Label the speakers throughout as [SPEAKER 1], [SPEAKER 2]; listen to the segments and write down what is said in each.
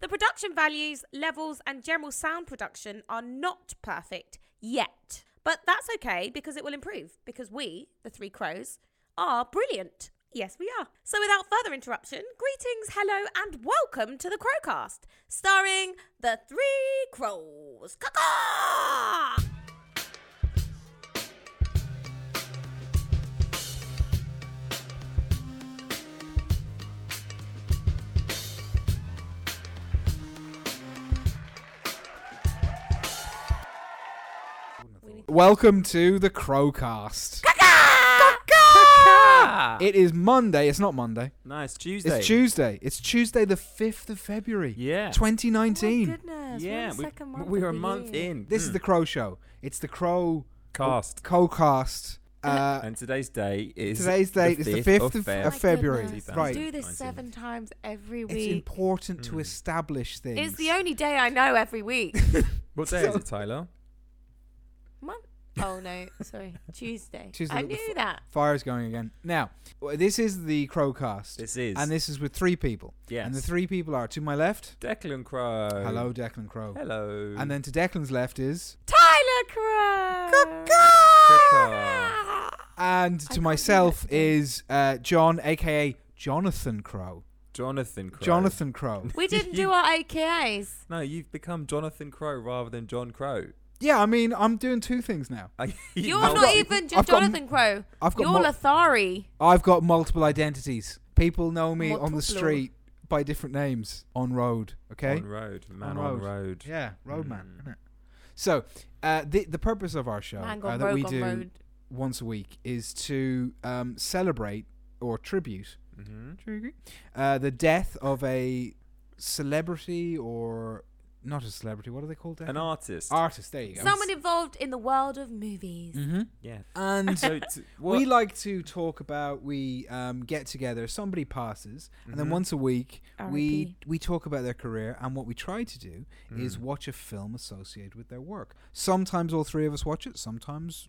[SPEAKER 1] The production values, levels, and general sound production are not perfect yet. But that's okay because it will improve because we, the Three Crows, are brilliant. Yes, we are. So without further interruption, greetings, hello, and welcome to the Crowcast, starring the Three Crows. Caw-caw!
[SPEAKER 2] Welcome to the Crowcast. It is Monday. It's not Monday.
[SPEAKER 3] Nice Tuesday.
[SPEAKER 2] It's Tuesday. It's Tuesday, the 5th of February,
[SPEAKER 3] Yeah.
[SPEAKER 2] 2019.
[SPEAKER 1] Oh, goodness.
[SPEAKER 3] yeah,
[SPEAKER 1] We're,
[SPEAKER 3] we-
[SPEAKER 1] second month
[SPEAKER 3] we
[SPEAKER 1] of
[SPEAKER 3] were a
[SPEAKER 1] the
[SPEAKER 3] month
[SPEAKER 1] year.
[SPEAKER 3] in.
[SPEAKER 2] This is the Crow Show. It's the Crow
[SPEAKER 3] cast.
[SPEAKER 2] Co-cast. Uh,
[SPEAKER 3] Mm. And today's day is
[SPEAKER 2] today's date is the 5th of,
[SPEAKER 3] Feb.
[SPEAKER 2] of
[SPEAKER 1] My
[SPEAKER 2] February.
[SPEAKER 1] goodness.
[SPEAKER 2] Right.
[SPEAKER 1] Do this
[SPEAKER 3] 19th.
[SPEAKER 1] seven times every
[SPEAKER 2] It's
[SPEAKER 1] week.
[SPEAKER 2] important
[SPEAKER 3] Mm.
[SPEAKER 2] to establish things.
[SPEAKER 1] It's the only day I know every week.
[SPEAKER 3] What day is it, Tyler?
[SPEAKER 1] Month. Oh no, sorry, Tuesday.
[SPEAKER 2] Tuesday
[SPEAKER 1] I
[SPEAKER 2] the
[SPEAKER 1] knew
[SPEAKER 2] fo-
[SPEAKER 1] that.
[SPEAKER 2] Fire's going again. Now, w- this is the Crowcast.
[SPEAKER 3] This is
[SPEAKER 2] And this is with three people.
[SPEAKER 3] Yes.
[SPEAKER 2] And the three people are to my left,
[SPEAKER 3] Declan Crow.
[SPEAKER 2] hello, Declan Crow.
[SPEAKER 3] Hello.
[SPEAKER 2] And then to Declan's left is.
[SPEAKER 1] Tyler Crow.
[SPEAKER 3] Crow.
[SPEAKER 2] And
[SPEAKER 1] I
[SPEAKER 2] to
[SPEAKER 1] can't do
[SPEAKER 2] myself
[SPEAKER 1] that today.
[SPEAKER 2] is uh, John, aka Jonathan Crow.
[SPEAKER 3] Jonathan Crow.
[SPEAKER 2] Jonathan Crow.
[SPEAKER 1] We didn't do our AKAs.
[SPEAKER 3] No, you've become Jonathan Crow rather than John Crow.
[SPEAKER 2] Yeah, I mean, I'm doing two things now.
[SPEAKER 1] You're
[SPEAKER 2] I've
[SPEAKER 1] not
[SPEAKER 2] got-
[SPEAKER 1] even just
[SPEAKER 2] I've got m-
[SPEAKER 1] Jonathan Crow.
[SPEAKER 2] I've got
[SPEAKER 1] You're
[SPEAKER 2] mul-
[SPEAKER 1] Lothari.
[SPEAKER 2] I've got multiple identities. People know me on
[SPEAKER 1] Multiple.
[SPEAKER 2] the street by different names on road. Okay.
[SPEAKER 3] on road.
[SPEAKER 2] On
[SPEAKER 3] Man on road.
[SPEAKER 2] Yeah, roadman.
[SPEAKER 3] Mm.
[SPEAKER 2] innit? So, uh, the the purpose of our show
[SPEAKER 1] Man
[SPEAKER 2] uh,
[SPEAKER 1] gone
[SPEAKER 2] that we
[SPEAKER 1] rogue on
[SPEAKER 2] do
[SPEAKER 1] road.
[SPEAKER 2] once a week is to um, celebrate or tribute
[SPEAKER 3] Mm-hmm.
[SPEAKER 2] Do you agree? Uh, the death of a celebrity or not a celebrity. What are they called?
[SPEAKER 3] An artist.
[SPEAKER 2] artist. There you go.
[SPEAKER 1] Someone involved in the world of movies.
[SPEAKER 2] Mm-hmm.
[SPEAKER 3] yeah.
[SPEAKER 2] And uh,
[SPEAKER 3] So t- what?
[SPEAKER 2] we like to talk about. We um, get together. Somebody passes, and then
[SPEAKER 3] Mhm.
[SPEAKER 2] once a week
[SPEAKER 1] R.I.P..
[SPEAKER 2] we we talk about their career. And what we try to do is
[SPEAKER 3] Mm.
[SPEAKER 2] watch a film associated with their work. Sometimes all three of us watch it. Sometimes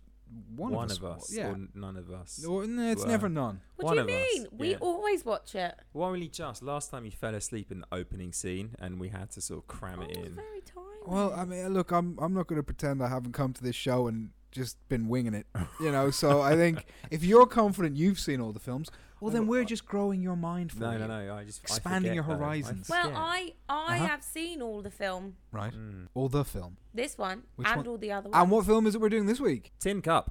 [SPEAKER 2] one,
[SPEAKER 3] one,
[SPEAKER 2] of us.
[SPEAKER 3] of
[SPEAKER 2] wa-
[SPEAKER 3] us.
[SPEAKER 2] Yeah.
[SPEAKER 3] Or n- none of us.
[SPEAKER 2] Or, no, it's
[SPEAKER 3] Well.
[SPEAKER 2] never none.
[SPEAKER 1] What
[SPEAKER 3] One
[SPEAKER 1] do you
[SPEAKER 3] of us,
[SPEAKER 1] mean? We
[SPEAKER 3] yeah.
[SPEAKER 1] always watch it.
[SPEAKER 3] Well, only just. Last time you fell asleep in the opening scene and we had to sort of
[SPEAKER 1] I
[SPEAKER 3] cram
[SPEAKER 1] was
[SPEAKER 3] it in.
[SPEAKER 1] Oh, very tired.
[SPEAKER 2] Well, I mean, look, I'm I'm not going to pretend I haven't come to this show and just been winging it, you know. So I think if you're confident you've seen all the films, well, then we're just growing your mind for
[SPEAKER 3] No,
[SPEAKER 2] you.
[SPEAKER 3] no, no. I just I
[SPEAKER 2] Expanding your
[SPEAKER 3] forget, though. I
[SPEAKER 2] horizons.
[SPEAKER 1] Well,
[SPEAKER 3] forget.
[SPEAKER 1] I I
[SPEAKER 2] Uh-huh.
[SPEAKER 1] have seen all the film,
[SPEAKER 2] Right,
[SPEAKER 3] Mm.
[SPEAKER 2] all the film.
[SPEAKER 1] this one
[SPEAKER 2] Which
[SPEAKER 1] and
[SPEAKER 2] one?
[SPEAKER 1] all the other ones.
[SPEAKER 2] And what film is it we're doing this week?
[SPEAKER 3] Tin cup.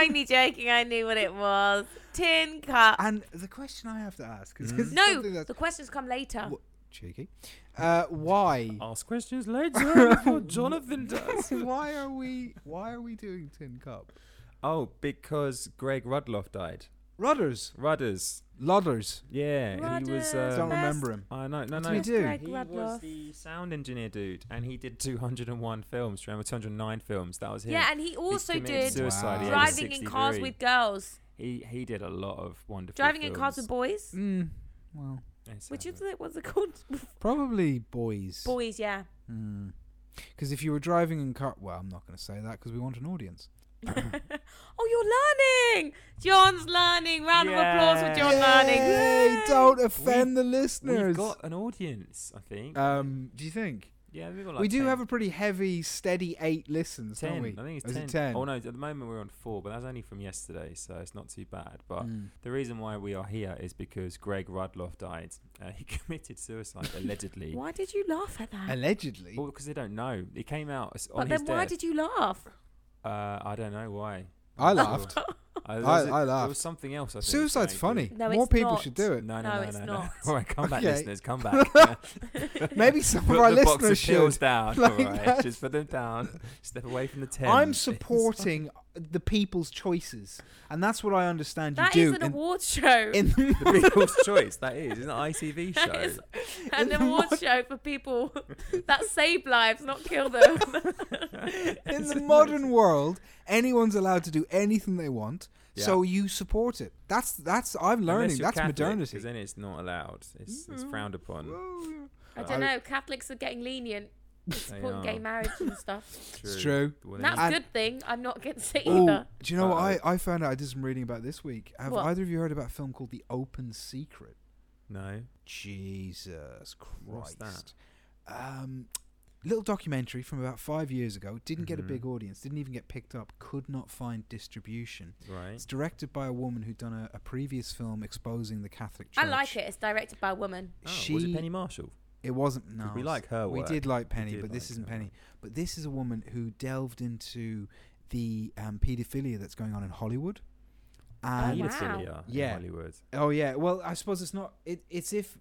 [SPEAKER 1] Only joking. I knew what it was. Tin cup.
[SPEAKER 2] And the question I have to ask
[SPEAKER 3] Mm.
[SPEAKER 2] is, is
[SPEAKER 1] No,
[SPEAKER 2] something that's
[SPEAKER 1] the questions come later.
[SPEAKER 2] Wha- cheeky. Uh, why?
[SPEAKER 3] Ask questions later. before Jonathan does.
[SPEAKER 2] why are we? Why are we doing Tin Cup?
[SPEAKER 3] Oh, because Greg Rudloff died.
[SPEAKER 2] Rudders,
[SPEAKER 3] Rudders.
[SPEAKER 2] Ludders.
[SPEAKER 3] Yeah, he was.
[SPEAKER 1] Rudders.
[SPEAKER 3] Uh,
[SPEAKER 2] Don't
[SPEAKER 1] Best-
[SPEAKER 2] remember him.
[SPEAKER 3] I know, no,
[SPEAKER 2] What
[SPEAKER 3] no.
[SPEAKER 2] did he do?
[SPEAKER 1] Greg
[SPEAKER 3] Oh, He was
[SPEAKER 1] Rudloff.
[SPEAKER 3] the sound engineer dude, and he did 201 films. Remember, 209 films. That was him.
[SPEAKER 1] yeah. and he also
[SPEAKER 3] committed
[SPEAKER 1] did
[SPEAKER 3] suicide.
[SPEAKER 2] Wow.
[SPEAKER 3] He was
[SPEAKER 1] driving in cars
[SPEAKER 3] 63.
[SPEAKER 1] with girls.
[SPEAKER 3] He he did a lot of wonderful.
[SPEAKER 1] Driving in cars with
[SPEAKER 3] films.
[SPEAKER 1] boys.
[SPEAKER 2] Mm, well,
[SPEAKER 3] Let's
[SPEAKER 1] Which
[SPEAKER 3] have
[SPEAKER 1] is
[SPEAKER 3] a-
[SPEAKER 1] it? What's it called?
[SPEAKER 2] probably boys.
[SPEAKER 1] boys. Yeah.
[SPEAKER 2] Because if you were driving in car, well, I'm not going to say that because we want an audience.
[SPEAKER 1] oh, you're learning. John's learning. Round of applause for John
[SPEAKER 3] Yay.
[SPEAKER 1] learning.
[SPEAKER 2] Yay,
[SPEAKER 1] Yay.
[SPEAKER 2] Don't offend the
[SPEAKER 3] We've
[SPEAKER 2] listeners.
[SPEAKER 3] got an audience, I think.
[SPEAKER 2] um, do you think
[SPEAKER 3] yeah, we've got like
[SPEAKER 2] we do
[SPEAKER 3] 10,
[SPEAKER 2] have a pretty heavy, steady eight listens,
[SPEAKER 3] ten.
[SPEAKER 2] don't we?
[SPEAKER 3] I think
[SPEAKER 2] Or
[SPEAKER 3] it's
[SPEAKER 2] is
[SPEAKER 3] ten.
[SPEAKER 2] it ten?
[SPEAKER 3] Oh no, at the moment we're on four, but that's only from yesterday, so it's not too bad. But
[SPEAKER 2] Mm.
[SPEAKER 3] The reason why we are here is because Greg Rudloff died. Uh, he committed suicide allegedly.
[SPEAKER 1] Why did you laugh at that?
[SPEAKER 2] Allegedly.
[SPEAKER 3] Well, because they don't know. It came out s- on
[SPEAKER 1] But then
[SPEAKER 3] his
[SPEAKER 1] why
[SPEAKER 3] death.
[SPEAKER 1] did you laugh?
[SPEAKER 3] uh, I don't know why.
[SPEAKER 2] I
[SPEAKER 3] I'm not
[SPEAKER 2] laughed.
[SPEAKER 3] sure. I, there
[SPEAKER 2] I-
[SPEAKER 3] uh, was a-
[SPEAKER 2] I
[SPEAKER 3] There
[SPEAKER 2] laughed.
[SPEAKER 3] was something else. I think,
[SPEAKER 2] Suicide's
[SPEAKER 3] maybe.
[SPEAKER 2] funny.
[SPEAKER 1] No,
[SPEAKER 2] More
[SPEAKER 1] it's
[SPEAKER 2] people
[SPEAKER 1] not.
[SPEAKER 2] should do it.
[SPEAKER 3] No, no,
[SPEAKER 1] No,
[SPEAKER 3] no, no,
[SPEAKER 1] it's
[SPEAKER 3] no.
[SPEAKER 1] not.
[SPEAKER 3] All right, come back,
[SPEAKER 2] Okay.
[SPEAKER 3] listeners. Come back. Put
[SPEAKER 2] Maybe some of our
[SPEAKER 3] the box
[SPEAKER 2] listeners
[SPEAKER 3] of pills
[SPEAKER 2] should.
[SPEAKER 3] down.
[SPEAKER 2] Like
[SPEAKER 3] all right,
[SPEAKER 2] that.
[SPEAKER 3] just put them down. Step away from the tent.
[SPEAKER 2] I'm supporting the people's choices, and that's what I understand you
[SPEAKER 1] That
[SPEAKER 2] do.
[SPEAKER 1] is an award show.
[SPEAKER 2] in, in
[SPEAKER 3] the people's choice. That is. It's an ITV show.
[SPEAKER 1] That is an
[SPEAKER 2] In the
[SPEAKER 1] award
[SPEAKER 2] mod-
[SPEAKER 1] show for people that save lives, not kill them.
[SPEAKER 2] in the modern world, anyone's allowed to do anything they want,
[SPEAKER 3] Yeah.
[SPEAKER 2] so you support it. That's that's I'm learning. That's modernity. Mm-hmm.
[SPEAKER 3] Because then it's not allowed. It's, it's frowned upon.
[SPEAKER 2] Whoa.
[SPEAKER 1] I
[SPEAKER 3] I-
[SPEAKER 1] don't know. Catholics are getting lenient,
[SPEAKER 3] They
[SPEAKER 1] supporting gay
[SPEAKER 3] are.
[SPEAKER 1] marriage and stuff.
[SPEAKER 2] It's true.
[SPEAKER 3] Well,
[SPEAKER 1] And
[SPEAKER 3] then
[SPEAKER 1] That's a
[SPEAKER 2] And-
[SPEAKER 1] good thing. I'm not against it
[SPEAKER 2] Oh,
[SPEAKER 1] either.
[SPEAKER 2] do you know what I,
[SPEAKER 3] Uh-oh.
[SPEAKER 2] I found out? I did some reading about this week. Have
[SPEAKER 1] What?
[SPEAKER 2] either of you heard about a film called The Open Secret?
[SPEAKER 3] No.
[SPEAKER 2] Jesus
[SPEAKER 3] What's
[SPEAKER 2] Christ.
[SPEAKER 3] that?
[SPEAKER 2] Um, little documentary from about five years ago. Didn't get a
[SPEAKER 3] Mhm.
[SPEAKER 2] big audience. Didn't even get picked up. Could not find distribution.
[SPEAKER 3] Right.
[SPEAKER 2] It's directed by a woman who'd done a, a previous film exposing the Catholic Church.
[SPEAKER 1] I like it. It's directed by a woman.
[SPEAKER 3] Oh,
[SPEAKER 2] She.
[SPEAKER 3] was it Penny Marshall?
[SPEAKER 2] it wasn't.
[SPEAKER 3] 'Cause
[SPEAKER 2] No,
[SPEAKER 3] we
[SPEAKER 2] it's-
[SPEAKER 3] like her
[SPEAKER 2] We
[SPEAKER 3] work.
[SPEAKER 2] did like Penny,
[SPEAKER 3] did
[SPEAKER 2] but this
[SPEAKER 3] like
[SPEAKER 2] isn't
[SPEAKER 3] her
[SPEAKER 2] Penny.
[SPEAKER 3] work.
[SPEAKER 2] But this is a woman who delved into the um, paedophilia that's going on in Hollywood. And
[SPEAKER 3] Oh,
[SPEAKER 1] wow.
[SPEAKER 3] Pedophilia uh, in
[SPEAKER 2] Yeah.
[SPEAKER 3] Hollywood.
[SPEAKER 2] Oh yeah. Well, I suppose it's not. It, it's if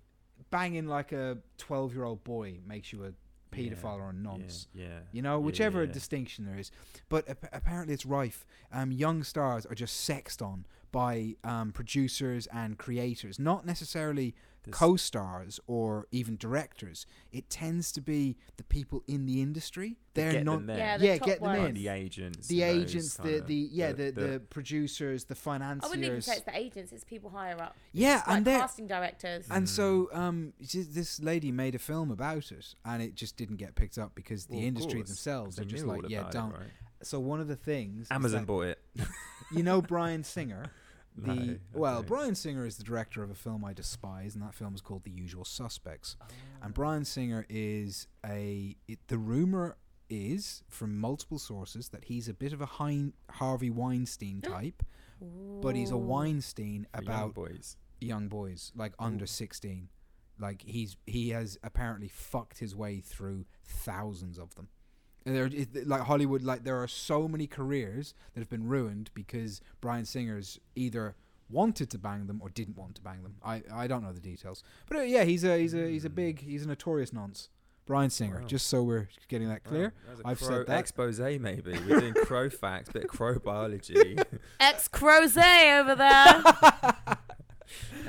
[SPEAKER 2] banging like a twelve-year-old boy makes you a paedophile or a
[SPEAKER 3] Yeah,
[SPEAKER 2] nonce.
[SPEAKER 3] Yeah.
[SPEAKER 2] You know,
[SPEAKER 3] yeah,
[SPEAKER 2] whichever
[SPEAKER 3] yeah.
[SPEAKER 2] distinction there is. But ap- apparently, it's rife. Um, young stars are just sexed on by um, producers and creators, not necessarily
[SPEAKER 3] This-
[SPEAKER 2] co-stars or even directors. It tends to be the people in the industry. They're
[SPEAKER 3] get
[SPEAKER 2] not
[SPEAKER 3] them there.
[SPEAKER 1] Yeah,
[SPEAKER 3] Yeah,
[SPEAKER 1] the
[SPEAKER 2] Yeah,
[SPEAKER 1] top
[SPEAKER 2] get them
[SPEAKER 1] ones.
[SPEAKER 3] like
[SPEAKER 2] in.
[SPEAKER 3] the agents.
[SPEAKER 2] the
[SPEAKER 3] and those
[SPEAKER 2] agents, the,
[SPEAKER 3] kinda-
[SPEAKER 2] the yeah, the, the, producers, the
[SPEAKER 1] I wouldn't even
[SPEAKER 2] financiers.
[SPEAKER 1] say it's the agents. It's people higher up.
[SPEAKER 2] yeah,
[SPEAKER 1] It's like
[SPEAKER 2] and they're
[SPEAKER 1] casting directors.
[SPEAKER 3] Mm.
[SPEAKER 2] and so um, she- this lady made a film about it, and it just didn't get picked up because the
[SPEAKER 3] Well, of
[SPEAKER 2] industry
[SPEAKER 3] course,
[SPEAKER 2] themselves
[SPEAKER 3] 'cause
[SPEAKER 2] they're
[SPEAKER 3] you
[SPEAKER 2] just
[SPEAKER 3] knew
[SPEAKER 2] like,
[SPEAKER 3] all
[SPEAKER 2] yeah,
[SPEAKER 3] about it,
[SPEAKER 2] don't.
[SPEAKER 3] right?
[SPEAKER 2] So one of the things is
[SPEAKER 3] Amazon
[SPEAKER 2] that-
[SPEAKER 3] bought it.
[SPEAKER 2] you know Brian Singer, the
[SPEAKER 3] No, I
[SPEAKER 2] well,
[SPEAKER 3] don't.
[SPEAKER 2] Brian Singer is the director of a film I despise, and that film is called The Usual Suspects. And Brian Singer is a. It, the rumor is from multiple sources that he's a bit of a hein, Harvey Weinstein type, but he's a
[SPEAKER 1] Ooh.
[SPEAKER 2] Weinstein
[SPEAKER 3] For young
[SPEAKER 2] about
[SPEAKER 3] boys.
[SPEAKER 2] young boys, like under sixteen. Like he's he has apparently fucked his way through thousands of them. And there, it, like Hollywood, like there are so many careers that have been ruined because Brian Singer's either wanted to bang them or didn't want to bang them. I, I don't know the details, but uh, yeah, he's a he's a he's a big he's a notorious nonce. Brian Singer,
[SPEAKER 3] Wow.
[SPEAKER 2] just so we're getting that clear.
[SPEAKER 3] i
[SPEAKER 2] I've said that.
[SPEAKER 3] expose maybe. We're doing crow facts, bit of crow biology.
[SPEAKER 1] Ex Crozet over there.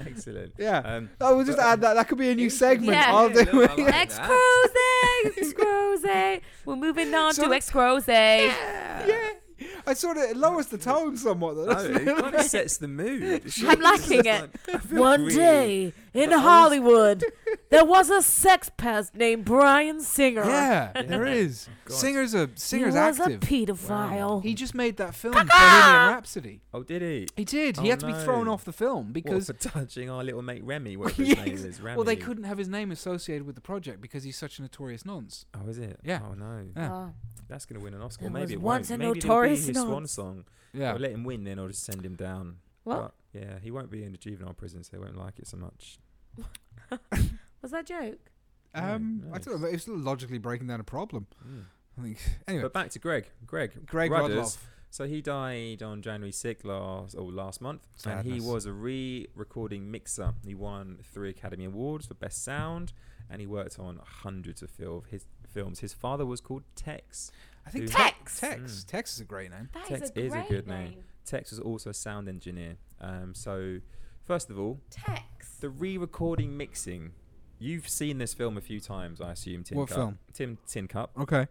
[SPEAKER 3] Excellent.
[SPEAKER 2] Yeah,
[SPEAKER 3] Um,
[SPEAKER 2] I will just
[SPEAKER 3] but-
[SPEAKER 2] add that. That could be a new segment.
[SPEAKER 1] Yeah.
[SPEAKER 2] I'll do
[SPEAKER 3] Look, I
[SPEAKER 2] it.
[SPEAKER 3] like
[SPEAKER 1] Ex
[SPEAKER 3] that.
[SPEAKER 1] Crozet. Ex Crozet. We're moving on
[SPEAKER 2] So
[SPEAKER 1] to
[SPEAKER 2] the-
[SPEAKER 1] Ex Crozet.
[SPEAKER 2] Yeah, I sort of it lowers the tone somewhat. Though.
[SPEAKER 3] No, it kind of sets the mood. It's
[SPEAKER 1] I'm
[SPEAKER 3] just
[SPEAKER 1] liking
[SPEAKER 3] like-
[SPEAKER 1] it.
[SPEAKER 3] I feel
[SPEAKER 4] One
[SPEAKER 3] really-
[SPEAKER 4] day in
[SPEAKER 3] was-
[SPEAKER 4] Hollywood, there was a sex pest named Brian Singer.
[SPEAKER 2] Yeah, there
[SPEAKER 3] Yeah.
[SPEAKER 2] is.
[SPEAKER 3] God.
[SPEAKER 2] Singer's a
[SPEAKER 4] He
[SPEAKER 2] singer's
[SPEAKER 4] was
[SPEAKER 2] active.
[SPEAKER 4] a pedophile.
[SPEAKER 2] he just made that film Bohemian Rhapsody.
[SPEAKER 3] Oh, did he?
[SPEAKER 2] He did. he
[SPEAKER 3] Oh,
[SPEAKER 2] had to be thrown
[SPEAKER 3] no.
[SPEAKER 2] off the film
[SPEAKER 3] Because
[SPEAKER 2] because
[SPEAKER 3] for touching our little mate Remy, whatever his
[SPEAKER 2] Yeah,
[SPEAKER 3] name
[SPEAKER 2] ex-
[SPEAKER 3] is. Remy.
[SPEAKER 2] well, they couldn't have his name associated with the project because he's such a notorious nonce.
[SPEAKER 3] Oh, is it?
[SPEAKER 2] Yeah.
[SPEAKER 3] Oh no,
[SPEAKER 2] Yeah.
[SPEAKER 1] Ah.
[SPEAKER 4] Oh.
[SPEAKER 3] that's gonna win an Oscar.
[SPEAKER 4] There was
[SPEAKER 3] Maybe it
[SPEAKER 4] once a
[SPEAKER 3] won't. Maybe it'll be
[SPEAKER 4] notorious
[SPEAKER 3] his swan
[SPEAKER 4] nonce.
[SPEAKER 3] song.
[SPEAKER 2] Yeah.
[SPEAKER 3] I'll let him win, then I'll just send him down.
[SPEAKER 1] What?
[SPEAKER 3] But, yeah, he won't be in the juvenile prison, so they won't like it so much.
[SPEAKER 1] Was that a joke?
[SPEAKER 2] Um,
[SPEAKER 3] Mm,
[SPEAKER 2] I don't know. but It's still logically breaking down a problem.
[SPEAKER 3] Mm.
[SPEAKER 2] I think. Anyway,
[SPEAKER 3] But back to Greg. Greg.
[SPEAKER 2] Greg
[SPEAKER 3] Rudders.
[SPEAKER 2] Rodloff.
[SPEAKER 3] So he died on January 6th last, or last month, and he
[SPEAKER 2] Sadness.
[SPEAKER 3] was a re-recording mixer. He won three Academy Awards for Best Sound, and he worked on hundreds of fil- his films. His father was called Tex.
[SPEAKER 2] I think
[SPEAKER 3] Who's
[SPEAKER 2] Tex.
[SPEAKER 1] Tex.
[SPEAKER 2] Tex.
[SPEAKER 3] Mm.
[SPEAKER 2] Tex is a great name.
[SPEAKER 1] That
[SPEAKER 3] Tex is a good name. Tex was also a sound engineer. Um, so, first of all,
[SPEAKER 1] Tex.
[SPEAKER 3] the re-recording mixing. You've seen this film a few times, I assume. Tin
[SPEAKER 2] What
[SPEAKER 3] Cup.
[SPEAKER 2] film?
[SPEAKER 3] Tim Tin Cup.
[SPEAKER 2] Okay.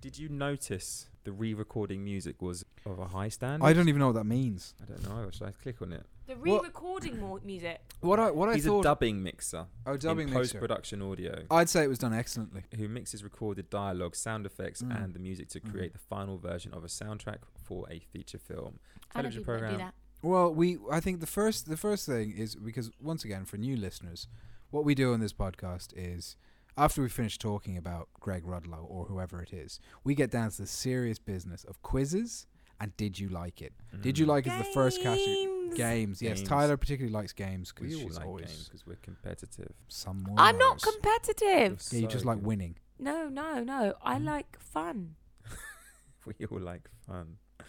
[SPEAKER 3] Did you notice the re-recording music was of a high standard?
[SPEAKER 2] I don't e- even know what that means.
[SPEAKER 3] I don't know. Should I click on it?
[SPEAKER 1] The
[SPEAKER 2] What-
[SPEAKER 1] re-recording mu- music.
[SPEAKER 2] What I what I
[SPEAKER 3] He's a
[SPEAKER 2] thought.
[SPEAKER 3] dubbing mixer.
[SPEAKER 2] oh, dubbing
[SPEAKER 3] in
[SPEAKER 2] mixer. Oh.
[SPEAKER 3] post-production audio
[SPEAKER 2] I'd say it was done excellently.
[SPEAKER 3] who mixes recorded dialogue sound effects
[SPEAKER 2] Mm.
[SPEAKER 3] and the music to
[SPEAKER 2] Mhm.
[SPEAKER 3] create the final version of a soundtrack for a feature film
[SPEAKER 1] How do
[SPEAKER 3] Television
[SPEAKER 1] people do
[SPEAKER 3] programme.
[SPEAKER 1] that?
[SPEAKER 2] Well, we I think the first the first thing is because once again for new listeners, what we do on this podcast is after we finish talking about Greg Rudlow or whoever it is, we get down to the serious business of quizzes and did you like it? Did you
[SPEAKER 3] Mm.
[SPEAKER 2] like is the first category?
[SPEAKER 1] Games.
[SPEAKER 2] Games. Yes,
[SPEAKER 3] Games.
[SPEAKER 2] Tyler particularly likes games because
[SPEAKER 3] we all
[SPEAKER 2] she's
[SPEAKER 3] like
[SPEAKER 2] always
[SPEAKER 3] games because we're competitive
[SPEAKER 2] some more.
[SPEAKER 1] I'm not
[SPEAKER 2] hours.
[SPEAKER 1] competitive.
[SPEAKER 2] Yeah, you
[SPEAKER 3] So
[SPEAKER 2] just like
[SPEAKER 3] good.
[SPEAKER 2] winning.
[SPEAKER 1] No, no, no.
[SPEAKER 2] Mm.
[SPEAKER 1] I like fun.
[SPEAKER 3] we all like fun
[SPEAKER 2] Uh,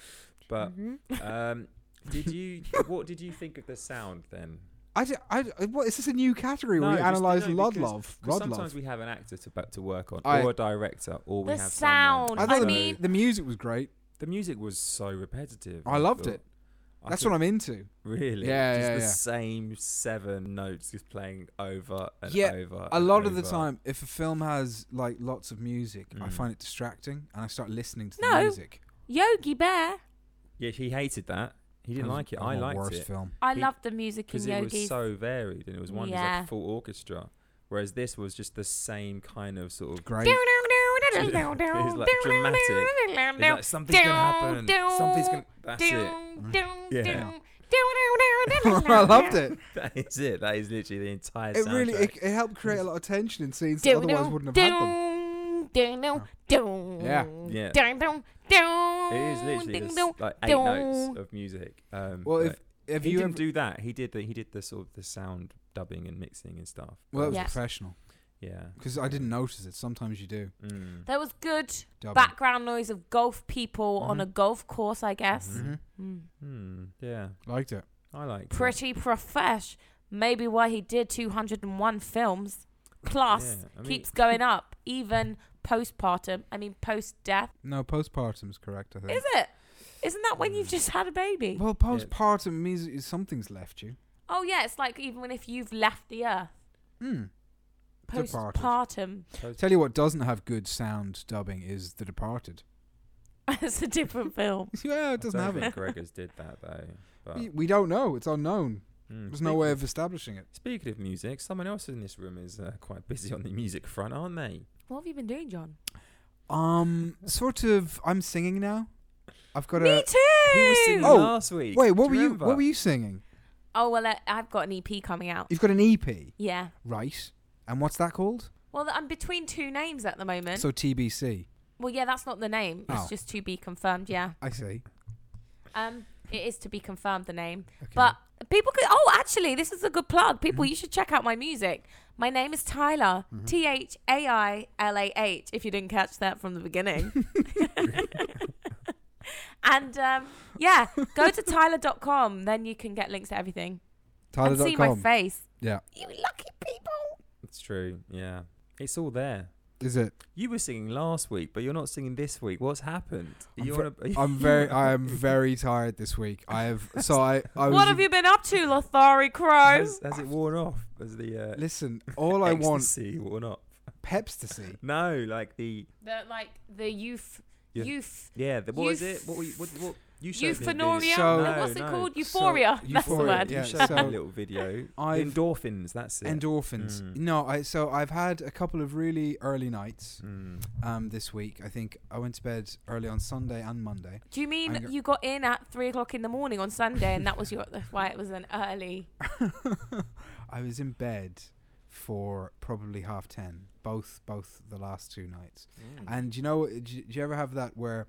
[SPEAKER 3] but
[SPEAKER 4] Mm-hmm.
[SPEAKER 1] Mhm.
[SPEAKER 3] um did you what did you think of the sound then
[SPEAKER 2] I, d- I d- uh, what is this a new category
[SPEAKER 3] No,
[SPEAKER 2] where we
[SPEAKER 3] just-
[SPEAKER 2] analyze
[SPEAKER 3] no, because-
[SPEAKER 2] Ludlov?
[SPEAKER 3] 'Cause sometimes
[SPEAKER 2] Rodlov.
[SPEAKER 3] we have an actor to, ba- to work on
[SPEAKER 2] I-
[SPEAKER 3] or a director or we
[SPEAKER 1] The
[SPEAKER 3] have
[SPEAKER 1] sound.
[SPEAKER 3] someone.
[SPEAKER 2] I
[SPEAKER 1] I
[SPEAKER 2] thought
[SPEAKER 1] mean-
[SPEAKER 2] the, the music was great.
[SPEAKER 3] the music was so repetitive
[SPEAKER 2] I loved
[SPEAKER 3] thought.
[SPEAKER 2] it. That's what I'm into.
[SPEAKER 3] I really
[SPEAKER 2] Yeah,
[SPEAKER 3] just
[SPEAKER 2] yeah,
[SPEAKER 3] the
[SPEAKER 2] yeah.
[SPEAKER 3] same seven notes just playing over and
[SPEAKER 2] Yeah,
[SPEAKER 3] over
[SPEAKER 2] a
[SPEAKER 3] and
[SPEAKER 2] lot of the
[SPEAKER 3] over.
[SPEAKER 2] time if a film has like lots of music i
[SPEAKER 3] Mm.
[SPEAKER 2] find it distracting and i start listening to
[SPEAKER 1] No.
[SPEAKER 2] the music
[SPEAKER 1] Yogi Bear.
[SPEAKER 3] Yeah, he hated that. He didn't
[SPEAKER 2] That was
[SPEAKER 3] like it.
[SPEAKER 2] one
[SPEAKER 3] I
[SPEAKER 2] of the
[SPEAKER 3] liked
[SPEAKER 2] worst
[SPEAKER 3] it
[SPEAKER 2] film
[SPEAKER 1] I
[SPEAKER 3] He-
[SPEAKER 1] love the music in
[SPEAKER 3] because it
[SPEAKER 1] Yogi.
[SPEAKER 3] was so varied, and it was one it was like
[SPEAKER 1] Yeah.
[SPEAKER 3] a full orchestra. Whereas this was just the same kind of sort of.
[SPEAKER 2] great
[SPEAKER 3] It's like dramatic. It's like, something's gonna happen. Something's gonna. That's it. Yeah.
[SPEAKER 2] I loved it.
[SPEAKER 3] That is it. That is literally the entire.
[SPEAKER 2] It really
[SPEAKER 3] soundtrack.
[SPEAKER 2] it, it helped create a lot of tension in scenes that
[SPEAKER 4] Dun,
[SPEAKER 2] otherwise
[SPEAKER 4] dun,
[SPEAKER 2] wouldn't have had them.
[SPEAKER 4] dun, dun, dun, dun,
[SPEAKER 2] Yeah.
[SPEAKER 3] Yeah.
[SPEAKER 4] dun, dun, dun,
[SPEAKER 3] It is literally
[SPEAKER 4] dun,
[SPEAKER 3] this,
[SPEAKER 4] dun.
[SPEAKER 3] like eight
[SPEAKER 4] dun.
[SPEAKER 3] notes of music. Um,
[SPEAKER 2] Well, if
[SPEAKER 3] like-
[SPEAKER 2] if
[SPEAKER 3] he
[SPEAKER 2] you
[SPEAKER 3] didn't
[SPEAKER 2] ever,
[SPEAKER 3] do that, he did the he did the sort of the sound dubbing and mixing and stuff.
[SPEAKER 2] well, that was
[SPEAKER 4] Yeah.
[SPEAKER 2] professional
[SPEAKER 3] yeah,
[SPEAKER 2] because I didn't notice it. Sometimes you do.
[SPEAKER 3] Mm.
[SPEAKER 1] There was good
[SPEAKER 2] Dubbing.
[SPEAKER 1] background noise of golf people on a golf course, I guess.
[SPEAKER 3] Mm-hmm.
[SPEAKER 2] hmm
[SPEAKER 4] Mm.
[SPEAKER 3] Hmm. yeah,
[SPEAKER 2] Liked it.
[SPEAKER 3] I like
[SPEAKER 1] Pretty profesh. Maybe why he did 201 films. Plus,
[SPEAKER 3] Yeah, I mean-
[SPEAKER 1] keeps going up, even postpartum. I mean, post death.
[SPEAKER 2] No, postpartum is correct. I think.
[SPEAKER 1] Is it? Isn't that when
[SPEAKER 3] Mm.
[SPEAKER 1] you've just had a baby?
[SPEAKER 2] Well, postpartum means i- something's left you.
[SPEAKER 1] Oh, yeah, it's like even when if you've left the earth.
[SPEAKER 2] Hmm. Departed.
[SPEAKER 1] Postpartum.
[SPEAKER 2] Tell you what doesn't have good sound dubbing is The Departed.
[SPEAKER 1] it's a different film.
[SPEAKER 2] yeah, it doesn't
[SPEAKER 3] I
[SPEAKER 2] have
[SPEAKER 3] don't
[SPEAKER 2] it.
[SPEAKER 3] think Gregor's did that though. But,
[SPEAKER 2] We- We don't know. It's unknown.
[SPEAKER 3] Mm.
[SPEAKER 2] There's no
[SPEAKER 3] Speaking-
[SPEAKER 2] way of establishing it.
[SPEAKER 3] Speaking of music, someone else in this room is uh, quite busy on the music front, aren't they?
[SPEAKER 1] What have you been doing, John?
[SPEAKER 2] Um, sort of. I'm singing now. I've got
[SPEAKER 1] Me
[SPEAKER 2] a.
[SPEAKER 1] too!
[SPEAKER 3] Uh, He was singing
[SPEAKER 2] Oh,
[SPEAKER 3] last week.
[SPEAKER 2] Wait, what
[SPEAKER 3] Do
[SPEAKER 2] were you?
[SPEAKER 3] remember?
[SPEAKER 2] What were you singing?
[SPEAKER 1] Oh, well, I, I've got an EP coming out.
[SPEAKER 2] You've got an EP,
[SPEAKER 1] Yeah.
[SPEAKER 2] right? And what's that called?
[SPEAKER 1] Well, th- I'm between two names at the moment.
[SPEAKER 2] So TBC.
[SPEAKER 1] well, yeah, that's not the name. It's
[SPEAKER 2] Oh.
[SPEAKER 1] just to be confirmed. Yeah.
[SPEAKER 2] I see.
[SPEAKER 1] Um, it is to be confirmed the name.
[SPEAKER 2] Okay.
[SPEAKER 1] But
[SPEAKER 2] uh,
[SPEAKER 1] people could. Oh, actually, this is a good plug. People, you should check out my music. My name is Tyler.
[SPEAKER 2] Mm-hmm.
[SPEAKER 1] T H A I L A H. If you didn't catch that from the beginning. and um, yeah, go to tyler.com. Then you can get links to everything and see my
[SPEAKER 2] Tyler.com.
[SPEAKER 1] face.
[SPEAKER 2] yeah.
[SPEAKER 1] You lucky people.
[SPEAKER 3] It's true. Yeah, it's all there.
[SPEAKER 2] Is it?
[SPEAKER 3] You were singing last week, but you're not singing this week. What's happened? Are
[SPEAKER 2] I'm
[SPEAKER 3] you
[SPEAKER 2] ver-
[SPEAKER 3] on a-
[SPEAKER 2] I'm very. I am very tired this week. I have. So I. I was
[SPEAKER 1] What have you been up to, Lothari Crow?
[SPEAKER 3] has, has it worn off? Has the uh,
[SPEAKER 2] Listen. All I want.
[SPEAKER 3] ecstasy worn off?
[SPEAKER 2] Pepsi.
[SPEAKER 3] No, like the
[SPEAKER 1] The like the youth,
[SPEAKER 3] Yeah.
[SPEAKER 1] youth,
[SPEAKER 3] Yeah, the, what was
[SPEAKER 1] Euph-
[SPEAKER 3] it? What were you? What, what, you showed me a video.
[SPEAKER 1] euphoria.
[SPEAKER 2] So-
[SPEAKER 1] No, what's it
[SPEAKER 3] No,
[SPEAKER 1] called?
[SPEAKER 2] no.
[SPEAKER 1] Euphoria.
[SPEAKER 2] So-
[SPEAKER 1] That's the
[SPEAKER 2] euphoria,
[SPEAKER 1] word.
[SPEAKER 3] You
[SPEAKER 2] yeah,
[SPEAKER 3] showed me a
[SPEAKER 2] so-
[SPEAKER 3] little video.
[SPEAKER 2] I've-
[SPEAKER 3] Endorphins. That's it.
[SPEAKER 2] Endorphins.
[SPEAKER 3] Mm.
[SPEAKER 2] No. I. So I've had a couple of really early nights.
[SPEAKER 3] Mm.
[SPEAKER 2] Um. This week. I think I went to bed early on Sunday and Monday.
[SPEAKER 1] Do you mean
[SPEAKER 2] I'm go-
[SPEAKER 1] you got in at three o'clock in the morning on Sunday, and that was your that's why it was an early?
[SPEAKER 2] I was in bed for probably half ten. Both. Both the last two nights.
[SPEAKER 3] Hmm.
[SPEAKER 2] And you know, do do you ever have that where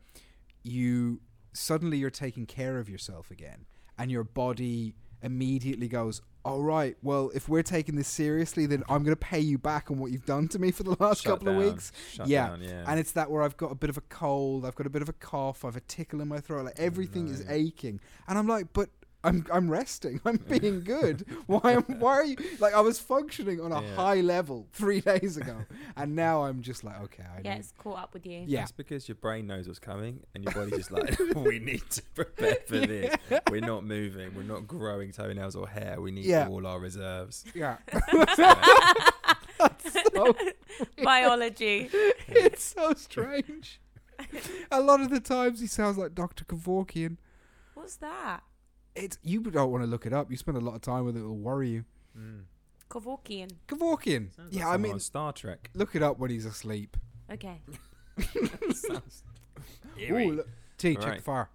[SPEAKER 2] you suddenly you're taking care of yourself again, and your body immediately goes, "All right, well, if we're taking this seriously, then I'm going to pay you back on what you've done to me for the last
[SPEAKER 3] Shut
[SPEAKER 2] couple
[SPEAKER 3] down,
[SPEAKER 2] of weeks."
[SPEAKER 3] shut
[SPEAKER 2] yeah.
[SPEAKER 3] down, yeah.
[SPEAKER 2] And it's that where I've got a bit of a cold, I've got a bit of a cough, I've a tickle in my throat, like everything is
[SPEAKER 3] no.
[SPEAKER 2] aching, and I'm like, "But." I'm, I'm resting. I'm being good. Why am Why are you like I was functioning on a
[SPEAKER 3] Yeah.
[SPEAKER 2] high level three days ago, and now I'm just like okay. I
[SPEAKER 1] Yeah,
[SPEAKER 2] need-
[SPEAKER 1] it's caught up with you.
[SPEAKER 2] yeah.
[SPEAKER 3] It's because your brain knows what's coming, and your body's just like, we need to prepare for this. We're not moving. We're not growing toenails or hair. We need
[SPEAKER 2] Yeah.
[SPEAKER 3] all our reserves.
[SPEAKER 2] Yeah.
[SPEAKER 1] Biology.
[SPEAKER 2] it's so strange. A lot of the times he sounds like Dr. Kevorkian.
[SPEAKER 1] What's that?
[SPEAKER 2] It's you don't want to look it up. You spend a lot of time with it, it'll worry you.
[SPEAKER 3] Mm.
[SPEAKER 1] Kevorkian.
[SPEAKER 2] Kevorkian.
[SPEAKER 3] Sounds like
[SPEAKER 2] yeah, I
[SPEAKER 3] someone on
[SPEAKER 2] mean
[SPEAKER 3] Star Trek.
[SPEAKER 2] look it up when he's asleep.
[SPEAKER 1] Okay.
[SPEAKER 3] Sounds
[SPEAKER 2] Ooh,
[SPEAKER 3] eerie.
[SPEAKER 2] look. T, check the
[SPEAKER 3] Alright.
[SPEAKER 2] fire.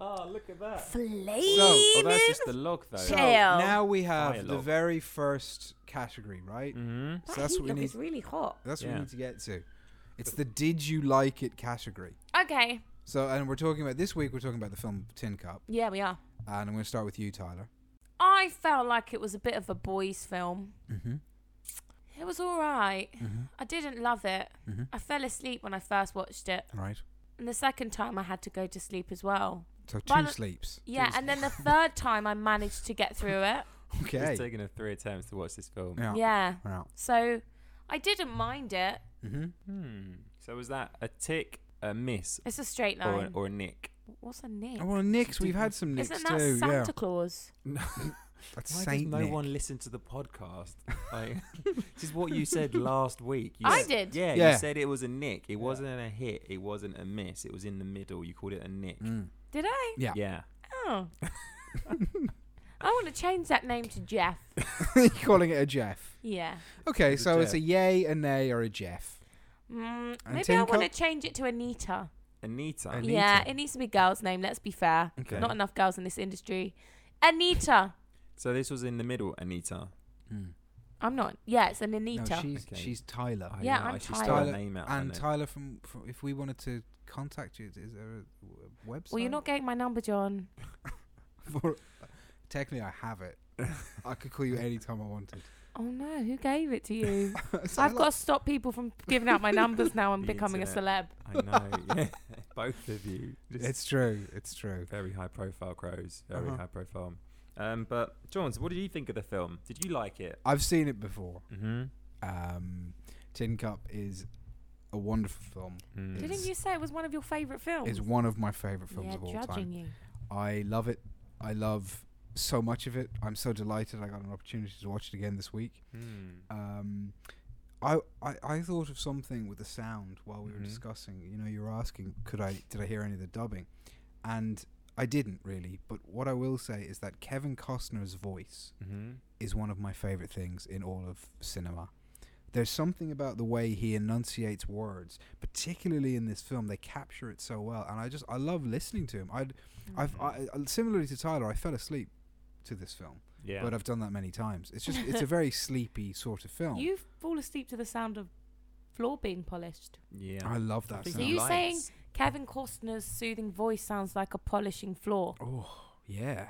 [SPEAKER 3] Oh, look at that.
[SPEAKER 1] Flaming.
[SPEAKER 2] So-
[SPEAKER 3] Oh, that's just the log, though.
[SPEAKER 2] So
[SPEAKER 1] Hell.
[SPEAKER 2] now we have
[SPEAKER 3] Fire
[SPEAKER 2] the
[SPEAKER 3] log.
[SPEAKER 2] very first category, right?
[SPEAKER 3] hmm
[SPEAKER 2] So
[SPEAKER 1] that
[SPEAKER 2] that's
[SPEAKER 1] heat
[SPEAKER 2] what we
[SPEAKER 1] look
[SPEAKER 2] need
[SPEAKER 1] is really hot.
[SPEAKER 2] that's what
[SPEAKER 3] Yeah.
[SPEAKER 2] we need to get to. It's the did you like it category.
[SPEAKER 1] Okay.
[SPEAKER 2] So and we're talking about this week we're talking about the film Tin Cup.
[SPEAKER 1] Yeah, we are.
[SPEAKER 2] And I'm gonna start with you, Tyler.
[SPEAKER 1] I felt like it was a bit of a boys' film.
[SPEAKER 2] Mm-hmm.
[SPEAKER 1] It was all right.
[SPEAKER 2] Mhm.
[SPEAKER 1] I didn't love it.
[SPEAKER 2] Mhm.
[SPEAKER 1] I fell asleep when I first watched it,
[SPEAKER 2] Right.
[SPEAKER 1] and the second time I had to go to sleep as well.
[SPEAKER 2] So two
[SPEAKER 1] By the-
[SPEAKER 2] sleeps.
[SPEAKER 1] Yeah, and then the third time I managed to get through it.
[SPEAKER 2] Okay.
[SPEAKER 3] It's taken her three attempts to watch this film.
[SPEAKER 2] yeah.
[SPEAKER 1] Yeah.
[SPEAKER 2] Wow.
[SPEAKER 1] So I didn't mind it.
[SPEAKER 2] Mm-hmm.
[SPEAKER 3] Hmm. So was that a tick, a miss,
[SPEAKER 1] It's a straight
[SPEAKER 3] or,
[SPEAKER 1] line.
[SPEAKER 3] an, or a nick?
[SPEAKER 1] What's a nick?
[SPEAKER 2] Oh, well, Nick's. We've had some Nick's
[SPEAKER 1] Isn't that
[SPEAKER 2] too.
[SPEAKER 1] Santa
[SPEAKER 2] yeah.
[SPEAKER 1] Claus?
[SPEAKER 2] That's
[SPEAKER 3] Why
[SPEAKER 2] Saint
[SPEAKER 3] does no
[SPEAKER 2] Nick.
[SPEAKER 3] one listen to the podcast? Like, this is what you said last week. You
[SPEAKER 1] I
[SPEAKER 3] said-
[SPEAKER 1] did.
[SPEAKER 3] Yeah,
[SPEAKER 2] Yeah.
[SPEAKER 3] you said it was a nick. It wasn't a hit. It wasn't a miss. It was in the middle. You called it a nick.
[SPEAKER 2] Mm.
[SPEAKER 1] Did I?
[SPEAKER 2] Yeah.
[SPEAKER 3] Yeah.
[SPEAKER 1] Oh. I want to change that name to Jeff.
[SPEAKER 2] You're calling it a Jeff.
[SPEAKER 1] Yeah.
[SPEAKER 2] Okay,
[SPEAKER 3] It's a
[SPEAKER 2] so it's a
[SPEAKER 3] Jeff.
[SPEAKER 2] yay, a nay, or a Jeff.
[SPEAKER 1] Mm,
[SPEAKER 2] And
[SPEAKER 1] maybe
[SPEAKER 2] Tin
[SPEAKER 1] I want to
[SPEAKER 2] Cup?
[SPEAKER 1] change it to Anita.
[SPEAKER 3] Anita.
[SPEAKER 2] An-
[SPEAKER 1] Yeah,
[SPEAKER 2] Anita.
[SPEAKER 1] it needs to be girl's name. Let's be fair.
[SPEAKER 3] Okay.
[SPEAKER 1] Not enough girls in this industry. Anita.
[SPEAKER 3] So this was in the middle, Anita.
[SPEAKER 1] I'm not. Yeah, it's an
[SPEAKER 2] Mm. No,
[SPEAKER 1] Anita.
[SPEAKER 2] she's
[SPEAKER 3] Okay.
[SPEAKER 2] she's Tyler.
[SPEAKER 3] I
[SPEAKER 1] Yeah,
[SPEAKER 3] know,
[SPEAKER 1] I'm
[SPEAKER 3] I should
[SPEAKER 1] Tyler.
[SPEAKER 3] start a name out. I
[SPEAKER 2] and
[SPEAKER 3] know.
[SPEAKER 2] Tyler from, from if we wanted to contact you, is there a w- website?
[SPEAKER 1] well, you're not getting my number, John.
[SPEAKER 2] For, technically, I have it. I could call you anytime I wanted.
[SPEAKER 1] Oh no, who gave it to you?
[SPEAKER 2] So I
[SPEAKER 1] I've
[SPEAKER 2] like-
[SPEAKER 1] got to stop people from giving out my numbers now and
[SPEAKER 3] The
[SPEAKER 1] becoming a celeb.
[SPEAKER 3] I know. yeah. Both of you. Just
[SPEAKER 2] It's true. It's true.
[SPEAKER 3] very high profile crows. Very
[SPEAKER 2] Uh-huh.
[SPEAKER 3] high profile. Um, but Johns, what did you think of the film? Did you like it?
[SPEAKER 2] I've seen it before.
[SPEAKER 3] Mm-hmm.
[SPEAKER 2] Um, Tin Cup is a wonderful film.
[SPEAKER 3] Mm.
[SPEAKER 1] Didn't
[SPEAKER 2] It's-
[SPEAKER 1] you say it was one of your favourite films?
[SPEAKER 2] It's one of my favorite films
[SPEAKER 1] yeah,
[SPEAKER 2] of all
[SPEAKER 1] judging
[SPEAKER 2] time.
[SPEAKER 1] you.
[SPEAKER 2] I love it. I love so much of it. I'm so delighted I got an opportunity to watch it again this week.
[SPEAKER 3] Mm.
[SPEAKER 2] Um, I, I I thought of something with the sound while we were
[SPEAKER 3] Mhm.
[SPEAKER 2] discussing. You know, you were asking, could I did I hear any of the dubbing? And I didn't really. But what I will say is that Kevin Costner's voice
[SPEAKER 3] Mm-hmm.
[SPEAKER 2] is one of my favorite things in all of cinema. There's something about the way he enunciates words, particularly in this film. They capture it so well, and I just I love listening to him. I'd, I've I, I- similarly to Tyler, I fell asleep to this film,
[SPEAKER 3] Yeah.
[SPEAKER 2] but uh, I've done that many times. It's just it's a very sleepy sort of film.
[SPEAKER 1] You fall asleep to the sound of floor being polished.
[SPEAKER 3] yeah.
[SPEAKER 2] I love that.
[SPEAKER 3] think
[SPEAKER 1] So
[SPEAKER 2] sound.
[SPEAKER 1] you
[SPEAKER 3] lights.
[SPEAKER 1] saying Kevin Costner's soothing voice sounds like a polishing floor?
[SPEAKER 2] Oh yeah,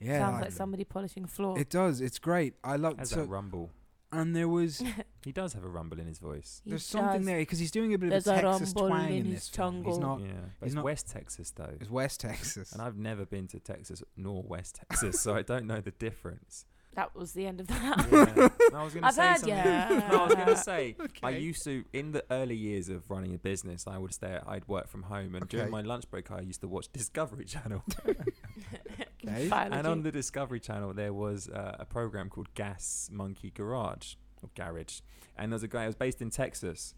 [SPEAKER 2] yeah.
[SPEAKER 1] sounds
[SPEAKER 2] I-
[SPEAKER 1] like somebody polishing floor.
[SPEAKER 2] It does. It's great. I love
[SPEAKER 3] Has that
[SPEAKER 2] so.
[SPEAKER 3] rumble?
[SPEAKER 2] And there was
[SPEAKER 3] He does have a rumble in his voice.
[SPEAKER 1] He
[SPEAKER 2] there's something
[SPEAKER 1] does.
[SPEAKER 2] there because he's doing a bit
[SPEAKER 1] There's a
[SPEAKER 2] of a Texas
[SPEAKER 1] rumble
[SPEAKER 2] twang
[SPEAKER 1] in
[SPEAKER 2] in,
[SPEAKER 1] his
[SPEAKER 2] this film. He's
[SPEAKER 1] jungle.
[SPEAKER 2] not.
[SPEAKER 3] yeah. But
[SPEAKER 2] Uh, he's
[SPEAKER 3] it's
[SPEAKER 2] not-
[SPEAKER 3] West Texas though.
[SPEAKER 2] It's West Texas.
[SPEAKER 3] And I've never been to Texas nor West Texas, so I don't know the difference.
[SPEAKER 1] That was the end of that.
[SPEAKER 3] Yeah. No, I was gonna
[SPEAKER 1] I've
[SPEAKER 3] say
[SPEAKER 1] heard
[SPEAKER 3] something.
[SPEAKER 1] yeah.
[SPEAKER 3] No, I was gonna say I
[SPEAKER 2] Okay.
[SPEAKER 3] used to in the early years of running a business, I would stay. I'd work from home, and during
[SPEAKER 2] Okay.
[SPEAKER 3] my lunch break, I used to watch Discovery Channel.
[SPEAKER 2] Okay.
[SPEAKER 1] Biology.
[SPEAKER 3] and on the Discovery Channel, there was uh, a program called Gas Monkey Garage or Garage, and there was a guy. who was based in Texas,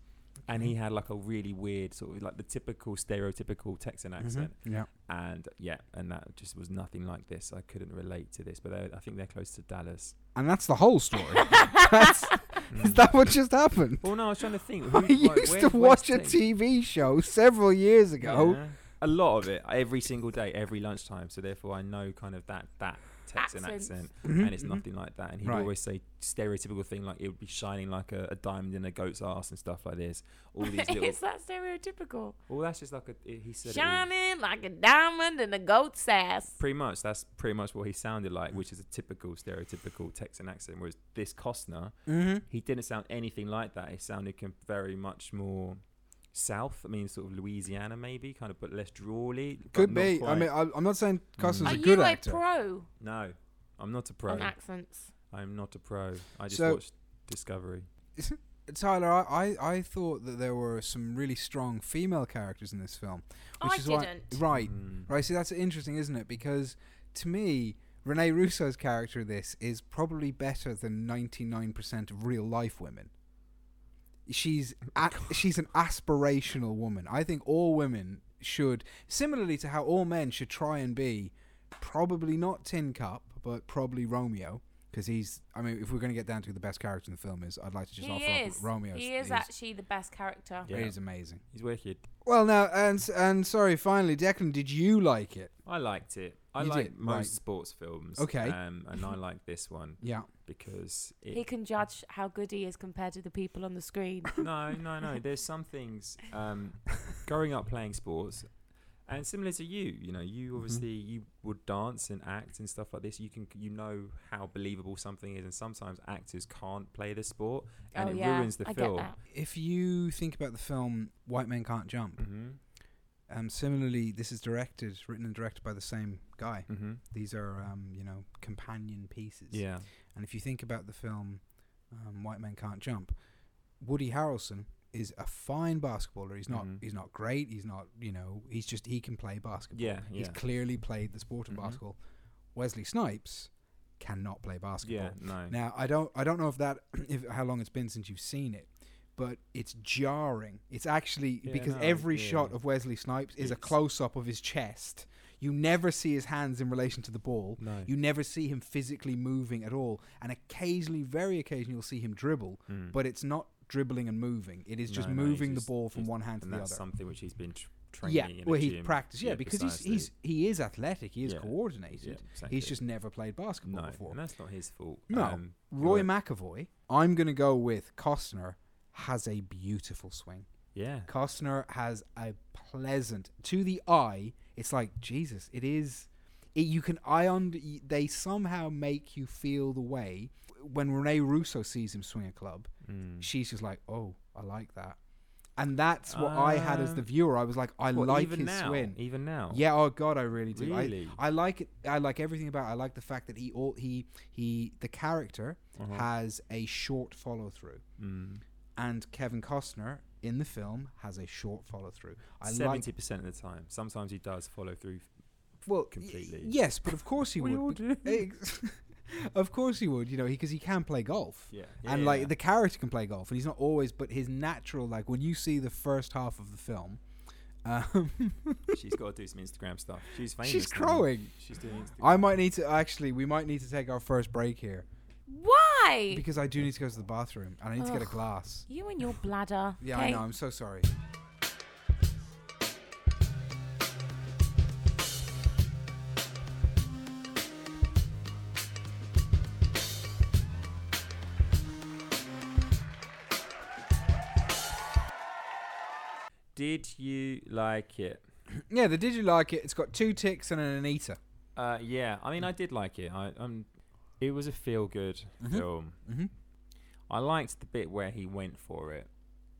[SPEAKER 3] and he had like a really weird sort of like the typical stereotypical Texan
[SPEAKER 2] Mhm.
[SPEAKER 3] accent.
[SPEAKER 2] Yeah.
[SPEAKER 3] And yeah, and that just was nothing like this. I couldn't relate to this, but they're- I think they're close to Dallas.
[SPEAKER 2] And that's the whole story. that's, is that what just happened?
[SPEAKER 3] Well, no, I was trying to think.
[SPEAKER 2] I
[SPEAKER 3] Mm. who- like,
[SPEAKER 2] used
[SPEAKER 3] where's
[SPEAKER 2] to watch
[SPEAKER 3] West
[SPEAKER 2] a
[SPEAKER 3] Texas?
[SPEAKER 2] TV show several years ago.
[SPEAKER 3] Yeah. A lot of it, every single day, every lunchtime. So therefore, I know kind of that that Texan
[SPEAKER 1] Accents.
[SPEAKER 3] accent,
[SPEAKER 2] Mhm,
[SPEAKER 3] and it's
[SPEAKER 2] mhm.
[SPEAKER 3] nothing like that. And he'd
[SPEAKER 2] Right.
[SPEAKER 3] always say stereotypical thing like it would be shining like a, a diamond in a goat's ass and stuff like this. All these little.
[SPEAKER 1] Is that stereotypical?
[SPEAKER 3] well, that's just like a, he said. it all.
[SPEAKER 1] Shining like a diamond in a goat's ass.
[SPEAKER 3] Pretty much, that's pretty much what he sounded like,
[SPEAKER 2] Mm.
[SPEAKER 3] which is a typical stereotypical Texan accent. Whereas this Costner,
[SPEAKER 2] Mm-hmm.
[SPEAKER 3] he didn't sound anything like that. He sounded com- very much more south. I mean, sort of Louisiana, maybe, kind of, but less drawly. but
[SPEAKER 2] Could
[SPEAKER 3] not
[SPEAKER 2] be. I
[SPEAKER 3] quite- Mm.
[SPEAKER 2] mean, I, I'm not saying Costner's
[SPEAKER 1] Are
[SPEAKER 2] a good
[SPEAKER 1] you
[SPEAKER 2] actor.
[SPEAKER 1] a pro,
[SPEAKER 3] no, I'm not a pro.
[SPEAKER 1] on accents?
[SPEAKER 3] I'm not a pro. I just
[SPEAKER 2] So-
[SPEAKER 3] watched Discovery.
[SPEAKER 2] Tyler, I, I, I thought that there were some really strong female characters in this film, which
[SPEAKER 1] I
[SPEAKER 2] is
[SPEAKER 1] didn't.
[SPEAKER 2] why right
[SPEAKER 3] Mm.
[SPEAKER 2] right. See, that's interesting, isn't it? Because to me, Rene Russo's character in this is probably better than 99% of real life women. She's a, she's an aspirational woman. I think all women should, similarly to how all men should try and be, probably not Tin Cup, but probably Romeo. Because he's, I mean, if we're going to get down to who the best character in the film is, I'd like to just
[SPEAKER 1] He
[SPEAKER 2] offer up
[SPEAKER 1] is.
[SPEAKER 2] Romeo.
[SPEAKER 1] he is
[SPEAKER 2] He's-
[SPEAKER 1] actually the best character.
[SPEAKER 3] Yeah.
[SPEAKER 2] It is amazing.
[SPEAKER 3] He's wicked.
[SPEAKER 2] Well, now and s- and sorry, finally, Declan, did you like it?
[SPEAKER 3] I liked it. I
[SPEAKER 2] You
[SPEAKER 3] like
[SPEAKER 2] did,
[SPEAKER 3] most
[SPEAKER 2] right.
[SPEAKER 3] sports films.
[SPEAKER 2] Okay.
[SPEAKER 3] Um, and I like this one
[SPEAKER 2] Yeah.
[SPEAKER 3] because
[SPEAKER 1] He
[SPEAKER 3] it.
[SPEAKER 1] can judge how good he is compared to the people on the screen.
[SPEAKER 3] no, no, no. There's some things. Um, growing up playing sports, and similar to you, you know, you
[SPEAKER 2] Mm-hmm.
[SPEAKER 3] obviously you would dance and act and stuff like this. You can you know how believable something is, and sometimes actors can't play the sport, and
[SPEAKER 1] oh,
[SPEAKER 3] it
[SPEAKER 1] yeah,
[SPEAKER 3] ruins the
[SPEAKER 1] I
[SPEAKER 3] film.
[SPEAKER 1] Get that.
[SPEAKER 2] If you think about the film White Men Can't Jump,
[SPEAKER 3] hmm
[SPEAKER 2] um, similarly, this is directed, written and directed by the same guy.
[SPEAKER 3] hmm
[SPEAKER 2] These are, um, you know, companion pieces.
[SPEAKER 3] Yeah.
[SPEAKER 2] And if you think about the film um, White Men Can't Jump, Woody Harrelson is a fine basketballer. He's not.
[SPEAKER 3] Mhm.
[SPEAKER 2] He's not great. He's not. You know. He's just. He can play basketball.
[SPEAKER 3] Yeah.
[SPEAKER 2] He's
[SPEAKER 3] Yeah.
[SPEAKER 2] clearly played the sport of
[SPEAKER 3] Mhm.
[SPEAKER 2] basketball. Wesley Snipes cannot play basketball.
[SPEAKER 3] Yeah. No.
[SPEAKER 2] Now I don't I don't know if that if how long it's been since you've seen it, but it's jarring. It's actually
[SPEAKER 3] Yeah,
[SPEAKER 2] because
[SPEAKER 3] no,
[SPEAKER 2] every
[SPEAKER 3] yeah.
[SPEAKER 2] shot of Wesley Snipes is a
[SPEAKER 3] It's-
[SPEAKER 2] close up of his chest. You never see his hands in relation to the ball.
[SPEAKER 3] No.
[SPEAKER 2] You never see him physically moving at all. And occasionally, very occasionally, you'll see him dribble,
[SPEAKER 3] Mm.
[SPEAKER 2] but it's not dribbling and moving. It is just
[SPEAKER 3] No, no, he's
[SPEAKER 2] moving
[SPEAKER 3] just-
[SPEAKER 2] the ball from
[SPEAKER 3] he's-
[SPEAKER 2] one hand to
[SPEAKER 3] and
[SPEAKER 2] the
[SPEAKER 3] that's
[SPEAKER 2] other.
[SPEAKER 3] something which he's been tr- training.
[SPEAKER 2] yeah,
[SPEAKER 3] in a
[SPEAKER 2] well, he
[SPEAKER 3] gym.
[SPEAKER 2] practiced. Yeah, because he's,
[SPEAKER 3] precisely.
[SPEAKER 2] he's he is athletic. He is
[SPEAKER 3] Yeah.
[SPEAKER 2] coordinated.
[SPEAKER 3] Yeah, exactly.
[SPEAKER 2] He's just never played basketball
[SPEAKER 3] no,
[SPEAKER 2] before.
[SPEAKER 3] and that's not his fault.
[SPEAKER 2] No,
[SPEAKER 3] Um,
[SPEAKER 2] Roy
[SPEAKER 3] whoever-
[SPEAKER 2] McAvoy. I'm gonna go with Costner. Has a beautiful swing.
[SPEAKER 3] Yeah,
[SPEAKER 2] Costner has a pleasant to the eye. It's like Jesus. It is. It, you can eye on. They somehow make you feel the way when Rene Russo sees him swing a club.
[SPEAKER 3] Mm.
[SPEAKER 2] She's just like, "Oh, I like that," and that's what I had as the
[SPEAKER 3] Um,
[SPEAKER 2] viewer. I was like, "I
[SPEAKER 3] What,
[SPEAKER 2] like
[SPEAKER 3] even
[SPEAKER 2] his
[SPEAKER 3] now,
[SPEAKER 2] swing."
[SPEAKER 3] Even now,
[SPEAKER 2] Yeah. Oh God, I really do.
[SPEAKER 3] Really?
[SPEAKER 2] I, I like it. I like everything about. It. I like the fact that he all he he the character
[SPEAKER 3] Uh-huh.
[SPEAKER 2] has a short follow through,
[SPEAKER 3] Mm.
[SPEAKER 2] and Kevin Costner in the film has a short follow through. I like.
[SPEAKER 3] seventy percent of the time. Sometimes he does follow through.
[SPEAKER 2] Well, y-
[SPEAKER 3] completely.
[SPEAKER 2] yes, but of course he
[SPEAKER 3] We
[SPEAKER 2] would.
[SPEAKER 3] all
[SPEAKER 2] bec-
[SPEAKER 3] do.
[SPEAKER 2] ex- of course he would. You know, because he, can play golf.
[SPEAKER 3] Yeah,
[SPEAKER 2] and like
[SPEAKER 3] yeah.
[SPEAKER 2] the character can play golf, and he's not always, but his natural like when you see the first half of the film, um,
[SPEAKER 3] she's got to do some Instagram stuff. She's famous.
[SPEAKER 2] she's
[SPEAKER 3] now.
[SPEAKER 2] crowing.
[SPEAKER 3] She's doing Instagram.
[SPEAKER 2] I might need to actually. We might need to take our first break here
[SPEAKER 1] Why?
[SPEAKER 2] because I do need to go to the bathroom and I need to get a glass.
[SPEAKER 4] You and your bladder.
[SPEAKER 2] Yeah, I
[SPEAKER 4] okay?
[SPEAKER 2] know. I'm so sorry.
[SPEAKER 3] Did you like it?
[SPEAKER 2] Yeah, the did you like it? It's got two ticks and an Anita.
[SPEAKER 3] Uh, yeah, I mean, I did like it. I um, it was a feel good film.
[SPEAKER 2] Mhm.
[SPEAKER 3] I liked the bit where he went for it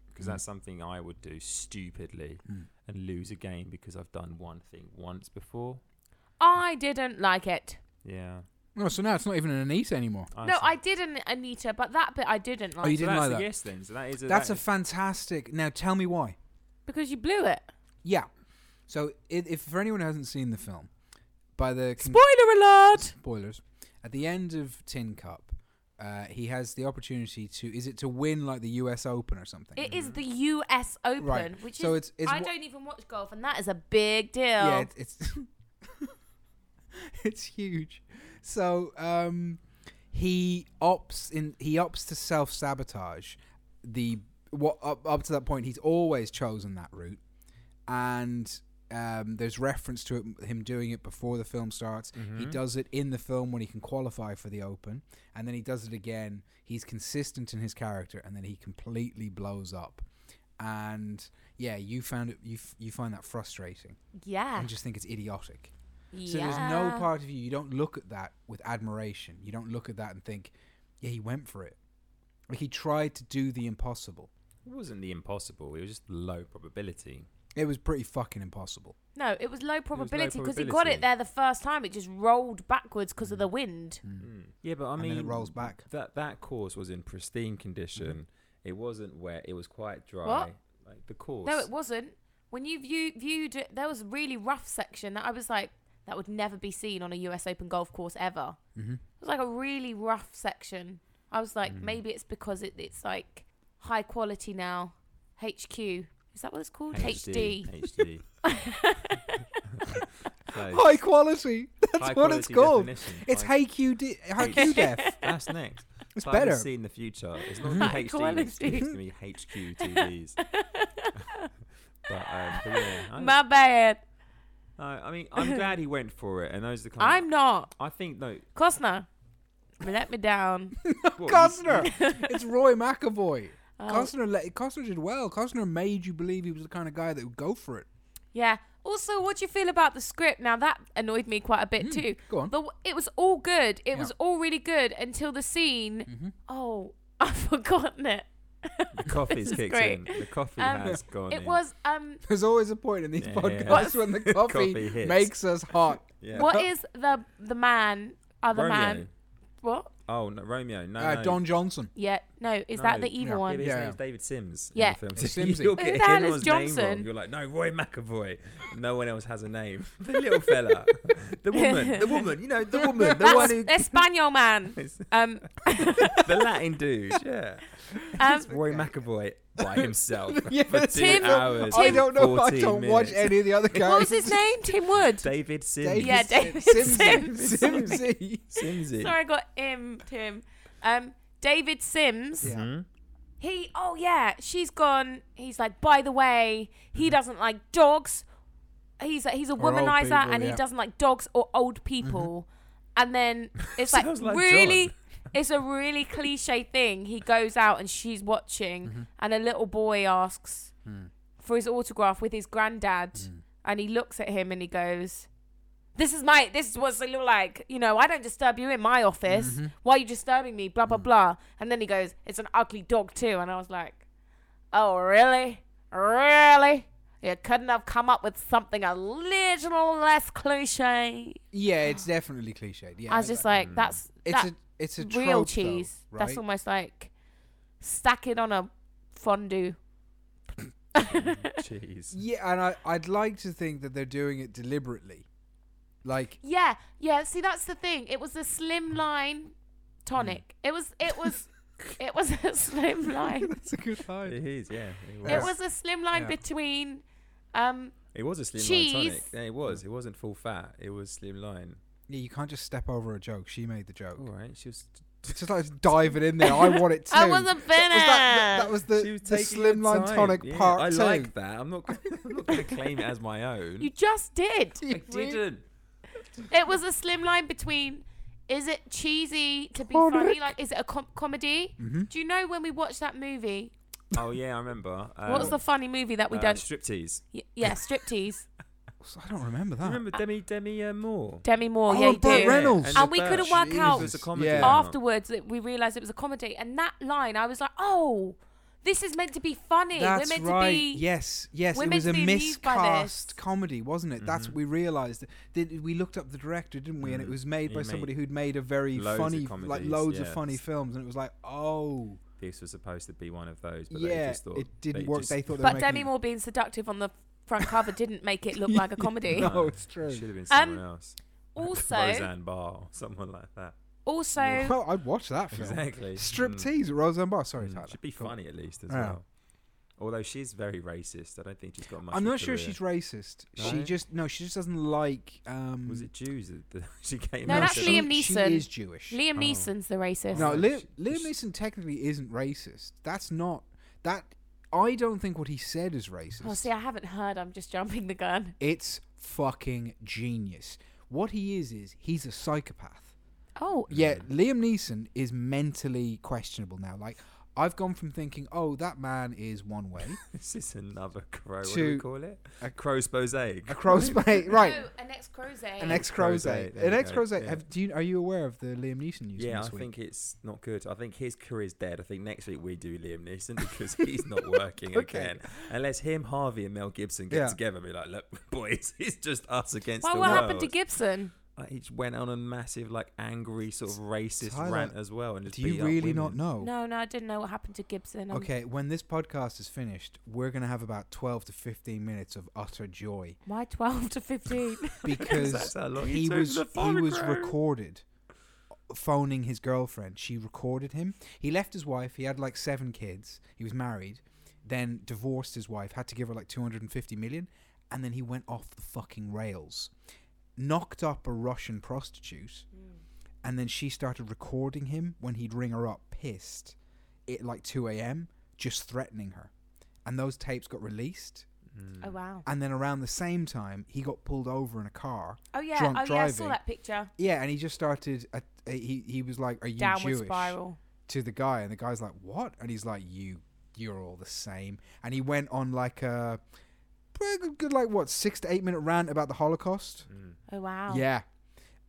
[SPEAKER 3] because
[SPEAKER 2] Mm.
[SPEAKER 3] that's something I would do stupidly
[SPEAKER 2] Mm.
[SPEAKER 3] and lose a game because I've done one thing once before.
[SPEAKER 4] I didn't like it.
[SPEAKER 3] Yeah.
[SPEAKER 2] No, Oh, so now it's not even an Anita anymore. Oh,
[SPEAKER 4] no,
[SPEAKER 3] see.
[SPEAKER 4] I didn't, Anita, but that bit I didn't like
[SPEAKER 2] you
[SPEAKER 3] So
[SPEAKER 2] didn't
[SPEAKER 3] that's
[SPEAKER 2] like
[SPEAKER 3] a
[SPEAKER 2] that?
[SPEAKER 3] Yes, then. So that is a,
[SPEAKER 2] That's
[SPEAKER 3] that
[SPEAKER 2] a
[SPEAKER 3] is-
[SPEAKER 2] fantastic. Now tell me why.
[SPEAKER 4] because you blew it.
[SPEAKER 2] Yeah. So if, if for anyone who hasn't seen the film, by the con-
[SPEAKER 4] Spoiler alert!
[SPEAKER 2] spoilers, at the end of Tin Cup, uh, he has the opportunity to is it to win like the U.S. Open or something?
[SPEAKER 4] It is the U.S. Open,
[SPEAKER 2] Right.
[SPEAKER 4] which
[SPEAKER 2] So
[SPEAKER 4] is
[SPEAKER 2] it's- it's
[SPEAKER 4] I
[SPEAKER 2] wha-
[SPEAKER 4] don't even watch golf, and that is a big deal.
[SPEAKER 2] Yeah, it, it's it's huge. So um, he opts in. He opts to self sabotage. The what up, up to that point, he's always chosen that route, and um, there's reference to it, him doing it before the film starts. He
[SPEAKER 3] Mm-hmm.
[SPEAKER 2] does it in the film when he can qualify for the Open, and then he does it again. He's consistent in his character, and then he completely blows up. And yeah, you found it. You f- you find that frustrating
[SPEAKER 4] yeah.
[SPEAKER 2] and just think it's idiotic.
[SPEAKER 4] yeah.
[SPEAKER 2] So there's no part of you you don't look at that with admiration. You don't look at that and think, yeah, he went for it. Like he tried to do the impossible.
[SPEAKER 3] It wasn't the impossible. It was just low probability.
[SPEAKER 2] It was pretty fucking impossible.
[SPEAKER 4] No, it was low probability because he got
[SPEAKER 3] probability.
[SPEAKER 4] it there the first time. It just rolled backwards because of the wind.
[SPEAKER 3] Mm. Yeah, but I
[SPEAKER 2] Mm. And
[SPEAKER 3] mean,
[SPEAKER 2] then it rolls back. Mm-hmm.
[SPEAKER 3] That that course was in pristine condition. It wasn't wet. It was quite dry.
[SPEAKER 4] What?
[SPEAKER 3] Like the course.
[SPEAKER 4] No, it wasn't. When you view, viewed it, there was a really rough section that I was like, that would never be seen on a US Open golf course ever.
[SPEAKER 2] Mm-hmm.
[SPEAKER 4] It was like a really rough section. I was like, maybe it's because it, it's like high quality now. HQ. Is that what it's called? HD.
[SPEAKER 3] HD. Close.
[SPEAKER 2] High quality. That's
[SPEAKER 3] High
[SPEAKER 2] what it's
[SPEAKER 3] quality
[SPEAKER 2] called.
[SPEAKER 3] definition.
[SPEAKER 2] It's
[SPEAKER 3] High-
[SPEAKER 2] HQD, HQDef.
[SPEAKER 3] That's next.
[SPEAKER 2] It's
[SPEAKER 3] If I haven't
[SPEAKER 2] better.
[SPEAKER 3] seen the future. It's not
[SPEAKER 4] High
[SPEAKER 3] HD. It's
[SPEAKER 4] quality.
[SPEAKER 3] going to be HQ TVs. but, um, but yeah, I,
[SPEAKER 4] My bad.
[SPEAKER 3] no, I mean, I'm glad he went for it, and those are the kind.
[SPEAKER 4] I'm not.
[SPEAKER 3] I think no.
[SPEAKER 4] Costner. You Let me down.
[SPEAKER 3] what, you-
[SPEAKER 2] Costner. it's Roy McAvoy.
[SPEAKER 4] Oh.
[SPEAKER 2] Costner, let, Costner did well. Costner made you believe he was the kind of guy that would go for it.
[SPEAKER 4] Yeah. Also, what do you feel about the script? Now that annoyed me quite a bit too.
[SPEAKER 2] go on.
[SPEAKER 4] The, it was all good. It
[SPEAKER 2] Hmm. Yeah. Mm-hmm.
[SPEAKER 4] was all really good until the scene. Oh, I've forgotten it.
[SPEAKER 3] The coffee's
[SPEAKER 4] is
[SPEAKER 3] kicked
[SPEAKER 4] great.
[SPEAKER 3] in. The coffee
[SPEAKER 4] Um,
[SPEAKER 3] has gone
[SPEAKER 4] It
[SPEAKER 3] in.
[SPEAKER 4] was um.
[SPEAKER 2] There's always a point in these
[SPEAKER 3] Yeah, yeah, yeah.
[SPEAKER 2] podcasts when the coffee,
[SPEAKER 3] Coffee hits.
[SPEAKER 2] makes us hot.
[SPEAKER 3] Yeah.
[SPEAKER 4] What is the the man? Other
[SPEAKER 3] Romeo.
[SPEAKER 4] man? What?
[SPEAKER 3] Oh, no, Romeo. No,
[SPEAKER 2] Uh,
[SPEAKER 3] no.
[SPEAKER 2] Don Johnson.
[SPEAKER 4] Yeah. No. Is
[SPEAKER 3] No,
[SPEAKER 4] that the evil
[SPEAKER 2] yeah.
[SPEAKER 3] Yeah,
[SPEAKER 4] one?
[SPEAKER 3] but his
[SPEAKER 2] Yeah.
[SPEAKER 3] name's David Sims.
[SPEAKER 4] Yeah.
[SPEAKER 3] In the film.
[SPEAKER 2] It's
[SPEAKER 3] So
[SPEAKER 2] Simsy.
[SPEAKER 3] you'll
[SPEAKER 4] Who
[SPEAKER 3] get
[SPEAKER 4] the hell is
[SPEAKER 3] everyone's Name wrong.
[SPEAKER 4] Johnson?
[SPEAKER 3] You're like, no, Roy McAvoy. No one else has a name. The little fella. the woman. The woman. You know, the woman. The one
[SPEAKER 4] That's
[SPEAKER 3] who.
[SPEAKER 4] Espanol man. Um.
[SPEAKER 3] the Latin dude. Yeah.
[SPEAKER 4] um
[SPEAKER 3] Roy McAvoy by himself
[SPEAKER 2] Yeah,
[SPEAKER 3] for two
[SPEAKER 4] Tim-
[SPEAKER 3] hours.
[SPEAKER 2] I
[SPEAKER 4] Tim-
[SPEAKER 2] don't know. I
[SPEAKER 3] 14
[SPEAKER 2] don't watch
[SPEAKER 3] minutes.
[SPEAKER 2] any of the other guys.
[SPEAKER 4] what was his name? Tim Wood.
[SPEAKER 3] David Sims.
[SPEAKER 2] David
[SPEAKER 4] Yeah,
[SPEAKER 2] Sim-
[SPEAKER 4] David
[SPEAKER 2] Simsy.
[SPEAKER 4] Sims.
[SPEAKER 2] Simsy.
[SPEAKER 3] Simsy.
[SPEAKER 4] Sorry, I got him. Tim. Um. David Sims.
[SPEAKER 2] Yeah.
[SPEAKER 3] Mhm.
[SPEAKER 4] He, oh yeah, she's gone. He's like, by the way,
[SPEAKER 3] Mm-hmm.
[SPEAKER 4] he doesn't like dogs. He's a, he's a
[SPEAKER 2] Or old
[SPEAKER 4] womanizer,
[SPEAKER 2] people,
[SPEAKER 4] and he
[SPEAKER 2] yeah.
[SPEAKER 4] doesn't like dogs or old people. And then it's like,
[SPEAKER 3] Mm-hmm. Sounds like
[SPEAKER 4] really,
[SPEAKER 3] John.
[SPEAKER 4] it's a really cliche thing. He goes out and she's watching, and a little boy asks for his autograph with his granddad, and he looks at him and he goes. This is my. This is what I look like. You know, I don't disturb you in my office. Why are you disturbing me? Blah blah blah. And then he goes, "It's an ugly dog too." And I was like, Oh, really? Really? You couldn't have come up with something a little less cliche.
[SPEAKER 2] Yeah, it's definitely cliched. Yeah,
[SPEAKER 4] I was just like, that's
[SPEAKER 2] it's
[SPEAKER 4] that
[SPEAKER 2] a it's a
[SPEAKER 4] real
[SPEAKER 2] trope, though,
[SPEAKER 4] cheese.
[SPEAKER 2] right?
[SPEAKER 4] That's almost like stacking on a fondue.
[SPEAKER 2] Mm.
[SPEAKER 3] Jeez.
[SPEAKER 2] yeah, and I I'd like to think that they're doing it deliberately, like
[SPEAKER 4] Yeah, yeah. See, that's the thing. It was a slim line tonic.
[SPEAKER 2] Mm.
[SPEAKER 4] It was, it was, it was a slim line.
[SPEAKER 2] that's a good line.
[SPEAKER 3] It is, yeah. It was,
[SPEAKER 4] It was a slim line
[SPEAKER 2] Yeah.
[SPEAKER 4] between, um,
[SPEAKER 3] a slim
[SPEAKER 4] Cheese.
[SPEAKER 3] line tonic. Yeah, it was. It wasn't full fat. It was slim line.
[SPEAKER 2] Yeah, you can't just step over a joke. She made the joke.
[SPEAKER 3] All right. She was.
[SPEAKER 2] It's just like diving in there. I want it too.
[SPEAKER 4] I wasn't
[SPEAKER 2] That was, that,
[SPEAKER 3] she was
[SPEAKER 2] that was the, the
[SPEAKER 3] taking her
[SPEAKER 2] slimline
[SPEAKER 3] time.
[SPEAKER 2] tonic
[SPEAKER 3] Yeah,
[SPEAKER 2] part
[SPEAKER 3] I
[SPEAKER 2] two.
[SPEAKER 3] like that. I'm not. gonna- I'm not going to claim it as my
[SPEAKER 2] Mm.
[SPEAKER 3] own.
[SPEAKER 4] you just did.
[SPEAKER 3] I didn't.
[SPEAKER 4] It was a slim line between is it cheesy to be funny? Like, is it a com- comedy?
[SPEAKER 2] Mm-hmm.
[SPEAKER 4] Do you know when we watched that movie?
[SPEAKER 3] Oh yeah, I remember. Um,
[SPEAKER 2] Oh.
[SPEAKER 4] What's the funny movie that we
[SPEAKER 3] uh,
[SPEAKER 4] done?
[SPEAKER 3] Striptease.
[SPEAKER 4] Y- yeah, striptease.
[SPEAKER 2] I don't remember that.
[SPEAKER 3] Remember Demi Demi uh, Moore?
[SPEAKER 4] Demi Moore.
[SPEAKER 2] Oh,
[SPEAKER 4] yeah, you
[SPEAKER 2] and Burt
[SPEAKER 4] do.
[SPEAKER 2] Reynolds.
[SPEAKER 3] the
[SPEAKER 4] And we
[SPEAKER 3] bird.
[SPEAKER 4] couldn't work out
[SPEAKER 3] It was a comedy.
[SPEAKER 2] Yeah.
[SPEAKER 3] drama.
[SPEAKER 4] Afterwards, it, we realized it was a comedy, and that line, I was like, oh, this is meant to be funny.
[SPEAKER 2] That's
[SPEAKER 4] We're meant
[SPEAKER 2] right.
[SPEAKER 4] to be.
[SPEAKER 2] yes, yes.
[SPEAKER 4] we're
[SPEAKER 2] It
[SPEAKER 4] meant
[SPEAKER 2] was
[SPEAKER 4] to
[SPEAKER 2] a
[SPEAKER 4] be amused by
[SPEAKER 2] miscast
[SPEAKER 4] this.
[SPEAKER 2] comedy, wasn't it? That's
[SPEAKER 3] Mm-hmm.
[SPEAKER 2] what we realised. Did we looked up the director, didn't we? And it
[SPEAKER 3] Mhm.
[SPEAKER 2] was made
[SPEAKER 3] He
[SPEAKER 2] by
[SPEAKER 3] made
[SPEAKER 2] somebody who'd made a very
[SPEAKER 3] loads of
[SPEAKER 2] funny, like
[SPEAKER 3] comedies,
[SPEAKER 2] loads of
[SPEAKER 3] yeah.
[SPEAKER 2] funny films, and it was like, oh,
[SPEAKER 3] This was supposed to be one of those, but they
[SPEAKER 2] yeah,
[SPEAKER 3] just thought
[SPEAKER 2] it didn't work.
[SPEAKER 3] Just,
[SPEAKER 2] they thought they were
[SPEAKER 4] But
[SPEAKER 2] making
[SPEAKER 4] Demi
[SPEAKER 2] it-
[SPEAKER 4] Moore being seductive on the front cover didn't make it look like a comedy.
[SPEAKER 2] No, it's true.
[SPEAKER 3] Should have been
[SPEAKER 4] Um,
[SPEAKER 3] someone else. Like
[SPEAKER 4] Also,
[SPEAKER 3] Roseanne Barr, or someone like that.
[SPEAKER 4] also,
[SPEAKER 2] Well, I'd watch that film.
[SPEAKER 3] Exactly. Mm.
[SPEAKER 2] Striptease, Roseanne Barr. Sorry,
[SPEAKER 3] Mm.
[SPEAKER 2] Tyler.
[SPEAKER 3] Should be
[SPEAKER 2] Go on.
[SPEAKER 3] funny at least as
[SPEAKER 2] Yeah.
[SPEAKER 3] well. Although she's very racist, I don't think she's got much.
[SPEAKER 2] I'm
[SPEAKER 3] of a
[SPEAKER 2] not sure
[SPEAKER 3] career.
[SPEAKER 2] she's racist. She
[SPEAKER 3] No?
[SPEAKER 2] just no, she just doesn't like. Um,
[SPEAKER 3] Was it Jews that that she came
[SPEAKER 4] No,
[SPEAKER 3] out?
[SPEAKER 4] that's
[SPEAKER 2] she-
[SPEAKER 3] to?
[SPEAKER 4] Liam
[SPEAKER 2] She
[SPEAKER 4] Neeson.
[SPEAKER 2] is Jewish.
[SPEAKER 4] Liam
[SPEAKER 3] Oh.
[SPEAKER 4] Neeson's the racist.
[SPEAKER 2] No,
[SPEAKER 3] Oh,
[SPEAKER 2] Liam,
[SPEAKER 3] sh-
[SPEAKER 2] Liam
[SPEAKER 3] sh-
[SPEAKER 2] Neeson technically isn't racist. That's not that. I don't think what he said is racist.
[SPEAKER 4] Oh, see, I haven't heard. I'm just jumping the gun.
[SPEAKER 2] it's fucking genius. What he is is he's a psychopath.
[SPEAKER 4] Oh,
[SPEAKER 2] Yeah, Liam Neeson is mentally questionable now. Like I've gone from thinking, oh, that man is one way,
[SPEAKER 4] um,
[SPEAKER 3] This is another crow. What do we
[SPEAKER 2] To-
[SPEAKER 3] call it?
[SPEAKER 2] a-
[SPEAKER 3] A crow's mosaic.
[SPEAKER 2] a crossbait, right?
[SPEAKER 4] oh, an ex crozet.
[SPEAKER 2] An ex croze,
[SPEAKER 3] Crozet, there
[SPEAKER 2] an
[SPEAKER 3] you
[SPEAKER 2] ex
[SPEAKER 3] go,
[SPEAKER 2] croze.
[SPEAKER 3] yeah.
[SPEAKER 2] Have do you are you aware of the Liam Neeson news?
[SPEAKER 3] Yeah,
[SPEAKER 2] from
[SPEAKER 3] I
[SPEAKER 2] this week?
[SPEAKER 3] think it's not good. I think his career's dead. I think next week we do Liam Neeson because he's not working
[SPEAKER 2] Okay.
[SPEAKER 3] again. Unless him, Harvey, and Mel Gibson get
[SPEAKER 2] Yeah.
[SPEAKER 3] together and be like, look, boys, it's just us against
[SPEAKER 4] Well,
[SPEAKER 3] the
[SPEAKER 4] what
[SPEAKER 3] world.
[SPEAKER 4] happened to Gibson?
[SPEAKER 3] Like, he just went on a massive, like, angry sort of racist
[SPEAKER 2] Tyler,
[SPEAKER 3] rant as well. And just
[SPEAKER 2] Do you
[SPEAKER 3] beat up
[SPEAKER 2] really not
[SPEAKER 3] women.
[SPEAKER 2] know?
[SPEAKER 4] No, no, I didn't know what happened to Gibson. Um,
[SPEAKER 2] Oh. Okay, when this podcast is finished, we're going to have about 12 to 15 minutes of utter joy
[SPEAKER 4] Why 12 to 15?
[SPEAKER 2] because
[SPEAKER 3] That's how long he
[SPEAKER 2] he
[SPEAKER 3] took
[SPEAKER 2] was
[SPEAKER 3] the
[SPEAKER 2] he
[SPEAKER 3] phone
[SPEAKER 2] was
[SPEAKER 3] crew.
[SPEAKER 2] recorded phoning his girlfriend. She recorded him. He left his wife. He had like seven kids. He was married, then divorced his wife, had to give her like 250 million, and then he went off the fucking rails. Knocked up a Russian prostitute,
[SPEAKER 3] Mm.
[SPEAKER 2] and then she started recording him when he'd ring her up pissed at like 2 a.m., just threatening her. And those tapes got released.
[SPEAKER 4] oh, wow.
[SPEAKER 2] And then around the same time, he got pulled over in a car.
[SPEAKER 4] Oh, yeah.
[SPEAKER 2] Drunk
[SPEAKER 4] oh, yeah. I saw
[SPEAKER 2] driving.
[SPEAKER 4] that picture.
[SPEAKER 2] Yeah, and he just started. At, uh, he he was like, "Are you
[SPEAKER 4] Downward
[SPEAKER 2] Jewish?"
[SPEAKER 4] spiral.
[SPEAKER 2] To the guy, and the guy's like, "What?" And he's like, "You, you're all the same." And he went on like a good, good like what six to eight minute rant about the Holocaust.
[SPEAKER 4] Oh, wow.
[SPEAKER 2] Yeah,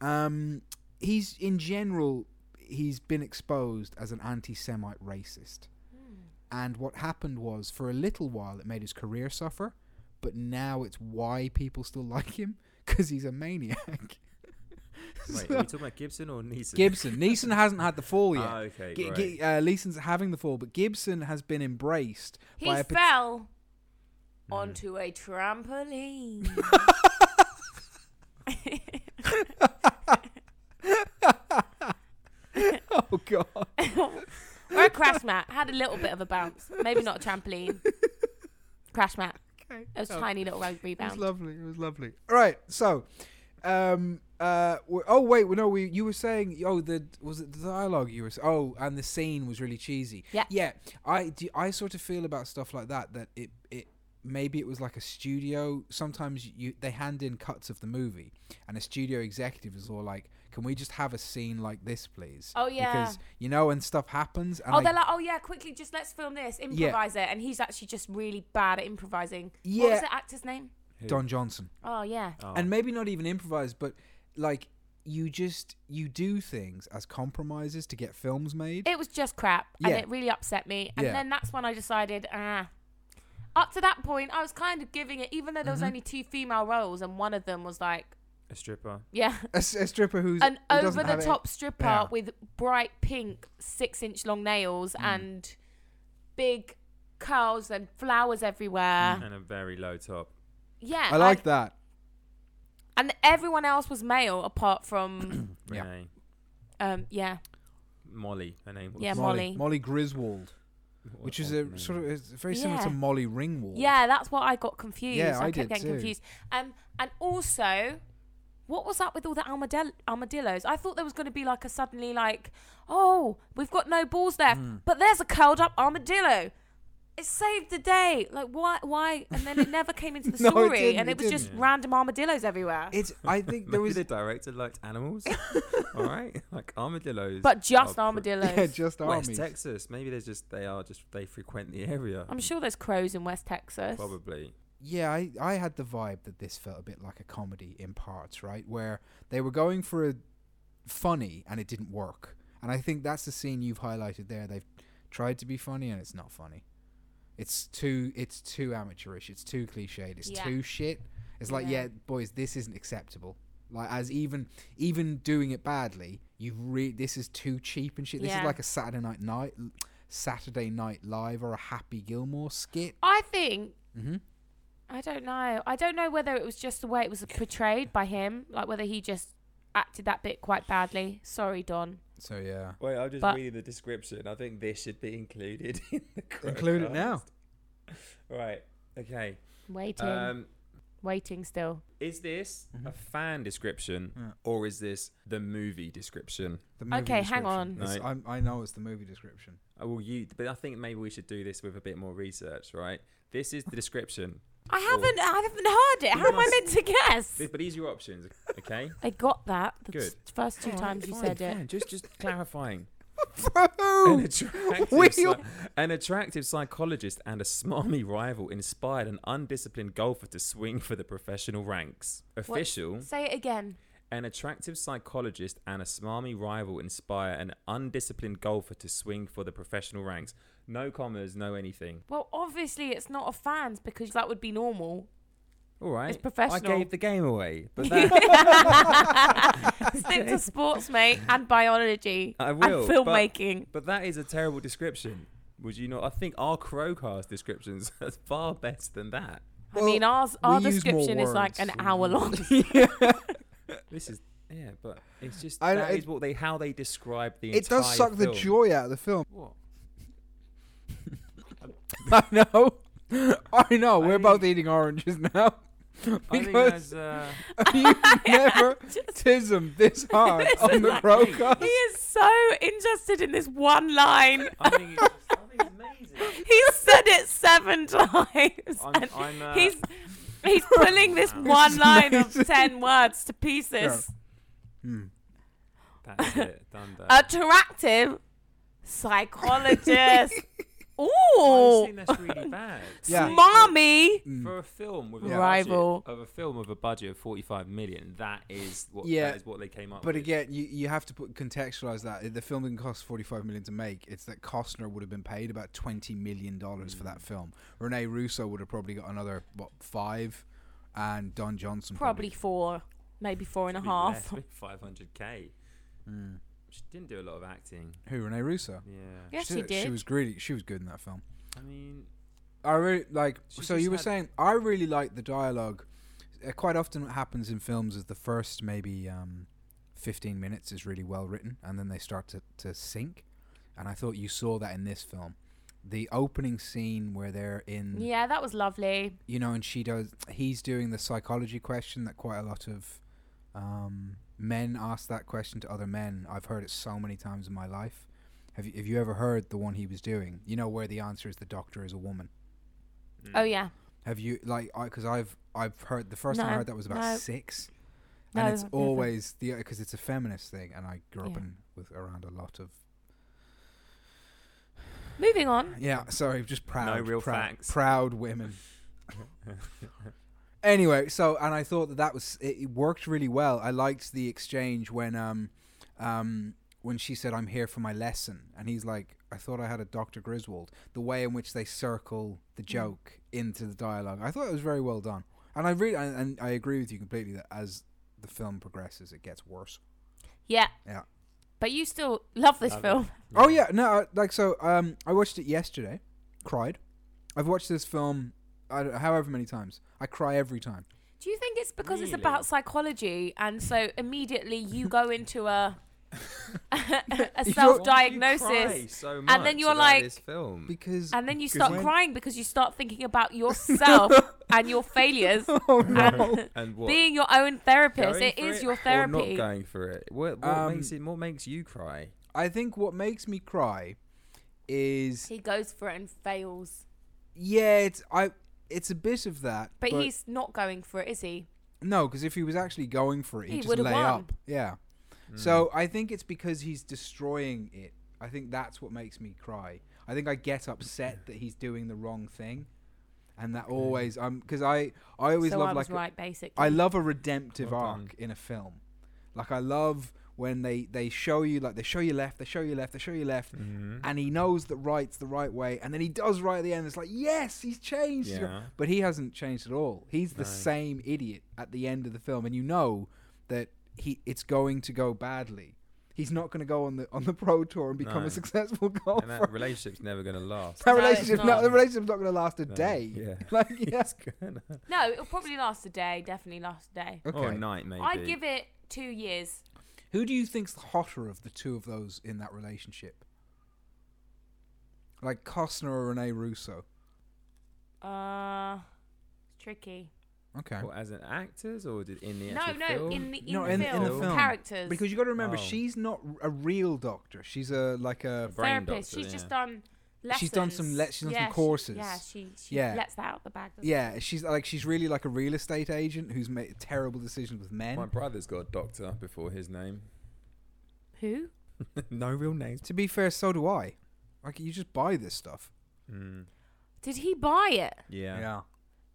[SPEAKER 2] um, he's in general he's been exposed as an anti-Semite racist. And what happened was, for a little while, it made his career suffer, but now it's why people still like him because he's a maniac.
[SPEAKER 3] Wait, are we talking about Gibson or Neeson?
[SPEAKER 2] Gibson. Neeson hasn't had the fall yet.
[SPEAKER 3] Ah, okay,
[SPEAKER 2] Gi-
[SPEAKER 3] right.
[SPEAKER 2] Gi- uh, Neeson's having the fall, but Gibson has been embraced
[SPEAKER 4] He
[SPEAKER 2] by a pat-
[SPEAKER 4] fell onto a trampoline.
[SPEAKER 2] oh god,
[SPEAKER 4] or a crash mat. Had a little bit of a bounce. Maybe not a trampoline. Crash mat.
[SPEAKER 2] okay.
[SPEAKER 4] It was a
[SPEAKER 2] Oh,
[SPEAKER 4] tiny little
[SPEAKER 2] It was
[SPEAKER 4] rebound.
[SPEAKER 2] lovely. It was lovely. All right, so Um. Uh. w- Oh wait. well, No. We. You were saying. Oh. The. Was it the dialogue you were? s- Oh. And the scene was really cheesy.
[SPEAKER 4] Yeah.
[SPEAKER 2] Yeah. I. Do, I sort of feel about stuff like that. That it. It. Maybe it was like a studio. Sometimes you. They hand in cuts of the movie, and a studio executive is all like, "Can we just have a scene like this, please?"
[SPEAKER 4] Oh, yeah.
[SPEAKER 2] Because you know, and stuff happens. And
[SPEAKER 4] oh,
[SPEAKER 2] I-
[SPEAKER 4] they're like, oh yeah, quickly, just let's film this, improvise it, and he's actually just really bad at improvising. What
[SPEAKER 2] Yeah.
[SPEAKER 4] was the actor's name?
[SPEAKER 2] Don Johnson.
[SPEAKER 4] Oh yeah,
[SPEAKER 3] Oh.
[SPEAKER 2] and maybe not even improvise but like you just you do things as compromises to get films made
[SPEAKER 4] it was just crap,
[SPEAKER 2] Yeah.
[SPEAKER 4] and it really upset me. And
[SPEAKER 2] Yeah.
[SPEAKER 4] then that's when I decided, ah. Up to that point, I was kind of giving it, even though there was
[SPEAKER 2] Mhm.
[SPEAKER 4] only two female roles, and one of them was like,
[SPEAKER 3] a stripper.
[SPEAKER 4] yeah,
[SPEAKER 2] a, s- a stripper who's
[SPEAKER 4] an
[SPEAKER 2] who doesn't
[SPEAKER 4] over the
[SPEAKER 2] have
[SPEAKER 4] top stripper
[SPEAKER 2] Yeah. Mm.
[SPEAKER 4] with bright pink six inch long nails and big curls and flowers everywhere.
[SPEAKER 3] and a very low top.
[SPEAKER 4] Yeah.
[SPEAKER 2] any- Mm. i like that
[SPEAKER 4] And everyone else was male apart from,
[SPEAKER 2] Yeah.
[SPEAKER 3] Renee.
[SPEAKER 4] um, yeah.
[SPEAKER 3] Molly, her name was.
[SPEAKER 4] Yeah,
[SPEAKER 2] molly,
[SPEAKER 4] Molly.
[SPEAKER 2] molly griswold
[SPEAKER 3] What
[SPEAKER 2] which is
[SPEAKER 3] odd
[SPEAKER 2] a
[SPEAKER 3] name.
[SPEAKER 2] sort of it's very similar to
[SPEAKER 4] Yeah.
[SPEAKER 2] molly ringwald
[SPEAKER 4] Yeah, that's what I got confused.
[SPEAKER 2] Yeah,
[SPEAKER 4] I,
[SPEAKER 2] I did
[SPEAKER 4] kept getting
[SPEAKER 2] too.
[SPEAKER 4] confused. Um, and also, what was up with all the armadell- armadillos? I thought there was going to be like a suddenly like, oh, we've got no balls left,
[SPEAKER 2] Hmm.
[SPEAKER 4] but there's a curled up armadillo. It saved the day. Like why? Why? And then it never came into the
[SPEAKER 2] No, it
[SPEAKER 4] story,
[SPEAKER 2] didn't,
[SPEAKER 4] and
[SPEAKER 2] it
[SPEAKER 4] it, was just
[SPEAKER 3] didn't.
[SPEAKER 4] random armadillos everywhere.
[SPEAKER 2] it's i think there
[SPEAKER 3] Maybe
[SPEAKER 2] was
[SPEAKER 3] the director liked animals. All right, like armadillos.
[SPEAKER 4] but
[SPEAKER 3] are
[SPEAKER 4] just
[SPEAKER 3] pre-
[SPEAKER 4] armadillos.
[SPEAKER 2] Oh, yeah just
[SPEAKER 3] West
[SPEAKER 2] armies
[SPEAKER 3] Texas. Maybe there's just they are just they frequent the area.
[SPEAKER 4] I'm sure there's crows in West Texas.
[SPEAKER 3] probably.
[SPEAKER 2] yeah I, I had the vibe that this felt a bit like a comedy in parts right where they were going for a funny and it didn't work and i think that's the scene you've highlighted there they've tried to be funny and it's not funny it's too it's too amateurish it's too cliched it's
[SPEAKER 4] Yeah.
[SPEAKER 2] too shit it's like
[SPEAKER 4] Yeah.
[SPEAKER 2] yeah boys this isn't acceptable like as even even doing it badly you re this is too cheap and shit this is
[SPEAKER 4] Yeah.
[SPEAKER 2] like a saturday night night saturday night live or a happy gilmore skit
[SPEAKER 4] I think
[SPEAKER 2] mm-hmm.
[SPEAKER 4] I don't know. I don't know whether it was just the way it was portrayed by him, like whether he just acted that bit quite badly. Sorry, Don.
[SPEAKER 2] so yeah
[SPEAKER 3] Wait, I'm just
[SPEAKER 4] But-
[SPEAKER 3] reading the description. I think this should be included in the
[SPEAKER 2] Include it now.
[SPEAKER 3] Right. Okay.
[SPEAKER 4] Waiting,
[SPEAKER 3] Um,
[SPEAKER 4] waiting still.
[SPEAKER 3] is this a fan description
[SPEAKER 2] Yeah.
[SPEAKER 3] or is this the movie description?
[SPEAKER 2] The movie
[SPEAKER 4] Okay, hang
[SPEAKER 2] description.
[SPEAKER 4] on.
[SPEAKER 2] It's-
[SPEAKER 3] No.
[SPEAKER 2] I'm, I know it's the movie description.
[SPEAKER 3] Oh, well, you. But I think maybe we should do this with a bit more research, right? This is the description.
[SPEAKER 4] I haven't. I haven't heard it.
[SPEAKER 3] You
[SPEAKER 4] How am I
[SPEAKER 3] must-
[SPEAKER 4] meant to guess?
[SPEAKER 3] Th- But these are your options, okay?
[SPEAKER 4] I got that the
[SPEAKER 3] Good.
[SPEAKER 4] t- first two
[SPEAKER 3] All right,
[SPEAKER 4] times you
[SPEAKER 3] fine,
[SPEAKER 4] said it.
[SPEAKER 3] fine. Just, just clarifying.
[SPEAKER 2] For
[SPEAKER 3] An
[SPEAKER 2] who?
[SPEAKER 3] attractive,
[SPEAKER 2] We
[SPEAKER 3] psy-
[SPEAKER 2] all-
[SPEAKER 3] an attractive psychologist and a smarmy rival inspired an undisciplined golfer to swing for the professional ranks.
[SPEAKER 4] What-
[SPEAKER 3] Official,
[SPEAKER 4] Say it again.
[SPEAKER 3] an attractive psychologist and a smarmy rival inspire an undisciplined golfer to swing for the professional ranks. No commas, no anything.
[SPEAKER 4] Well, obviously it's not a fans because that would be normal.
[SPEAKER 3] All right.
[SPEAKER 4] It's professional.
[SPEAKER 3] I gave the game away, but that,
[SPEAKER 4] Stick to sports, mate, and biology
[SPEAKER 3] I will,
[SPEAKER 4] and
[SPEAKER 3] but-
[SPEAKER 4] filmmaking.
[SPEAKER 3] but that is a terrible description. Would you not? I think our Crowcast descriptions are far better than that.
[SPEAKER 4] I mean, ours,
[SPEAKER 2] we
[SPEAKER 4] our
[SPEAKER 2] use more
[SPEAKER 4] description is like
[SPEAKER 2] words,
[SPEAKER 4] an
[SPEAKER 2] so-
[SPEAKER 4] hour long.
[SPEAKER 3] This is yeah, but it's just that
[SPEAKER 2] I-
[SPEAKER 3] is
[SPEAKER 2] it-
[SPEAKER 3] what they how they describe the
[SPEAKER 2] It does
[SPEAKER 3] entire
[SPEAKER 2] suck the
[SPEAKER 3] film.
[SPEAKER 2] joy out of the film.
[SPEAKER 3] What?
[SPEAKER 2] I know. I know.
[SPEAKER 3] I
[SPEAKER 2] We're
[SPEAKER 3] think-
[SPEAKER 2] both eating oranges now.
[SPEAKER 3] I think
[SPEAKER 2] Because
[SPEAKER 3] that's, uh,
[SPEAKER 2] you've never tismed this hard on the
[SPEAKER 3] like
[SPEAKER 2] broadcast.
[SPEAKER 4] He is so interested in this one line.
[SPEAKER 3] I think it's, I think it's amazing.
[SPEAKER 4] He said it seven times.
[SPEAKER 3] I'm-
[SPEAKER 4] and
[SPEAKER 3] I'm, uh,
[SPEAKER 4] he's he's pulling this
[SPEAKER 3] Wow.
[SPEAKER 4] one
[SPEAKER 2] It's
[SPEAKER 4] line
[SPEAKER 2] amazing.
[SPEAKER 4] of ten words to pieces.
[SPEAKER 2] Hmm.
[SPEAKER 3] That's it. Done that.
[SPEAKER 4] Attractive psychologist.
[SPEAKER 3] I
[SPEAKER 4] Ooh,
[SPEAKER 3] think that's really bad
[SPEAKER 2] Yeah. Mm.
[SPEAKER 4] smarmy.
[SPEAKER 2] Hmm.
[SPEAKER 3] for a film with a
[SPEAKER 4] Rival.
[SPEAKER 3] budget of a film with a budget of forty-five million. That is what
[SPEAKER 2] Yeah,
[SPEAKER 3] that is what they came up
[SPEAKER 2] But
[SPEAKER 3] with.
[SPEAKER 2] again, you, you have to put contextualize that. The film didn't cost forty five million to make. It's that Costner would have been paid about twenty million dollars
[SPEAKER 4] Mm.
[SPEAKER 2] for that film. Rene Russo would have probably got another what five, and Don Johnson
[SPEAKER 4] Probably four, maybe four and a half.
[SPEAKER 3] five hundred k. She didn't do a lot of acting.
[SPEAKER 2] mm, Who Rene Russo?
[SPEAKER 3] Yeah,
[SPEAKER 4] Yes,
[SPEAKER 2] she,
[SPEAKER 4] he
[SPEAKER 2] She
[SPEAKER 4] did.
[SPEAKER 2] was greedy. She was good in that film.
[SPEAKER 3] I mean,
[SPEAKER 2] I really like.
[SPEAKER 3] She
[SPEAKER 2] so
[SPEAKER 3] just
[SPEAKER 2] you were
[SPEAKER 3] had-
[SPEAKER 2] saying I really like the dialogue. Uh, quite often, what happens in films is the first maybe um, fifteen minutes is really well written, and then they start to to sink. And I thought you saw that in this film. The opening scene where they're in,
[SPEAKER 4] Yeah, that was lovely.
[SPEAKER 2] you know, and she does. He's doing the psychology question that quite a lot of Um, men ask that question to other men. I've heard it so many times in my life. Have you, have you ever heard the one he was doing? You know where the answer is the doctor is a woman.
[SPEAKER 4] Oh
[SPEAKER 3] mm.
[SPEAKER 4] yeah.
[SPEAKER 2] Have you like I because I've I've heard the first time I
[SPEAKER 4] No,
[SPEAKER 2] heard that was about
[SPEAKER 4] no.
[SPEAKER 2] six,
[SPEAKER 4] No,
[SPEAKER 2] and it's
[SPEAKER 4] I've never.
[SPEAKER 2] always the because it's a feminist thing, and I grew up
[SPEAKER 4] Yeah.
[SPEAKER 2] in with around a lot of
[SPEAKER 4] Moving on.
[SPEAKER 2] yeah. Sorry, just proud,
[SPEAKER 3] real
[SPEAKER 2] proud,
[SPEAKER 3] facts.
[SPEAKER 2] proud women. anyway, so and I thought that that was it, it worked really well. I liked the exchange when um um when she said I'm here for my lesson and he's like I thought I had a Dr. Griswold. The way in which they circle the
[SPEAKER 3] Mm.
[SPEAKER 2] joke into the dialogue. I thought it was very well done. And I really and, and I agree with you completely that as the film progresses it gets worse.
[SPEAKER 4] Yeah.
[SPEAKER 2] Yeah.
[SPEAKER 4] But you still love this
[SPEAKER 3] Love it.
[SPEAKER 4] film.
[SPEAKER 2] Oh yeah, no, I- like so. Um, I watched it yesterday, cried. I've watched this film, I don't- however many times. I cry every time.
[SPEAKER 4] Do you think it's because it's
[SPEAKER 3] Really?
[SPEAKER 4] about psychology, and so immediately you go into a a
[SPEAKER 2] You
[SPEAKER 4] self
[SPEAKER 2] don't-
[SPEAKER 4] Oh, diagnosis, and then you're like,
[SPEAKER 3] this film.
[SPEAKER 2] because
[SPEAKER 4] and then you
[SPEAKER 2] 'cause
[SPEAKER 4] start
[SPEAKER 2] when-
[SPEAKER 4] crying because you start thinking about yourself and your failures,
[SPEAKER 2] Oh, no.
[SPEAKER 3] and what?
[SPEAKER 4] being your own therapist.
[SPEAKER 3] going
[SPEAKER 4] It
[SPEAKER 3] for
[SPEAKER 4] is
[SPEAKER 3] it
[SPEAKER 4] your
[SPEAKER 3] Or not
[SPEAKER 4] therapy.
[SPEAKER 3] going for it. What, what
[SPEAKER 2] Um,
[SPEAKER 3] makes it? What makes you cry?
[SPEAKER 2] I think what makes me cry is
[SPEAKER 4] He goes for it and fails,
[SPEAKER 2] yeah, it's I. It's a bit of that,
[SPEAKER 4] but, he's not going for it, is he?
[SPEAKER 2] no, because if he was actually going for it, he'd
[SPEAKER 4] He
[SPEAKER 2] just
[SPEAKER 4] would've
[SPEAKER 2] lay
[SPEAKER 4] won.
[SPEAKER 2] up. Yeah. So I think it's because he's destroying it. I think that's what makes me cry. I think I get upset that he's doing the wrong thing, and that always um because I I always
[SPEAKER 4] so
[SPEAKER 2] love
[SPEAKER 4] I was
[SPEAKER 2] like a-
[SPEAKER 4] right, basically.
[SPEAKER 2] I love a redemptive
[SPEAKER 3] Well
[SPEAKER 2] arc in a film. Like I love when they they show you like they show you left, they show you left, they show you left,
[SPEAKER 3] Mm-hmm.
[SPEAKER 2] and he knows that right's the right way, and then he does right at the end. It's like yes, he's changed,
[SPEAKER 3] Yeah.
[SPEAKER 2] but he hasn't changed at all. He's the
[SPEAKER 3] No.
[SPEAKER 2] same idiot at the end of the film, and you know that he it's going to go badly. He's not going to go on the on the pro tour and become
[SPEAKER 3] No.
[SPEAKER 2] a successful golfer.
[SPEAKER 3] And that relationship's never gonna last.
[SPEAKER 2] That
[SPEAKER 4] No, it's
[SPEAKER 2] relationship, no,
[SPEAKER 4] not.
[SPEAKER 2] the relationship's not going to last a
[SPEAKER 3] No.
[SPEAKER 2] day.
[SPEAKER 3] Yeah.
[SPEAKER 2] Like yes,
[SPEAKER 4] no, it'll probably last a day. Definitely last a day.
[SPEAKER 2] okay.
[SPEAKER 3] Or a night maybe.
[SPEAKER 4] I'd give it two years.
[SPEAKER 2] Who do you think's the hotter of the two of those in that relationship? Like Costner or Rene Russo?
[SPEAKER 4] Uh, it's tricky.
[SPEAKER 2] Okay.
[SPEAKER 3] What, as an actors or did in the
[SPEAKER 4] No,
[SPEAKER 3] actual
[SPEAKER 4] no,
[SPEAKER 3] film?
[SPEAKER 4] in the in,
[SPEAKER 2] No,
[SPEAKER 4] the,
[SPEAKER 2] in-
[SPEAKER 4] film,
[SPEAKER 2] in the film.
[SPEAKER 4] characters.
[SPEAKER 2] Because you got to remember,
[SPEAKER 3] Oh.
[SPEAKER 2] she's not r- a real doctor. She's a like a
[SPEAKER 3] brain
[SPEAKER 4] therapist,
[SPEAKER 3] doctor,
[SPEAKER 4] she's just
[SPEAKER 3] yeah.
[SPEAKER 4] done lessons.
[SPEAKER 2] She's done some le- she's done some
[SPEAKER 4] Yeah, she-
[SPEAKER 2] courses.
[SPEAKER 4] yeah, she she
[SPEAKER 2] Yeah.
[SPEAKER 4] lets that out the bag. doesn't
[SPEAKER 2] yeah. She's like she's really like a real estate agent who's made terrible decisions with men.
[SPEAKER 3] My brother's got a doctor before his name.
[SPEAKER 4] she? Who?
[SPEAKER 3] no real names.
[SPEAKER 2] To be fair, so do I. Like you just buy this stuff.
[SPEAKER 3] Mm.
[SPEAKER 4] Did he buy it?
[SPEAKER 3] Yeah.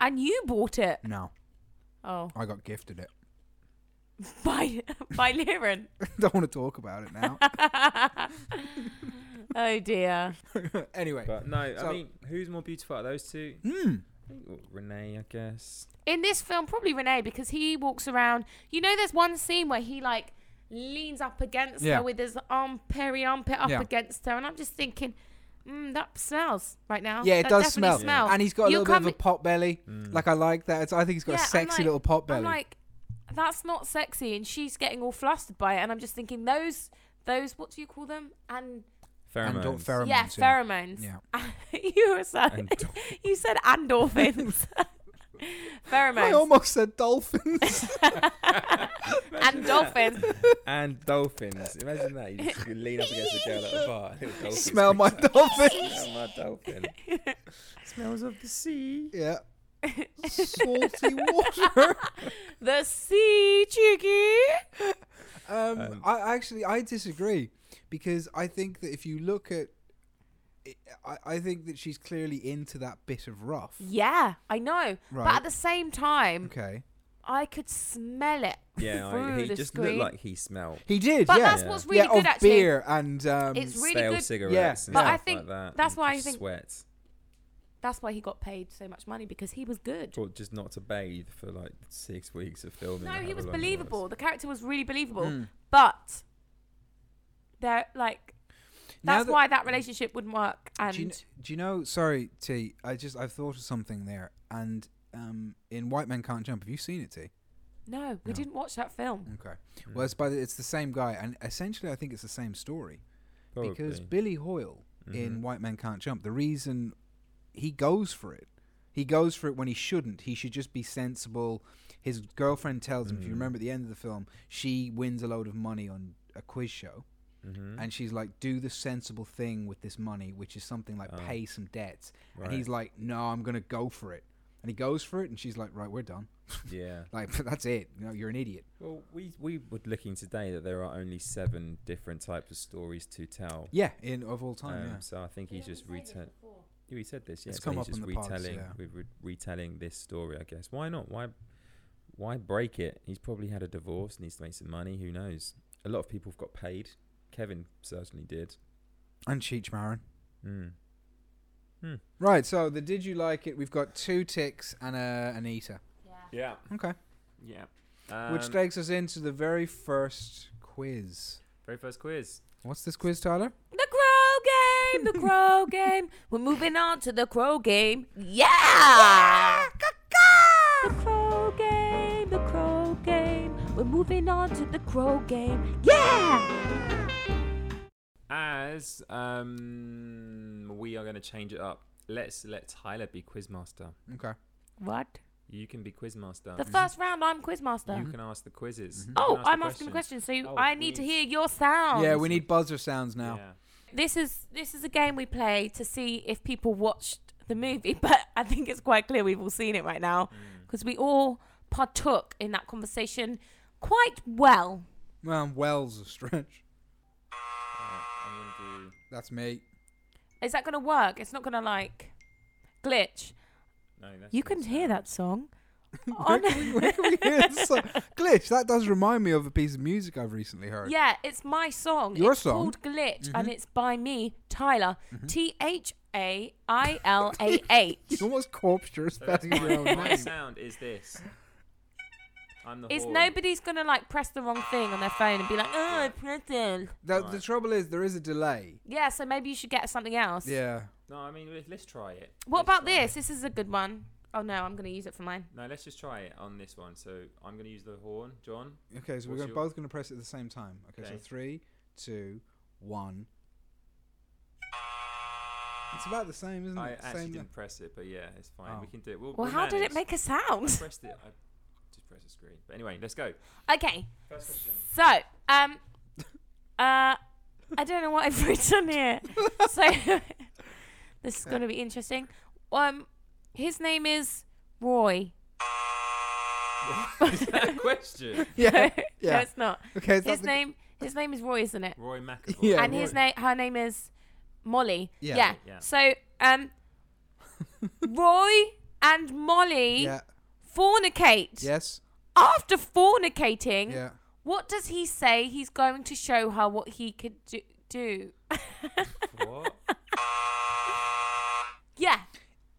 [SPEAKER 4] And you bought it?
[SPEAKER 2] No,
[SPEAKER 4] Oh,
[SPEAKER 2] I got gifted it.
[SPEAKER 4] by by Liren.
[SPEAKER 2] Don't want to talk about it now.
[SPEAKER 4] oh dear.
[SPEAKER 2] anyway.
[SPEAKER 3] But no,
[SPEAKER 2] So-
[SPEAKER 3] I mean, who's more beautiful out of those two?
[SPEAKER 2] Hmm.
[SPEAKER 3] Well, Renee, I guess.
[SPEAKER 4] In this film, probably Renee because he walks around. You know, there's one scene where he like leans up against
[SPEAKER 2] Yeah.
[SPEAKER 4] her with his arm, peri armpit up
[SPEAKER 2] Yeah.
[SPEAKER 4] against her, and I'm just thinking, mm, that smells right now.
[SPEAKER 2] Yeah, it
[SPEAKER 4] Oh, That
[SPEAKER 2] does smell.
[SPEAKER 4] definitely smells.
[SPEAKER 2] And he's got a
[SPEAKER 4] You
[SPEAKER 2] little bit of a
[SPEAKER 4] come-
[SPEAKER 2] pot belly.
[SPEAKER 3] Mm.
[SPEAKER 2] Like I like that. It's, I think he's got
[SPEAKER 4] Yeah,
[SPEAKER 2] a
[SPEAKER 4] I'm
[SPEAKER 2] sexy
[SPEAKER 4] like-
[SPEAKER 2] little pot belly.
[SPEAKER 4] I'm like, that's not sexy, and she's getting all flustered by it, and I'm just thinking those those what do you call them? And
[SPEAKER 3] Pheromones.
[SPEAKER 2] And don't pheromones.
[SPEAKER 4] yeah,
[SPEAKER 2] yeah.
[SPEAKER 4] pheromones.
[SPEAKER 2] Yeah.
[SPEAKER 4] you were saying
[SPEAKER 3] And-
[SPEAKER 4] you said endorphins.
[SPEAKER 2] I
[SPEAKER 4] pheromones
[SPEAKER 2] almost said dolphins.
[SPEAKER 4] and dolphins.
[SPEAKER 3] and dolphins. Imagine that. You just you lean up against a girl at a bar. little dolphin
[SPEAKER 2] Smell my
[SPEAKER 3] creeps
[SPEAKER 2] dolphin.
[SPEAKER 3] out. Smell my dolphin. Smells of the sea.
[SPEAKER 2] yeah. Salty water.
[SPEAKER 4] the sea cheeky.
[SPEAKER 2] Um,
[SPEAKER 3] Um,
[SPEAKER 2] I actually I disagree because I think that if you look at, I, I think that she's clearly into that bit of rough.
[SPEAKER 4] Yeah, I know. But
[SPEAKER 2] Right.
[SPEAKER 4] at the same time,
[SPEAKER 2] Okay.
[SPEAKER 4] I could smell it
[SPEAKER 3] Yeah,
[SPEAKER 4] through
[SPEAKER 3] I, he
[SPEAKER 4] the
[SPEAKER 3] just
[SPEAKER 4] screen.
[SPEAKER 3] looked like he smelled
[SPEAKER 2] He did.
[SPEAKER 4] but
[SPEAKER 2] yeah.
[SPEAKER 4] that's
[SPEAKER 3] Yeah.
[SPEAKER 4] what's
[SPEAKER 2] yeah.
[SPEAKER 4] really good
[SPEAKER 2] of
[SPEAKER 4] actually.
[SPEAKER 2] beer and um,
[SPEAKER 4] It's really
[SPEAKER 3] stale
[SPEAKER 4] good.
[SPEAKER 3] cigarettes. and
[SPEAKER 2] But I
[SPEAKER 3] stuff
[SPEAKER 4] think
[SPEAKER 3] like that,
[SPEAKER 4] that's
[SPEAKER 3] and
[SPEAKER 4] why I
[SPEAKER 3] just
[SPEAKER 4] think-
[SPEAKER 3] sweat.
[SPEAKER 4] That's why he got paid so much money because he was good.
[SPEAKER 3] Or just not to bathe for like six weeks of filming. or
[SPEAKER 4] No, he was
[SPEAKER 3] however long it
[SPEAKER 4] believable. The character was really believable.
[SPEAKER 2] Mm.
[SPEAKER 4] But they're like
[SPEAKER 2] Now
[SPEAKER 4] that's
[SPEAKER 2] that-
[SPEAKER 4] why that relationship wouldn't work. And
[SPEAKER 2] Do you, kn- do you know? Sorry, T. I just I've thought of something there, and um, in White Men Can't Jump, have you seen it, T?
[SPEAKER 4] no, we
[SPEAKER 2] No.
[SPEAKER 4] didn't watch that film.
[SPEAKER 2] Okay. Well, it's by the, it's the same guy, and essentially, I think it's the same story because
[SPEAKER 3] Probably. Mm-hmm.
[SPEAKER 2] Billy Hoyle in White Men Can't Jump, the reason he goes for it, he goes for it when he shouldn't. He should just be sensible. His girlfriend tells him, if you
[SPEAKER 3] Mm.
[SPEAKER 2] remember at the end of the film, she wins a load of money on a quiz show.
[SPEAKER 3] Mm-hmm.
[SPEAKER 2] And she's like, do the sensible thing with this money, which is something like
[SPEAKER 3] Oh.
[SPEAKER 2] pay some debts.
[SPEAKER 3] Right.
[SPEAKER 2] And he's like, no, I'm going to go for it. And he goes for it. And she's like, right, we're done.
[SPEAKER 3] yeah.
[SPEAKER 2] Like, that's it. You know, you're an idiot.
[SPEAKER 3] Well, we we were looking today that there are only seven different types of stories to tell.
[SPEAKER 2] Yeah, in of all time.
[SPEAKER 3] Um,
[SPEAKER 2] yeah.
[SPEAKER 3] So I think he's just retelling. We said this. Yeah,
[SPEAKER 2] It's
[SPEAKER 3] so
[SPEAKER 2] come
[SPEAKER 3] he's
[SPEAKER 2] up
[SPEAKER 3] just
[SPEAKER 2] on the pods,
[SPEAKER 3] retelling.
[SPEAKER 2] yeah.
[SPEAKER 3] we're re- retelling this story, I guess. Why not? Why, why break it? He's probably had a divorce, needs to make some money. Who knows? A lot of people have got paid. Kevin certainly did.
[SPEAKER 2] And Cheech Marin.
[SPEAKER 3] Mm.
[SPEAKER 2] Right, so the did you like it? We've got two ticks and a an eater.
[SPEAKER 3] Yeah.
[SPEAKER 2] Okay. Um,
[SPEAKER 3] Yeah. Um,
[SPEAKER 2] Which takes us into the very first quiz.
[SPEAKER 3] Very first quiz.
[SPEAKER 2] What's this quiz, Tyler?
[SPEAKER 4] The crow game, the crow game. We're moving on to the crow game. Yeah! The crow game, the crow game. We're moving on to the crow game. Yeah!
[SPEAKER 3] As um, we are going to change it up. Let's let Tyler be quizmaster.
[SPEAKER 2] Okay.
[SPEAKER 4] What?
[SPEAKER 3] You can be quizmaster.
[SPEAKER 4] The first round, I'm quizmaster.
[SPEAKER 3] Uh, you can ask the
[SPEAKER 2] Mm-hmm.
[SPEAKER 3] quizzes. You
[SPEAKER 4] Oh,
[SPEAKER 3] can ask
[SPEAKER 4] I'm asking the question, so
[SPEAKER 3] Oh,
[SPEAKER 4] I
[SPEAKER 3] we
[SPEAKER 4] need to
[SPEAKER 3] need-
[SPEAKER 4] hear your sound.
[SPEAKER 2] Yeah, we need buzzer sounds now.
[SPEAKER 3] Yeah.
[SPEAKER 4] This is this is a game we play to see if people watched the movie, but I think it's quite clear we've all seen it right now
[SPEAKER 3] Mm.
[SPEAKER 4] because we all partook in that conversation quite well.
[SPEAKER 2] Well, Wells a stretch.
[SPEAKER 3] Alright, I'm going to do.
[SPEAKER 2] That's me.
[SPEAKER 4] Is that going to work? It's not going to like glitch.
[SPEAKER 3] No, that's
[SPEAKER 4] You
[SPEAKER 3] not
[SPEAKER 4] can hear that song.
[SPEAKER 2] Where can we- where can we hear this song? Glitch, that does remind me of a piece of music I've recently heard.
[SPEAKER 4] Yeah, it's my song.
[SPEAKER 2] Your
[SPEAKER 4] it's
[SPEAKER 2] song? Mm-hmm.
[SPEAKER 4] called Glitch and it's by me, Tyler. T H A I L A H.
[SPEAKER 2] You almost corpsed your
[SPEAKER 3] So that's
[SPEAKER 2] spelling your own
[SPEAKER 3] my, my
[SPEAKER 2] name.
[SPEAKER 3] sound is this. I'm the
[SPEAKER 4] Is
[SPEAKER 2] Oh.
[SPEAKER 3] horn.
[SPEAKER 4] nobody's going to like press the wrong thing on their phone and be like, oh, I pressed it.
[SPEAKER 2] The, the
[SPEAKER 3] Alright.
[SPEAKER 2] trouble is, there is a delay.
[SPEAKER 4] Yeah, so maybe you should get something else.
[SPEAKER 2] Yeah.
[SPEAKER 3] No, I mean let's, let's try it.
[SPEAKER 4] What
[SPEAKER 3] Let's
[SPEAKER 4] about
[SPEAKER 3] try
[SPEAKER 4] this?
[SPEAKER 3] it.
[SPEAKER 4] This is a good one. Oh no, I'm going to use it for mine.
[SPEAKER 3] No, let's just try it on this one. So I'm going to use the horn, John.
[SPEAKER 2] Okay, so we're
[SPEAKER 3] What's
[SPEAKER 2] gonna,
[SPEAKER 3] your-
[SPEAKER 2] both going to press it at the same time. Okay, so
[SPEAKER 3] Okay.
[SPEAKER 2] three, two, one. It's about the same, isn't
[SPEAKER 3] I
[SPEAKER 2] it?
[SPEAKER 3] actually
[SPEAKER 2] Mm, same
[SPEAKER 3] didn't press it, but yeah, it's fine. We
[SPEAKER 2] Oh.
[SPEAKER 3] can do it. We'll,
[SPEAKER 4] Well,
[SPEAKER 3] we'll
[SPEAKER 4] how did
[SPEAKER 3] manage.
[SPEAKER 4] it make a
[SPEAKER 3] I
[SPEAKER 4] sound?
[SPEAKER 3] pressed it. I just pressed the screen. But anyway, let's go.
[SPEAKER 4] Okay,
[SPEAKER 3] First question.
[SPEAKER 4] so um, uh, I don't know what I've written here. So this is going to be interesting. Um, his name is Roy.
[SPEAKER 3] is that a question?
[SPEAKER 2] yeah.
[SPEAKER 4] no,
[SPEAKER 2] yeah.
[SPEAKER 4] it's not.
[SPEAKER 2] Okay, it's not
[SPEAKER 4] His
[SPEAKER 2] the-
[SPEAKER 4] name. His name is Roy, isn't it?
[SPEAKER 3] Roy McAvoy.
[SPEAKER 2] Yeah,
[SPEAKER 4] and his name. Her name is Molly.
[SPEAKER 2] Yeah.
[SPEAKER 4] yeah.
[SPEAKER 3] Yeah.
[SPEAKER 4] So um, Roy and Molly
[SPEAKER 2] Yeah.
[SPEAKER 4] fornicate.
[SPEAKER 2] Yes.
[SPEAKER 4] after fornicating,
[SPEAKER 2] Yeah.
[SPEAKER 4] what does he say he's going to show her what he could do? do?
[SPEAKER 3] What?
[SPEAKER 4] yeah.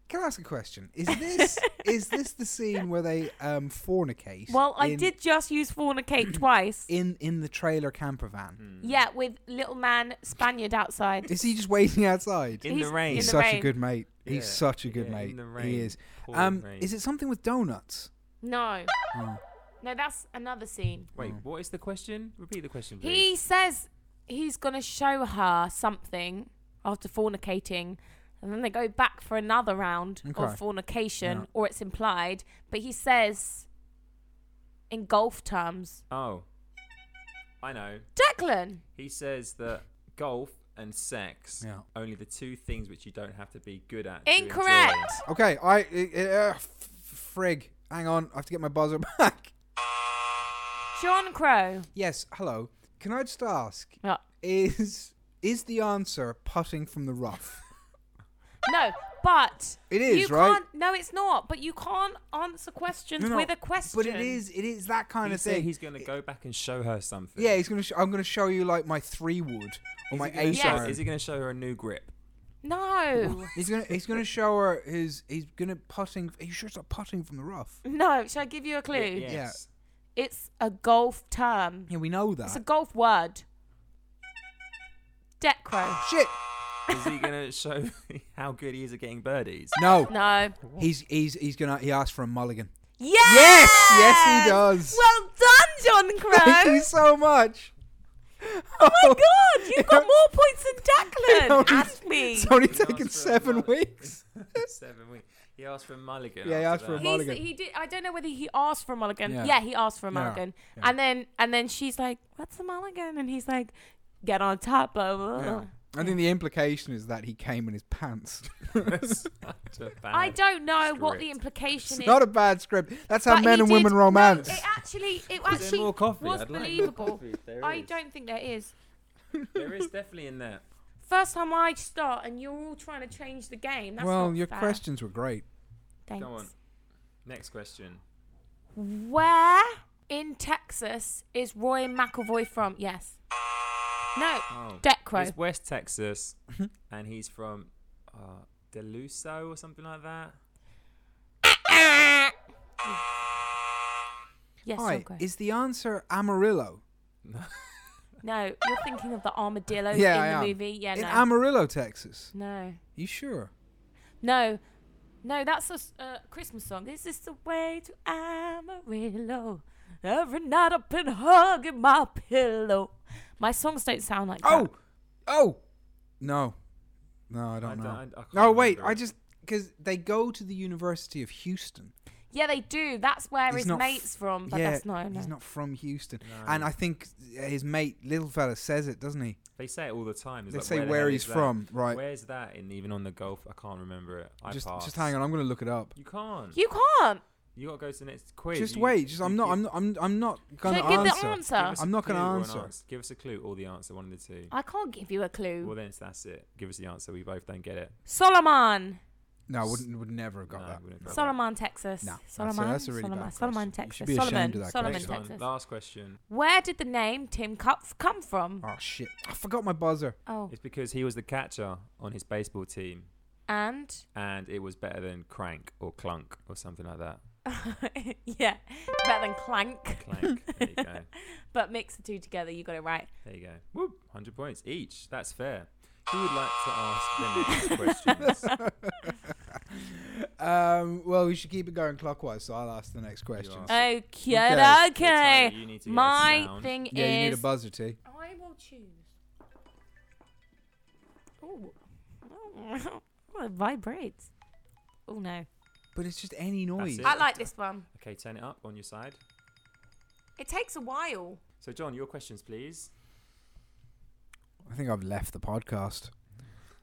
[SPEAKER 2] Can I ask a question? Is this is this the scene where they um fornicate?
[SPEAKER 4] Well, I
[SPEAKER 2] in-
[SPEAKER 4] did just use fornicate twice.
[SPEAKER 2] in in the trailer camper van.
[SPEAKER 4] Yeah, with little man Spaniard outside.
[SPEAKER 2] Is he just waiting outside?
[SPEAKER 3] Hmm. In
[SPEAKER 4] He's
[SPEAKER 3] the rain.
[SPEAKER 4] in
[SPEAKER 2] He's
[SPEAKER 4] the
[SPEAKER 2] such a
[SPEAKER 4] rain.
[SPEAKER 2] good mate.
[SPEAKER 3] Yeah.
[SPEAKER 2] He's such a good
[SPEAKER 3] Yeah,
[SPEAKER 2] mate.
[SPEAKER 3] in the
[SPEAKER 2] He
[SPEAKER 3] rain.
[SPEAKER 2] is.
[SPEAKER 3] Pouring
[SPEAKER 2] Um,
[SPEAKER 3] rain. Hmm.
[SPEAKER 2] is it something with donuts?
[SPEAKER 4] No.
[SPEAKER 2] Oh.
[SPEAKER 4] No, that's another scene.
[SPEAKER 3] Wait, what is the question? Repeat the question, please.
[SPEAKER 4] He says he's going to show her something after fornicating. And then they go back for another round
[SPEAKER 2] Okay.
[SPEAKER 4] of fornication,
[SPEAKER 2] Yeah.
[SPEAKER 4] or it's implied. But he says, in golf terms,
[SPEAKER 3] Oh, I know.
[SPEAKER 4] Declan,
[SPEAKER 3] He says that golf and sex
[SPEAKER 2] Yeah.
[SPEAKER 3] only the two things which you don't have to be good at. to enjoy.
[SPEAKER 4] incorrect.
[SPEAKER 2] Okay, I uh, f- frig. Hang on, I have to get my buzzer back.
[SPEAKER 4] John Crow.
[SPEAKER 2] Yes, hello. Can I just ask
[SPEAKER 4] No,
[SPEAKER 2] is is the answer putting from the rough?
[SPEAKER 4] no, but
[SPEAKER 2] It is,
[SPEAKER 4] you
[SPEAKER 2] right?
[SPEAKER 4] Can't, no, it's not. But you can't answer questions
[SPEAKER 2] No, no,
[SPEAKER 4] with a question.
[SPEAKER 2] But it is it is that kind
[SPEAKER 3] He
[SPEAKER 2] of
[SPEAKER 3] said
[SPEAKER 2] thing.
[SPEAKER 3] he's going to go back and show her something.
[SPEAKER 2] yeah, he's gonna. Sh- I'm gonna show you like my three wood or
[SPEAKER 3] Is
[SPEAKER 2] my
[SPEAKER 3] he gonna
[SPEAKER 2] ace
[SPEAKER 4] show-
[SPEAKER 3] show-
[SPEAKER 2] iron.
[SPEAKER 3] Is he going to show her a new grip?
[SPEAKER 4] No,
[SPEAKER 2] He's gonna he's gonna show her his he's gonna putting. Are you sure it's not putting from the rough?
[SPEAKER 4] no. Shall I give you a clue?
[SPEAKER 3] Y- Yes.
[SPEAKER 4] It's a golf term.
[SPEAKER 2] Yeah, we know
[SPEAKER 4] It's
[SPEAKER 2] that.
[SPEAKER 4] a golf word. Decro.
[SPEAKER 2] Shit.
[SPEAKER 3] Is he going to show how good he is at getting birdies?
[SPEAKER 2] No.
[SPEAKER 4] No.
[SPEAKER 2] He's he's he's gonna he asked for a mulligan.
[SPEAKER 4] Yes.
[SPEAKER 2] Yes, yes, he does.
[SPEAKER 4] Well done, John Crow.
[SPEAKER 2] Thank you so much.
[SPEAKER 1] Oh my god, you've got more points than Declan.
[SPEAKER 2] Only-
[SPEAKER 1] Ask me.
[SPEAKER 2] It's only
[SPEAKER 3] He asked
[SPEAKER 2] taken
[SPEAKER 3] for a
[SPEAKER 2] seven
[SPEAKER 3] mulligan.
[SPEAKER 2] weeks.
[SPEAKER 3] Seven weeks. He asked for a mulligan.
[SPEAKER 2] Yeah, he
[SPEAKER 3] after
[SPEAKER 2] asked for a
[SPEAKER 3] that.
[SPEAKER 2] mulligan.
[SPEAKER 4] He's, he did. I don't know whether he asked for a mulligan.
[SPEAKER 2] Yeah.
[SPEAKER 4] Yeah, he asked for a
[SPEAKER 2] Yeah.
[SPEAKER 4] mulligan,
[SPEAKER 2] Yeah.
[SPEAKER 4] and then and then she's like, "What's a mulligan?" And he's like, "Get on top." Blah blah. blah.
[SPEAKER 2] Yeah. I think the implication is that he came in his pants.
[SPEAKER 3] Such a
[SPEAKER 4] I
[SPEAKER 3] bad-
[SPEAKER 4] don't know what the
[SPEAKER 3] script.
[SPEAKER 4] implication
[SPEAKER 2] It's
[SPEAKER 4] is.
[SPEAKER 2] not a bad script. That's how
[SPEAKER 4] but
[SPEAKER 2] men
[SPEAKER 4] he
[SPEAKER 2] and
[SPEAKER 4] did-
[SPEAKER 2] women
[SPEAKER 4] no,
[SPEAKER 2] romance.
[SPEAKER 4] it actually, it
[SPEAKER 3] Is there
[SPEAKER 4] actually
[SPEAKER 3] more coffee?
[SPEAKER 4] was
[SPEAKER 3] I'd like
[SPEAKER 4] believable.
[SPEAKER 3] coffee if there
[SPEAKER 4] I
[SPEAKER 3] is.
[SPEAKER 4] don't think there is.
[SPEAKER 3] There is definitely in there.
[SPEAKER 4] First time I start, and you're all trying to change the game. That's
[SPEAKER 2] well,
[SPEAKER 4] not
[SPEAKER 2] your
[SPEAKER 4] fair.
[SPEAKER 2] questions were great.
[SPEAKER 4] Thanks.
[SPEAKER 3] Go on. Next question.
[SPEAKER 4] Where in Texas is Roy McElvoy from? Yes. No.
[SPEAKER 3] Oh,
[SPEAKER 4] Decro.
[SPEAKER 3] He's West Texas,
[SPEAKER 4] Mm-hmm.
[SPEAKER 3] and he's from uh, Deluso or something like that.
[SPEAKER 4] Yes.
[SPEAKER 2] Hi,
[SPEAKER 4] Decro.
[SPEAKER 2] is the answer Amarillo?
[SPEAKER 4] No, you're thinking of the armadillo
[SPEAKER 2] yeah,
[SPEAKER 4] in
[SPEAKER 2] I
[SPEAKER 4] the
[SPEAKER 2] am.
[SPEAKER 4] movie. Yeah,
[SPEAKER 2] in
[SPEAKER 4] no.
[SPEAKER 2] Amarillo, Texas.
[SPEAKER 4] no.
[SPEAKER 2] You sure?
[SPEAKER 4] No. No, that's a s- uh, Christmas song. This is the way to Amarillo. Every night I've been hugging my pillow. My songs don't sound like
[SPEAKER 2] Oh,
[SPEAKER 4] that.
[SPEAKER 2] oh, no, no, I don't
[SPEAKER 3] I
[SPEAKER 2] know.
[SPEAKER 3] don't- I- I can't
[SPEAKER 2] no, wait,
[SPEAKER 3] remember
[SPEAKER 2] I
[SPEAKER 3] it.
[SPEAKER 2] just because they go to the University of Houston.
[SPEAKER 4] Yeah, they do. That's where
[SPEAKER 2] He's
[SPEAKER 4] his
[SPEAKER 2] not f-
[SPEAKER 4] mate's from. But
[SPEAKER 2] yeah,
[SPEAKER 4] that's no, no.
[SPEAKER 2] he's not from Houston,
[SPEAKER 3] No.
[SPEAKER 2] and I think his mate, little fella, says it, doesn't he?
[SPEAKER 3] They say it all the time. It's
[SPEAKER 2] They
[SPEAKER 3] like,
[SPEAKER 2] say
[SPEAKER 3] the
[SPEAKER 2] where
[SPEAKER 3] hell
[SPEAKER 2] he's
[SPEAKER 3] is that?
[SPEAKER 2] from, right?
[SPEAKER 3] Where's that? In even on the Gulf, I can't remember it. I
[SPEAKER 2] just,
[SPEAKER 3] passed.
[SPEAKER 2] just hang on, I'm gonna look it up.
[SPEAKER 3] You can't. You,
[SPEAKER 4] You can't.
[SPEAKER 3] got to go to the next quiz.
[SPEAKER 2] Just
[SPEAKER 3] You-
[SPEAKER 2] wait, just
[SPEAKER 3] you
[SPEAKER 2] I'm not,
[SPEAKER 3] give-
[SPEAKER 2] I'm not, I'm, I'm not gonna
[SPEAKER 4] So give
[SPEAKER 2] answer.
[SPEAKER 4] the
[SPEAKER 3] give
[SPEAKER 4] answer.
[SPEAKER 3] us
[SPEAKER 2] I'm
[SPEAKER 3] a
[SPEAKER 2] not gonna
[SPEAKER 3] clue or an
[SPEAKER 2] answer.
[SPEAKER 3] Give us a clue or the answer, one of the two.
[SPEAKER 4] I can't give you a clue.
[SPEAKER 3] Well, then it's, that's it. Give us the answer. We both don't get it.
[SPEAKER 4] Solomon.
[SPEAKER 2] No, I wouldn't, would never have got
[SPEAKER 3] No,
[SPEAKER 2] that.
[SPEAKER 3] we don't get that.
[SPEAKER 4] Solomon, Texas.
[SPEAKER 2] No, that's a-
[SPEAKER 4] Solomon.
[SPEAKER 2] that's a really
[SPEAKER 4] Solomon,
[SPEAKER 2] bad
[SPEAKER 4] Solomon,
[SPEAKER 2] question. You should
[SPEAKER 4] Texas.
[SPEAKER 2] be ashamed
[SPEAKER 4] Solomon.
[SPEAKER 2] of that
[SPEAKER 4] Solomon,
[SPEAKER 3] Next
[SPEAKER 2] question.
[SPEAKER 3] one.
[SPEAKER 4] Texas.
[SPEAKER 3] Last question.
[SPEAKER 4] Where did the name Tim Cup come from?
[SPEAKER 2] Oh shit, I forgot my buzzer.
[SPEAKER 4] Oh,
[SPEAKER 3] It's because he was the catcher on his baseball team,
[SPEAKER 4] and
[SPEAKER 3] and it was better than crank or clunk or something like that.
[SPEAKER 4] yeah, better than clank.
[SPEAKER 3] Clank. there you go.
[SPEAKER 4] But mix the two together, you got it right.
[SPEAKER 3] There you go. Whoop. 100 points each. That's fair. Who would like to ask the next questions?
[SPEAKER 2] Um, well, we should keep it going clockwise, so I'll ask the next question.
[SPEAKER 3] ask.
[SPEAKER 4] Okay,
[SPEAKER 2] Okay.
[SPEAKER 4] okay.
[SPEAKER 3] So, Tyler, you need to get a
[SPEAKER 4] My
[SPEAKER 3] sound.
[SPEAKER 4] thing
[SPEAKER 2] Yeah, you need a
[SPEAKER 4] is,
[SPEAKER 2] buzzer, T.
[SPEAKER 4] I will choose. Oh, oh, it vibrates. Oh no,
[SPEAKER 2] But it's just any noise.
[SPEAKER 3] it.
[SPEAKER 4] I like this one.
[SPEAKER 3] Okay, turn it up on your side.
[SPEAKER 4] It takes a while.
[SPEAKER 3] So, John, your questions, please.
[SPEAKER 2] I think I've left the podcast.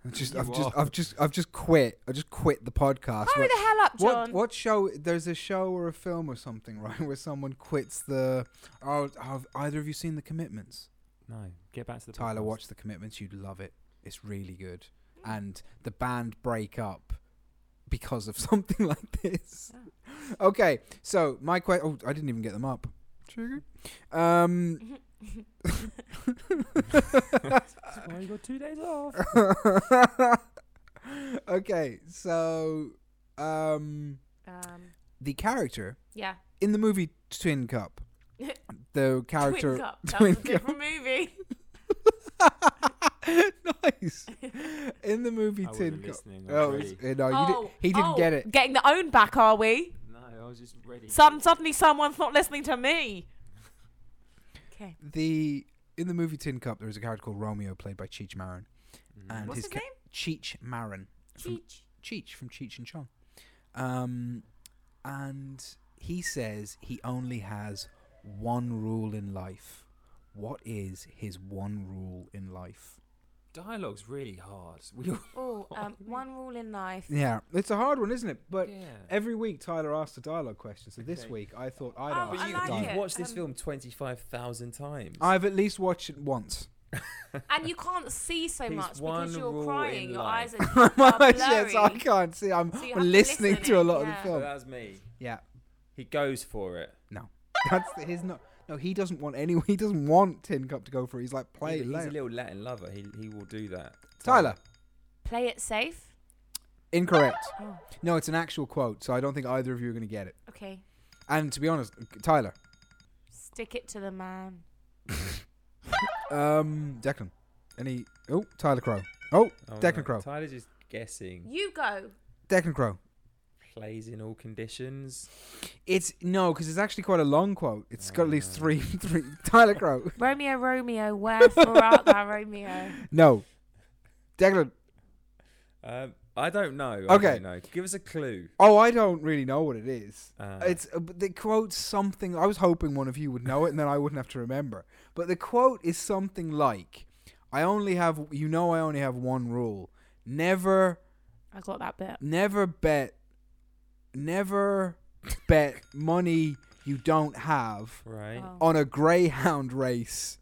[SPEAKER 2] I've just,
[SPEAKER 3] You
[SPEAKER 2] I've just,
[SPEAKER 3] are.
[SPEAKER 2] I've just, I've just quit. I just quit the podcast.
[SPEAKER 4] Hurry the hell up,
[SPEAKER 2] what,
[SPEAKER 4] John.
[SPEAKER 2] what show? There's a show or a film or something, right, where someone quits the. Oh, have either of you seen The Commitments?
[SPEAKER 3] No, get back to the
[SPEAKER 2] Tyler,
[SPEAKER 3] podcast.
[SPEAKER 2] watch The Commitments. You'd love it. It's really good. And the band break up because of something like this. Okay, so my question. Oh, I didn't even get them up. Trigger. Um.
[SPEAKER 3] That's why you got two days off.
[SPEAKER 2] okay, so um,
[SPEAKER 4] Um,
[SPEAKER 2] the character
[SPEAKER 4] yeah.
[SPEAKER 2] in the movie Twin Cup, the character
[SPEAKER 4] Twin Cup. That
[SPEAKER 2] Twin
[SPEAKER 4] was a different movie.
[SPEAKER 2] nice in the movie
[SPEAKER 3] I
[SPEAKER 2] Twin
[SPEAKER 3] wasn't
[SPEAKER 2] Cup.
[SPEAKER 3] listening. I
[SPEAKER 2] Oh,
[SPEAKER 3] was
[SPEAKER 2] it's-
[SPEAKER 3] ready.
[SPEAKER 2] uh, no, you
[SPEAKER 4] oh,
[SPEAKER 2] did, he didn't
[SPEAKER 4] oh,
[SPEAKER 2] get it.
[SPEAKER 4] Getting the own back, are we?
[SPEAKER 3] No, I was just ready.
[SPEAKER 4] Some suddenly someone's not listening to me. Okay.
[SPEAKER 2] The in the movie Tin Cup, there was a character called Romeo, played by Cheech Marin,
[SPEAKER 3] Mm.
[SPEAKER 2] and
[SPEAKER 4] What's his
[SPEAKER 2] ca-
[SPEAKER 4] name?
[SPEAKER 2] Cheech Marin, from
[SPEAKER 4] Cheech.
[SPEAKER 2] Cheech from Cheech and Chong. Um, and he says he only has one rule in life. What is his one rule in life?
[SPEAKER 3] Dialogue's really hard. We all,
[SPEAKER 4] Oh, um, one rule in life.
[SPEAKER 2] Yeah, it's a hard one, isn't it? But
[SPEAKER 3] Yeah.
[SPEAKER 2] every week Tyler asks a dialogue question. So this
[SPEAKER 3] Okay.
[SPEAKER 2] week I thought I'd
[SPEAKER 4] Oh,
[SPEAKER 2] ask
[SPEAKER 4] I
[SPEAKER 2] a
[SPEAKER 4] like
[SPEAKER 2] dialogue.
[SPEAKER 4] it.
[SPEAKER 3] watched this
[SPEAKER 4] Um,
[SPEAKER 3] film 25,000 times.
[SPEAKER 2] I've at least watched it once.
[SPEAKER 4] And you can't see so
[SPEAKER 3] He's
[SPEAKER 4] much because
[SPEAKER 3] one
[SPEAKER 4] you're
[SPEAKER 3] rule
[SPEAKER 4] crying.
[SPEAKER 3] in
[SPEAKER 4] Your
[SPEAKER 3] life.
[SPEAKER 4] eyes are, are
[SPEAKER 2] Yes, I
[SPEAKER 4] blurry.
[SPEAKER 2] can't see. I'm
[SPEAKER 4] So you have to
[SPEAKER 2] listening
[SPEAKER 4] listen
[SPEAKER 2] to a
[SPEAKER 4] in,
[SPEAKER 2] lot of
[SPEAKER 4] yeah.
[SPEAKER 2] the
[SPEAKER 3] So
[SPEAKER 2] film.
[SPEAKER 3] that's me.
[SPEAKER 2] Yeah,
[SPEAKER 3] He goes for it.
[SPEAKER 2] no, that's the- his. No, no, he doesn't want any. He doesn't want Tin Cup to go for. it. He's like play
[SPEAKER 3] He- he's
[SPEAKER 2] low.
[SPEAKER 3] a little Latin lover. He, he will do that.
[SPEAKER 2] Tyler,
[SPEAKER 4] Play it safe.
[SPEAKER 2] incorrect.
[SPEAKER 4] Oh,
[SPEAKER 2] No, it's an actual quote, so I don't think either of you are going to get it.
[SPEAKER 4] okay.
[SPEAKER 2] And to be honest, Tyler,
[SPEAKER 4] Stick it to the man.
[SPEAKER 2] um, Declan, any? Oh, Tyler Crow. Oh,
[SPEAKER 3] Oh,
[SPEAKER 2] Declan
[SPEAKER 3] no.
[SPEAKER 2] Crow.
[SPEAKER 3] Tyler's just guessing.
[SPEAKER 4] You go.
[SPEAKER 2] Declan Crow.
[SPEAKER 3] plays in all conditions.
[SPEAKER 2] It's no, because it's actually quite a long quote. It's got at least
[SPEAKER 3] Ah.
[SPEAKER 2] three, three. Tyler Crow.
[SPEAKER 4] Romeo, Romeo, wherefore art thou, Romeo?
[SPEAKER 2] No, Declan.
[SPEAKER 3] Um, I don't know. I
[SPEAKER 2] Okay.
[SPEAKER 3] don't know. Give us a clue.
[SPEAKER 2] Oh, I don't really know what it is.
[SPEAKER 3] Uh,
[SPEAKER 2] It's uh, but the quote's something. I was hoping one of you would know it, and then I wouldn't have to remember. But the quote is something like, "I only have, you know, I only have one rule: never,
[SPEAKER 4] I got that bit.
[SPEAKER 2] never bet, never bet money you don't have
[SPEAKER 3] right.
[SPEAKER 4] Oh.
[SPEAKER 2] on a greyhound race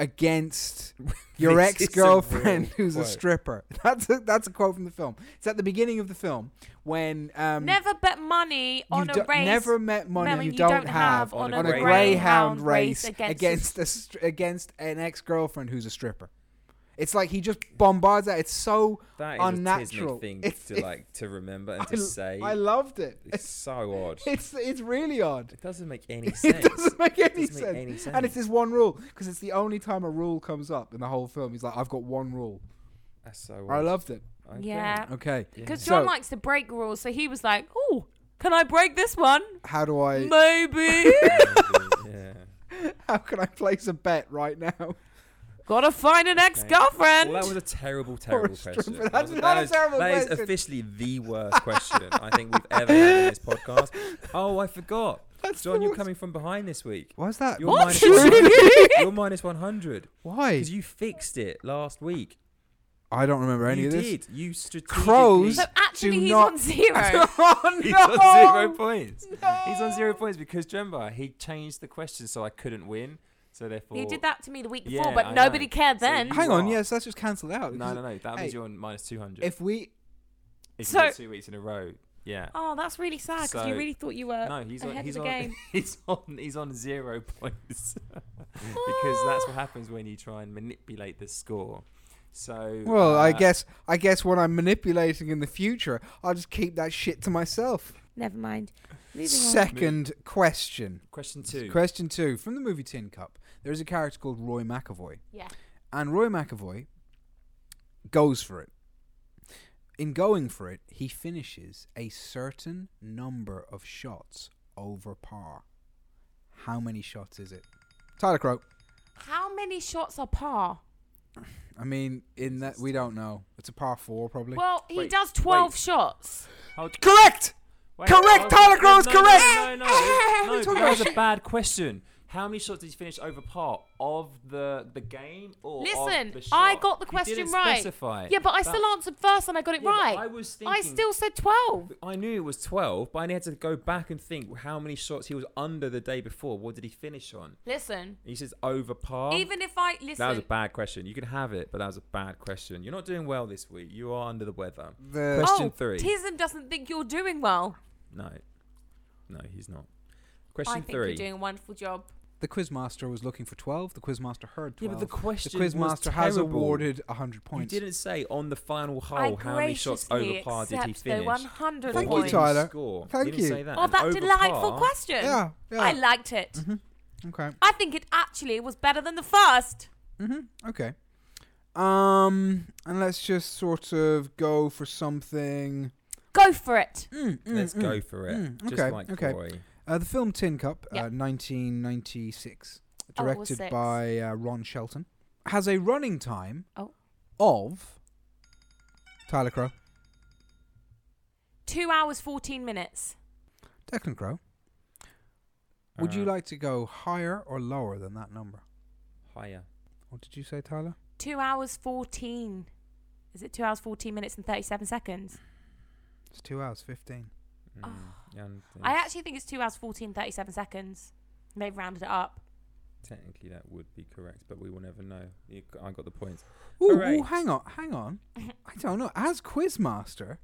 [SPEAKER 2] against your
[SPEAKER 3] This is a
[SPEAKER 2] ex girlfriend
[SPEAKER 3] real
[SPEAKER 2] who's a
[SPEAKER 3] quote.
[SPEAKER 2] stripper." That's a, that's a quote from the film. It's at the beginning of the film when um,
[SPEAKER 4] never bet money
[SPEAKER 2] you
[SPEAKER 4] on a
[SPEAKER 2] do-
[SPEAKER 4] race.
[SPEAKER 2] never met money
[SPEAKER 4] money
[SPEAKER 2] you, don't, have,
[SPEAKER 3] on
[SPEAKER 2] on
[SPEAKER 3] a
[SPEAKER 2] a greyhound
[SPEAKER 3] greyhound
[SPEAKER 2] race
[SPEAKER 4] against-
[SPEAKER 2] against a str- against an ex girlfriend who's a stripper. It's like he just bombards that. It's so
[SPEAKER 3] That is a
[SPEAKER 2] unnatural.
[SPEAKER 3] tismic thing
[SPEAKER 2] It's-
[SPEAKER 3] to
[SPEAKER 2] it's-
[SPEAKER 3] like to remember and
[SPEAKER 2] I,
[SPEAKER 3] to
[SPEAKER 2] l-
[SPEAKER 3] say.
[SPEAKER 2] I loved it.
[SPEAKER 3] it's
[SPEAKER 2] It's
[SPEAKER 3] so odd.
[SPEAKER 2] it's, it's really odd.
[SPEAKER 3] It doesn't make any sense.
[SPEAKER 2] It doesn't make any
[SPEAKER 3] doesn't make
[SPEAKER 2] sense.
[SPEAKER 3] any
[SPEAKER 2] And it's
[SPEAKER 3] sense.
[SPEAKER 2] this one rule because it's the only time a rule comes up in the whole film. He's like, I've got one rule.
[SPEAKER 3] That's so
[SPEAKER 2] I
[SPEAKER 3] odd.
[SPEAKER 2] loved it.
[SPEAKER 3] Okay.
[SPEAKER 4] Yeah.
[SPEAKER 2] Okay,
[SPEAKER 4] Because
[SPEAKER 2] So-
[SPEAKER 4] John likes to break rules, so he was like, "Oh, can I break this one?
[SPEAKER 2] how do I?
[SPEAKER 4] Maybe."
[SPEAKER 3] yeah.
[SPEAKER 2] How can I place a bet right now?
[SPEAKER 4] Gotta find an ex-girlfriend.
[SPEAKER 3] Well, that was a terrible, terrible
[SPEAKER 2] stripper.
[SPEAKER 3] question.
[SPEAKER 2] That's
[SPEAKER 3] That was-
[SPEAKER 2] not
[SPEAKER 3] that
[SPEAKER 2] a
[SPEAKER 3] is-
[SPEAKER 2] terrible
[SPEAKER 3] That is
[SPEAKER 2] question.
[SPEAKER 3] officially the worst question I think we've ever had in this podcast. Oh, I forgot.
[SPEAKER 2] That's the
[SPEAKER 3] John, you're
[SPEAKER 2] worst-
[SPEAKER 3] coming from behind this week.
[SPEAKER 2] Why's that?
[SPEAKER 3] You're Uh, minus 100. You're minus 100
[SPEAKER 2] Why?
[SPEAKER 3] because you fixed it last week.
[SPEAKER 2] I don't remember any
[SPEAKER 3] you
[SPEAKER 2] of this.
[SPEAKER 3] did. You strategically
[SPEAKER 2] Crows.
[SPEAKER 4] so actually,
[SPEAKER 2] Do
[SPEAKER 4] he's
[SPEAKER 2] not-
[SPEAKER 4] on zero.
[SPEAKER 2] oh,
[SPEAKER 3] He's on zero points. He's on zero points because remember he changed the question so I couldn't win. So therefore
[SPEAKER 4] he did that to me the week
[SPEAKER 3] Yeah,
[SPEAKER 4] before, but
[SPEAKER 3] I know.
[SPEAKER 4] nobody cared
[SPEAKER 3] So
[SPEAKER 4] then.
[SPEAKER 3] you-
[SPEAKER 2] Hang on,
[SPEAKER 3] are.
[SPEAKER 2] yes, that's just cancelled out.
[SPEAKER 3] No, no, no. That
[SPEAKER 2] Hey,
[SPEAKER 3] means you're on minus two hundred. If,
[SPEAKER 2] If we,
[SPEAKER 3] if
[SPEAKER 4] So-
[SPEAKER 3] you do two weeks in a row, yeah.
[SPEAKER 4] Oh, that's really sad because you
[SPEAKER 3] So-
[SPEAKER 4] really thought you were
[SPEAKER 3] no, he's
[SPEAKER 4] Uh, ahead
[SPEAKER 3] on.
[SPEAKER 4] of
[SPEAKER 3] He's
[SPEAKER 4] the
[SPEAKER 3] on.
[SPEAKER 4] game.
[SPEAKER 3] He's on. He's on zero points because that's what happens when you try and manipulate the score. So
[SPEAKER 2] well, I
[SPEAKER 3] uh,
[SPEAKER 2] guess, I guess when I'm manipulating in the future, I'll just keep that shit to myself.
[SPEAKER 4] Never mind. Moving on.
[SPEAKER 2] Second question.
[SPEAKER 3] question two.
[SPEAKER 2] Question two from the movie Tin Cup. There is a character called Roy McAvoy,
[SPEAKER 4] Yeah.
[SPEAKER 2] and Roy McAvoy goes for it. In going for it, he finishes a certain number of shots over par. How many shots is it? Tyler Crowe.
[SPEAKER 4] How many shots are par?
[SPEAKER 2] I mean, in that we don't know. It's a par four, probably.
[SPEAKER 4] Well, he
[SPEAKER 3] Wait,
[SPEAKER 4] does 12
[SPEAKER 3] wait.
[SPEAKER 4] shows.
[SPEAKER 3] Hold-
[SPEAKER 2] Correct.
[SPEAKER 3] Wait,
[SPEAKER 2] Correct,
[SPEAKER 3] hold-
[SPEAKER 2] Tyler
[SPEAKER 3] no,
[SPEAKER 2] Grove's
[SPEAKER 3] no,
[SPEAKER 2] correct.
[SPEAKER 3] No, no, no, no,
[SPEAKER 2] What are you talking
[SPEAKER 3] that was
[SPEAKER 2] about?
[SPEAKER 3] a bad question. How many shots did he finish over par of the the game or of
[SPEAKER 4] Listen,
[SPEAKER 3] the
[SPEAKER 4] I
[SPEAKER 3] shot?
[SPEAKER 4] got the
[SPEAKER 3] He
[SPEAKER 4] question
[SPEAKER 3] didn't
[SPEAKER 4] right.
[SPEAKER 3] Specify.
[SPEAKER 4] Yeah, but I
[SPEAKER 3] That-
[SPEAKER 4] still answered first and I got it
[SPEAKER 3] Yeah, but
[SPEAKER 4] right.
[SPEAKER 3] I was
[SPEAKER 4] I
[SPEAKER 3] thinking.
[SPEAKER 4] still said 12.
[SPEAKER 3] I knew it was twelve, but I had to go back and think how many shots he was under the day before. What did he finish on?
[SPEAKER 4] Listen,
[SPEAKER 3] He says over par.
[SPEAKER 4] even if I listen,
[SPEAKER 3] Um, that was a bad question. You can have it, but that was a bad question. You're not doing well this week. You are under the weather.
[SPEAKER 2] The
[SPEAKER 3] Question
[SPEAKER 4] oh,
[SPEAKER 3] three.
[SPEAKER 4] Tism doesn't think you're doing well.
[SPEAKER 3] No, no, he's not. Question
[SPEAKER 4] I think
[SPEAKER 3] three.
[SPEAKER 4] you're doing a wonderful job.
[SPEAKER 2] Oh! the quizmaster was looking for twelve. The quizmaster heard
[SPEAKER 3] Yeah,
[SPEAKER 2] twelve.
[SPEAKER 3] but the question
[SPEAKER 2] the quizmaster
[SPEAKER 3] was
[SPEAKER 2] has
[SPEAKER 3] terrible.
[SPEAKER 2] awarded hundred
[SPEAKER 3] You
[SPEAKER 2] points.
[SPEAKER 3] didn't say on the final
[SPEAKER 4] I
[SPEAKER 3] hole Oh, how many shots
[SPEAKER 4] graciously
[SPEAKER 3] over par did he
[SPEAKER 4] accept the
[SPEAKER 3] finish.
[SPEAKER 4] 100
[SPEAKER 3] Or
[SPEAKER 2] Thank you,
[SPEAKER 3] what did he
[SPEAKER 2] Tyler.
[SPEAKER 3] score?
[SPEAKER 2] Thank
[SPEAKER 3] didn't
[SPEAKER 2] you.
[SPEAKER 3] Say that.
[SPEAKER 4] Oh,
[SPEAKER 3] And
[SPEAKER 4] that
[SPEAKER 3] over
[SPEAKER 4] delightful
[SPEAKER 3] par-
[SPEAKER 4] question.
[SPEAKER 2] Yeah, yeah.
[SPEAKER 4] I liked it.
[SPEAKER 2] okay.
[SPEAKER 4] I think it actually was better than the first.
[SPEAKER 2] Mm-hmm. Okay. Um, and let's just sort of go for something.
[SPEAKER 4] Go for it.
[SPEAKER 2] Mm, mm,
[SPEAKER 3] Let's
[SPEAKER 2] mm.
[SPEAKER 3] go for it.
[SPEAKER 2] Mm,
[SPEAKER 3] Just
[SPEAKER 2] okay,
[SPEAKER 3] like
[SPEAKER 2] okay.
[SPEAKER 3] Roy.
[SPEAKER 2] Uh, the film Tin Cup,
[SPEAKER 4] Yeah.
[SPEAKER 2] uh, 1996,
[SPEAKER 4] Oh, it was
[SPEAKER 2] directed
[SPEAKER 4] six.
[SPEAKER 2] by uh, Ron Shelton, has a running time
[SPEAKER 4] Oh.
[SPEAKER 2] of Tyler Crow,
[SPEAKER 4] Two hours, 14 minutes.
[SPEAKER 2] Declan Crow. Would you
[SPEAKER 3] Uh,
[SPEAKER 2] like to go higher or lower than that number?
[SPEAKER 3] higher?
[SPEAKER 2] What did you say, Tyler?
[SPEAKER 4] Two hours, 14. Is it two hours, 14 minutes and 37 seconds?
[SPEAKER 2] It's two hours fifteen.
[SPEAKER 4] Oh.
[SPEAKER 3] Mm, yeah, and, uh,
[SPEAKER 4] I actually think it's two hours, 14, 37 seconds. They've rounded it up.
[SPEAKER 3] technically that would be correct, but we will never know. You, g- I got the points.
[SPEAKER 2] Ooh,
[SPEAKER 3] Hooray.
[SPEAKER 2] ooh, hang on, hang on. I don't know. As quizmaster,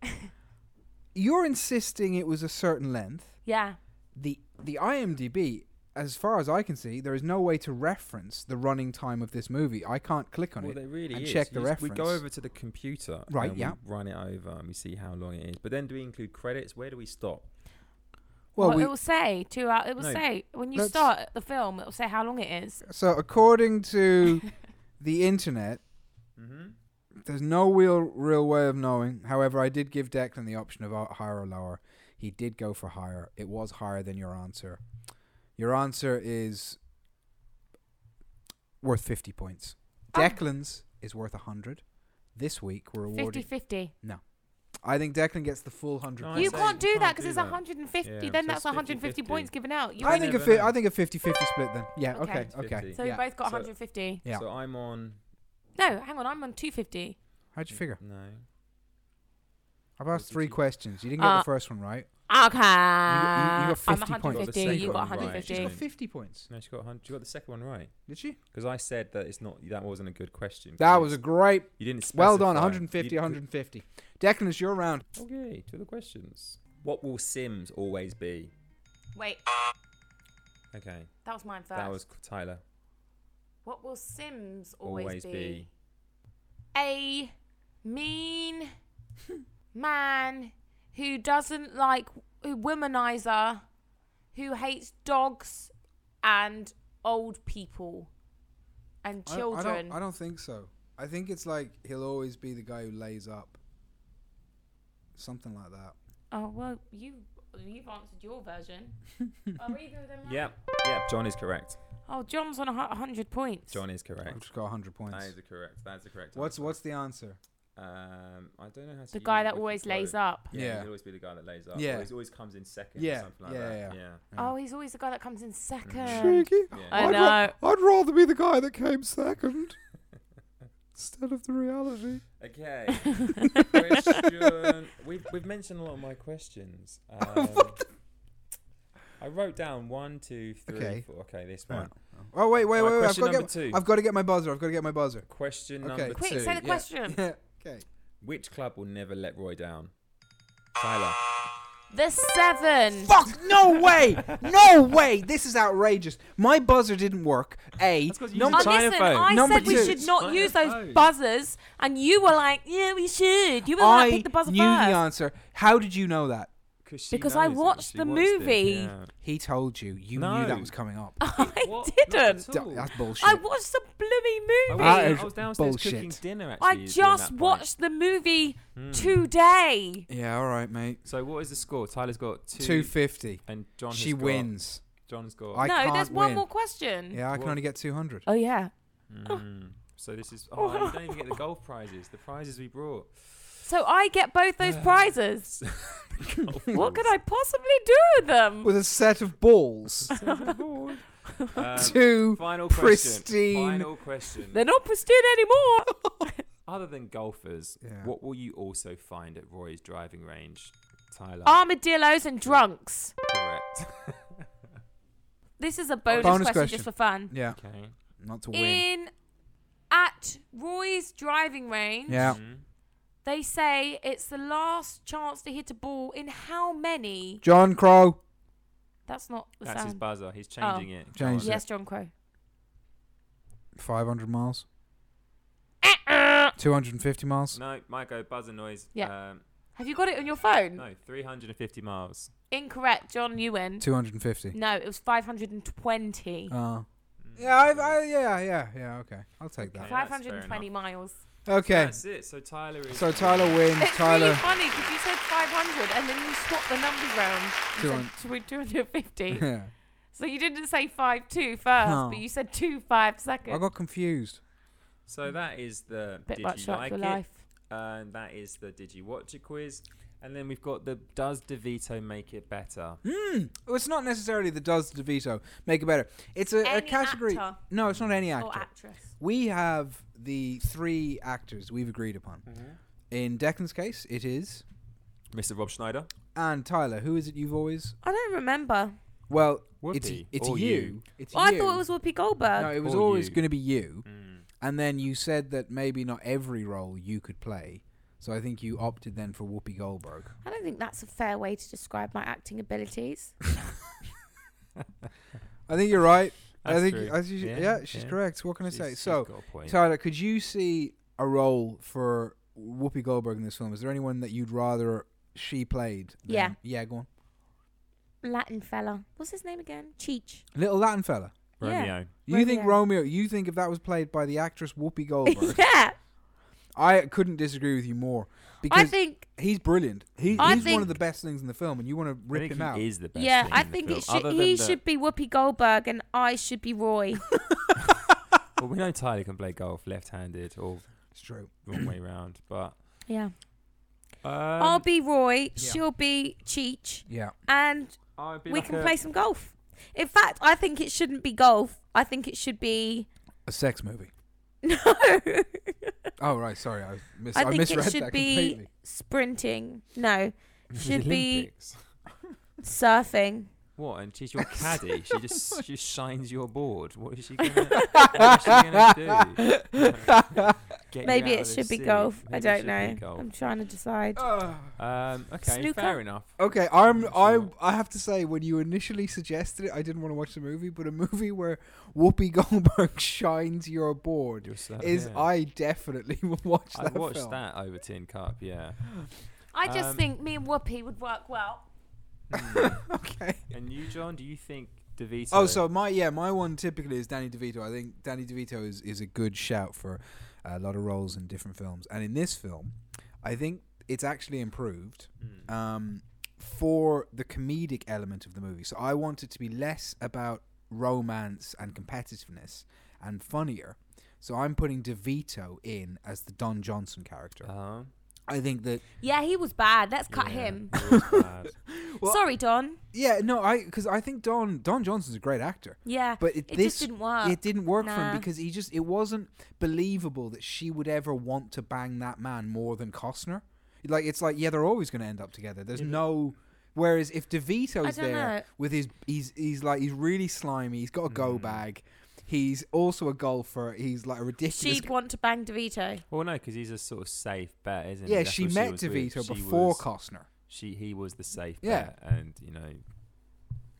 [SPEAKER 2] you're insisting it was a certain length.
[SPEAKER 4] Yeah.
[SPEAKER 2] the the IMDb, as far as I can see, there is no way to reference the running time of this movie. I can't click on
[SPEAKER 3] Well,
[SPEAKER 2] it.
[SPEAKER 3] there really
[SPEAKER 2] and
[SPEAKER 3] is.
[SPEAKER 2] check
[SPEAKER 3] You
[SPEAKER 2] the
[SPEAKER 3] just- We go
[SPEAKER 2] reference.
[SPEAKER 3] over to the computer,
[SPEAKER 2] Right,
[SPEAKER 3] and we
[SPEAKER 2] yeah.
[SPEAKER 3] run it over, and we see how long it is. But then, do we include credits? Where do we stop?
[SPEAKER 2] Well,
[SPEAKER 4] Well,
[SPEAKER 2] we,
[SPEAKER 4] it will say two hours. It will
[SPEAKER 3] No,
[SPEAKER 4] say when you
[SPEAKER 2] that's-
[SPEAKER 4] start the film, it will say how long it is.
[SPEAKER 2] so according to the internet,
[SPEAKER 3] Mm-hmm.
[SPEAKER 2] There's no real, real way of knowing. However, I did give Declan the option of uh, higher or lower. He did go for higher. It was higher than your answer. Your answer is worth 50 points.
[SPEAKER 4] Oh.
[SPEAKER 2] Declan's is worth 100. This week, we're awarding.
[SPEAKER 4] 50 50.
[SPEAKER 2] I think Declan gets the full 100
[SPEAKER 3] Nice.
[SPEAKER 4] You
[SPEAKER 2] points.
[SPEAKER 3] say
[SPEAKER 4] can't
[SPEAKER 3] you
[SPEAKER 4] do that
[SPEAKER 3] can't
[SPEAKER 4] because
[SPEAKER 3] do
[SPEAKER 4] it's
[SPEAKER 3] that.
[SPEAKER 4] 150.
[SPEAKER 3] Yeah,
[SPEAKER 4] then
[SPEAKER 3] so
[SPEAKER 4] that's
[SPEAKER 3] it's
[SPEAKER 4] 150
[SPEAKER 3] 50-50.
[SPEAKER 4] points given out. You
[SPEAKER 2] I
[SPEAKER 3] You
[SPEAKER 2] think, a
[SPEAKER 3] never
[SPEAKER 2] fi-
[SPEAKER 3] know.
[SPEAKER 2] I think a 50 50 split then. Yeah, okay,
[SPEAKER 4] Okay.
[SPEAKER 2] okay.
[SPEAKER 3] 50.
[SPEAKER 4] so
[SPEAKER 2] yeah.
[SPEAKER 4] we both got
[SPEAKER 3] So-
[SPEAKER 4] 150.
[SPEAKER 2] Yeah.
[SPEAKER 3] So I'm on.
[SPEAKER 4] No, hang on, I'm on 250.
[SPEAKER 2] How'd you figure?
[SPEAKER 3] No.
[SPEAKER 2] I've asked three questions. You didn't get
[SPEAKER 4] Uh,
[SPEAKER 2] the first one right.
[SPEAKER 4] Okay. You
[SPEAKER 2] got- you got 50
[SPEAKER 4] I'm
[SPEAKER 2] points.
[SPEAKER 4] 150.
[SPEAKER 3] Got the
[SPEAKER 4] You
[SPEAKER 3] second one
[SPEAKER 4] got
[SPEAKER 3] right.
[SPEAKER 4] 150.
[SPEAKER 2] She's got
[SPEAKER 3] Fifteen.
[SPEAKER 2] 50 points.
[SPEAKER 3] No, she got 100. She got the second one right.
[SPEAKER 2] Did she?
[SPEAKER 3] Because I said that it's not. That wasn't a good question. 'cause
[SPEAKER 2] That
[SPEAKER 3] you
[SPEAKER 2] was a
[SPEAKER 3] didn't-
[SPEAKER 2] great.
[SPEAKER 3] You didn't. Specify.
[SPEAKER 2] Well done. 150,
[SPEAKER 3] You-
[SPEAKER 2] 150. Declan, it's your round.
[SPEAKER 3] Okay. To the questions. What will Sims always be?
[SPEAKER 4] Wait,
[SPEAKER 3] Okay.
[SPEAKER 4] that was mine first.
[SPEAKER 3] That was Tyler.
[SPEAKER 4] What will Sims always,
[SPEAKER 3] Always
[SPEAKER 4] be?
[SPEAKER 3] be.
[SPEAKER 4] A mean man who doesn't like who womanizer, who hates dogs and old people and
[SPEAKER 2] I don't-
[SPEAKER 4] children.
[SPEAKER 2] I don't, I don't think so. I think it's like he'll always be the guy who lays up. Something like that.
[SPEAKER 4] oh well, you you've answered your version. Are either of them right?
[SPEAKER 3] Yep. Yep. John is correct.
[SPEAKER 4] Oh, John's on a hu- hundred points.
[SPEAKER 3] John is
[SPEAKER 2] I've
[SPEAKER 3] correct.
[SPEAKER 2] just got 100 points.
[SPEAKER 3] That is the correct. That's the correct.
[SPEAKER 2] What's
[SPEAKER 3] answer.
[SPEAKER 2] what's the answer?
[SPEAKER 3] Um, I don't know how to.
[SPEAKER 4] the
[SPEAKER 3] use
[SPEAKER 4] guy that
[SPEAKER 3] Wiki
[SPEAKER 4] always
[SPEAKER 3] Pro.
[SPEAKER 4] lays up.
[SPEAKER 3] Yeah,
[SPEAKER 2] Yeah.
[SPEAKER 3] he'll always be the guy that lays up.
[SPEAKER 2] Yeah.
[SPEAKER 3] Yeah, he always comes in second.
[SPEAKER 2] Yeah,
[SPEAKER 3] or something like
[SPEAKER 2] yeah,
[SPEAKER 3] that.
[SPEAKER 2] yeah.
[SPEAKER 3] Yeah,
[SPEAKER 4] Oh, he's always the guy that comes in second.
[SPEAKER 2] Cheeky.
[SPEAKER 3] Yeah.
[SPEAKER 4] I
[SPEAKER 2] I'd ra-
[SPEAKER 4] know.
[SPEAKER 2] I'd rather be the guy that came second instead of the reality.
[SPEAKER 3] Okay. Question. We've we've mentioned a lot of my questions. Um, I wrote down one, two, three,
[SPEAKER 2] Okay.
[SPEAKER 3] four. Okay, this
[SPEAKER 2] Right.
[SPEAKER 3] one.
[SPEAKER 2] Oh wait, wait, wait,
[SPEAKER 3] Right,
[SPEAKER 2] wait! I've
[SPEAKER 3] question
[SPEAKER 2] got, to
[SPEAKER 3] number
[SPEAKER 2] get,
[SPEAKER 3] two.
[SPEAKER 2] I've got to get my buzzer. I've got to get my buzzer.
[SPEAKER 3] Question
[SPEAKER 2] Okay.
[SPEAKER 3] number
[SPEAKER 4] Quick,
[SPEAKER 3] two.
[SPEAKER 4] say the
[SPEAKER 2] yeah.
[SPEAKER 4] question.
[SPEAKER 2] Yeah. Okay.
[SPEAKER 3] Which club will never let Roy down? Tyler.
[SPEAKER 4] The seven.
[SPEAKER 2] Fuck! No way! No way! This is outrageous. My buzzer didn't work. A.
[SPEAKER 3] That's 'cause you
[SPEAKER 2] Number
[SPEAKER 3] used
[SPEAKER 4] Oh,
[SPEAKER 3] a
[SPEAKER 2] two.
[SPEAKER 3] China
[SPEAKER 4] listen,
[SPEAKER 3] phone.
[SPEAKER 4] I
[SPEAKER 2] Number
[SPEAKER 4] said we
[SPEAKER 2] two.
[SPEAKER 4] should not
[SPEAKER 3] China
[SPEAKER 4] use those
[SPEAKER 3] phone.
[SPEAKER 4] buzzers, and you were like, "Yeah, we should." You were like,
[SPEAKER 2] I
[SPEAKER 4] "Pick the buzzer
[SPEAKER 2] knew
[SPEAKER 4] first.
[SPEAKER 2] the answer. How did you know that?
[SPEAKER 3] she
[SPEAKER 4] Because I
[SPEAKER 3] knows it.
[SPEAKER 4] watched
[SPEAKER 3] She
[SPEAKER 4] the
[SPEAKER 3] it.
[SPEAKER 4] movie.
[SPEAKER 3] Yeah.
[SPEAKER 2] He told you. You knew
[SPEAKER 3] No.
[SPEAKER 2] that was coming up.
[SPEAKER 4] I
[SPEAKER 3] What? Not at
[SPEAKER 4] didn't.
[SPEAKER 2] D-
[SPEAKER 3] all.
[SPEAKER 2] That's bullshit.
[SPEAKER 4] Oh. I watched the
[SPEAKER 3] I
[SPEAKER 4] blooming movie.
[SPEAKER 2] That
[SPEAKER 3] was,
[SPEAKER 2] is
[SPEAKER 3] I was downstairs cooking
[SPEAKER 2] bullshit.
[SPEAKER 3] dinner actually.
[SPEAKER 4] I
[SPEAKER 3] during that
[SPEAKER 4] just
[SPEAKER 3] point.
[SPEAKER 4] watched the movie
[SPEAKER 3] Hmm.
[SPEAKER 4] today.
[SPEAKER 2] yeah, all right, mate.
[SPEAKER 3] So what is the score? Tyler's got two,
[SPEAKER 2] Two fifty.
[SPEAKER 3] and John. has
[SPEAKER 2] She
[SPEAKER 3] got-
[SPEAKER 2] wins.
[SPEAKER 3] John's got.
[SPEAKER 2] I
[SPEAKER 4] no, there's
[SPEAKER 2] can't
[SPEAKER 4] one
[SPEAKER 2] win.
[SPEAKER 4] more question.
[SPEAKER 2] Mm. Yeah, I can
[SPEAKER 3] Well-
[SPEAKER 2] only get two hundred.
[SPEAKER 4] Oh yeah.
[SPEAKER 3] Mm. So this is. Oh, you don't even get the golf prizes. The prizes we brought.
[SPEAKER 4] So I get both those prizes. what could I possibly do with them?
[SPEAKER 2] With a set of balls.
[SPEAKER 3] Um,
[SPEAKER 2] two.
[SPEAKER 3] final
[SPEAKER 2] pristine-
[SPEAKER 3] question. Final question.
[SPEAKER 4] They're not pristine anymore.
[SPEAKER 3] Other than golfers,
[SPEAKER 2] Yeah.
[SPEAKER 3] what will you also find at Roy's driving range? Tyler.
[SPEAKER 4] Ah. Armadillos and drunks.
[SPEAKER 3] Correct.
[SPEAKER 4] This is a bonus,
[SPEAKER 2] Bonus
[SPEAKER 4] question
[SPEAKER 2] question.
[SPEAKER 4] just for fun.
[SPEAKER 2] Yeah,
[SPEAKER 3] okay.
[SPEAKER 2] not to win.
[SPEAKER 4] in at Roy's driving range,
[SPEAKER 2] Yeah.
[SPEAKER 3] Mhm.
[SPEAKER 4] they say it's the last chance to hit a ball in how many?
[SPEAKER 2] John Crow.
[SPEAKER 4] That's not the
[SPEAKER 3] That's his
[SPEAKER 4] sound.
[SPEAKER 3] buzzer. He's changing
[SPEAKER 4] Oh.
[SPEAKER 3] it. Go
[SPEAKER 2] Change
[SPEAKER 3] on.
[SPEAKER 4] Yes, John Crow.
[SPEAKER 2] Five hundred miles. Two hundred and fifty miles.
[SPEAKER 3] No, might go buzzer noise.
[SPEAKER 4] Yeah.
[SPEAKER 3] Um,
[SPEAKER 4] Have you got it on your phone?
[SPEAKER 3] no, 350 miles.
[SPEAKER 4] Incorrect, John. You win.
[SPEAKER 2] Two hundred and fifty.
[SPEAKER 4] No, it was 520.
[SPEAKER 2] Uh, yeah, I, I, yeah, yeah, yeah. Okay, I'll take that.
[SPEAKER 3] Okay. that's fair
[SPEAKER 4] 520 miles.
[SPEAKER 2] Okay,
[SPEAKER 3] That's it. So Tyler is.
[SPEAKER 2] so Tyler wins.
[SPEAKER 4] It's really
[SPEAKER 2] Tyler,
[SPEAKER 4] funny because you said 500 and then you swapped the numbers round. You
[SPEAKER 2] Two hun-
[SPEAKER 4] said two- 250.
[SPEAKER 2] yeah,
[SPEAKER 4] so you didn't say 52 first,
[SPEAKER 2] No.
[SPEAKER 4] but you said 25
[SPEAKER 2] I
[SPEAKER 4] second.
[SPEAKER 2] got confused.
[SPEAKER 3] So that is the
[SPEAKER 4] Bit
[SPEAKER 3] did
[SPEAKER 4] much
[SPEAKER 3] you
[SPEAKER 4] like
[SPEAKER 3] like
[SPEAKER 4] your
[SPEAKER 3] it?
[SPEAKER 4] life.
[SPEAKER 3] And that is the did you watch it quiz. And then we've got the does DeVito make it better?
[SPEAKER 2] Hmm. Well, it's not necessarily the does DeVito make it better. It's a, a
[SPEAKER 4] Any
[SPEAKER 2] category.
[SPEAKER 4] actor Oh,
[SPEAKER 2] No, it's not any actor.
[SPEAKER 4] or actress.
[SPEAKER 2] we have the three actors we've agreed upon.
[SPEAKER 4] Mm-hmm.
[SPEAKER 2] In Declan's case, it is.
[SPEAKER 3] Mr. Rob Schneider.
[SPEAKER 2] And Tyler, who is it you've always?
[SPEAKER 4] I don't remember.
[SPEAKER 2] Well, it's
[SPEAKER 3] Whoopi,
[SPEAKER 2] it's
[SPEAKER 3] or
[SPEAKER 2] you.
[SPEAKER 3] you.
[SPEAKER 2] It's
[SPEAKER 4] Well,
[SPEAKER 2] you.
[SPEAKER 4] Oh, I thought it was Whoopi Goldberg.
[SPEAKER 2] No, it was
[SPEAKER 3] Or
[SPEAKER 2] always
[SPEAKER 3] you.
[SPEAKER 2] going to be you.
[SPEAKER 3] Mm.
[SPEAKER 2] And then you said that maybe not every role you could play. So I think you opted then for Whoopi Goldberg.
[SPEAKER 4] I don't think that's a fair way to describe my acting abilities.
[SPEAKER 2] I think you're right. I
[SPEAKER 3] That's
[SPEAKER 2] think
[SPEAKER 3] true.
[SPEAKER 2] I think she- yeah,
[SPEAKER 3] Yeah,
[SPEAKER 2] she's
[SPEAKER 3] yeah.
[SPEAKER 2] correct. What can I
[SPEAKER 3] She's-
[SPEAKER 2] say?
[SPEAKER 3] she's
[SPEAKER 2] So,
[SPEAKER 3] got a point.
[SPEAKER 2] Tyler, could you see a role for Whoopi Goldberg in this film? Is there anyone that you'd rather she played? than-
[SPEAKER 4] Yeah.
[SPEAKER 2] Yeah, go on.
[SPEAKER 4] Latin fella. What's his name again? Cheech.
[SPEAKER 2] Little Latin fella.
[SPEAKER 4] Yeah.
[SPEAKER 3] Romeo.
[SPEAKER 2] You think Romeo? You think if that was played by the actress Whoopi Goldberg?
[SPEAKER 4] yeah.
[SPEAKER 2] I couldn't disagree with you more because
[SPEAKER 1] I think
[SPEAKER 2] he's brilliant. He,
[SPEAKER 1] I
[SPEAKER 2] he's one of
[SPEAKER 1] think-
[SPEAKER 2] the best things in the film, and you want to
[SPEAKER 3] I
[SPEAKER 2] rip
[SPEAKER 3] think
[SPEAKER 2] him
[SPEAKER 3] he
[SPEAKER 2] out.
[SPEAKER 3] is the best.
[SPEAKER 1] yeah,
[SPEAKER 3] thing
[SPEAKER 1] I
[SPEAKER 3] in the
[SPEAKER 1] think
[SPEAKER 3] film,
[SPEAKER 1] it should
[SPEAKER 3] other
[SPEAKER 1] he
[SPEAKER 3] than the-
[SPEAKER 1] should be Whoopi Goldberg and I should be Roy.
[SPEAKER 3] Well, we know Tyler can play golf left-handed or
[SPEAKER 2] It's true.
[SPEAKER 3] wrong way round, but
[SPEAKER 1] yeah. I'll
[SPEAKER 3] um,
[SPEAKER 1] be Roy,
[SPEAKER 2] yeah.
[SPEAKER 1] she'll be Cheech,
[SPEAKER 2] Yeah,
[SPEAKER 1] and
[SPEAKER 3] I'd be
[SPEAKER 1] we
[SPEAKER 3] like
[SPEAKER 1] can
[SPEAKER 3] a-
[SPEAKER 1] play some golf. In fact, I think it shouldn't be golf. I think it should be
[SPEAKER 2] a sex movie.
[SPEAKER 1] no
[SPEAKER 2] Oh right, sorry, I mis-
[SPEAKER 1] I
[SPEAKER 2] I,
[SPEAKER 1] think it
[SPEAKER 2] misread
[SPEAKER 1] should
[SPEAKER 2] that
[SPEAKER 1] be-
[SPEAKER 2] completely.
[SPEAKER 1] sprinting. No,
[SPEAKER 3] the
[SPEAKER 1] should be-
[SPEAKER 3] Olympics.
[SPEAKER 1] surfing.
[SPEAKER 3] What? And she's your caddy. she just she shines your board. What is she gonna? what is she gonna do? Get you
[SPEAKER 1] Maybe
[SPEAKER 3] out
[SPEAKER 1] it
[SPEAKER 3] of the
[SPEAKER 1] should be
[SPEAKER 3] sea.
[SPEAKER 1] golf. I
[SPEAKER 3] Maybe it
[SPEAKER 1] don't
[SPEAKER 3] should be
[SPEAKER 1] know.
[SPEAKER 3] golf.
[SPEAKER 1] I'm trying to decide.
[SPEAKER 3] Um, okay, fair
[SPEAKER 1] Snooker?
[SPEAKER 3] enough.
[SPEAKER 2] Okay, I'm
[SPEAKER 3] It's
[SPEAKER 2] I
[SPEAKER 3] not-
[SPEAKER 2] I have to say when you initially suggested it, I didn't want to watch the movie, but a movie where Whoopi Goldberg shines your board
[SPEAKER 3] You're so-
[SPEAKER 2] is
[SPEAKER 3] Uh, yeah.
[SPEAKER 2] I definitely will watch
[SPEAKER 3] I
[SPEAKER 2] that
[SPEAKER 3] watched
[SPEAKER 2] film.
[SPEAKER 3] that over Tin Cup. Yeah,
[SPEAKER 4] I just
[SPEAKER 3] Um,
[SPEAKER 4] think me and Whoopi would work well.
[SPEAKER 2] Okay.
[SPEAKER 3] Hmm. and you, John, do you think DeVito?
[SPEAKER 2] Oh, so my yeah, my one typically is Danny DeVito. I think Danny DeVito is is a good shout for a lot of roles in different films, and in this film, I think it's actually improved.
[SPEAKER 3] Mm.
[SPEAKER 2] um, for the comedic element of the movie. So I want it to be less about romance and competitiveness and funnier. So I'm putting DeVito in as the Don Johnson character.
[SPEAKER 3] Uh-huh.
[SPEAKER 2] I think that
[SPEAKER 1] Yeah, he was bad. Let's cut
[SPEAKER 3] Yeah,
[SPEAKER 1] him.
[SPEAKER 3] it was bad.
[SPEAKER 2] Well-
[SPEAKER 1] Sorry, Don.
[SPEAKER 2] yeah, no, I because I think Don Don Johnson's a great actor,
[SPEAKER 1] Yeah,
[SPEAKER 2] but it,
[SPEAKER 1] it
[SPEAKER 2] this
[SPEAKER 1] just didn't work.
[SPEAKER 2] it didn't work for him
[SPEAKER 1] Nah.
[SPEAKER 2] because he just it wasn't believable that she would ever want to bang that man more than Costner. Like it's like yeah, they're always going to end up together. There's no. Whereas if
[SPEAKER 1] I
[SPEAKER 2] DeVito's
[SPEAKER 1] don't
[SPEAKER 2] there
[SPEAKER 1] know.
[SPEAKER 2] with his he's he's like he's really slimy. He's got a go
[SPEAKER 3] Mm.
[SPEAKER 2] bag. He's also a golfer. He's like a ridiculous.
[SPEAKER 1] She'd want to bang DeVito.
[SPEAKER 3] Well, no, because he's a sort of safe bet, isn't he?
[SPEAKER 2] yeah,
[SPEAKER 3] That's
[SPEAKER 2] she
[SPEAKER 3] what
[SPEAKER 2] met
[SPEAKER 3] was with.
[SPEAKER 2] DeVito
[SPEAKER 3] She
[SPEAKER 2] before
[SPEAKER 3] was-
[SPEAKER 2] Costner,
[SPEAKER 3] She he was the safe
[SPEAKER 2] Yeah.
[SPEAKER 3] bet, and you know,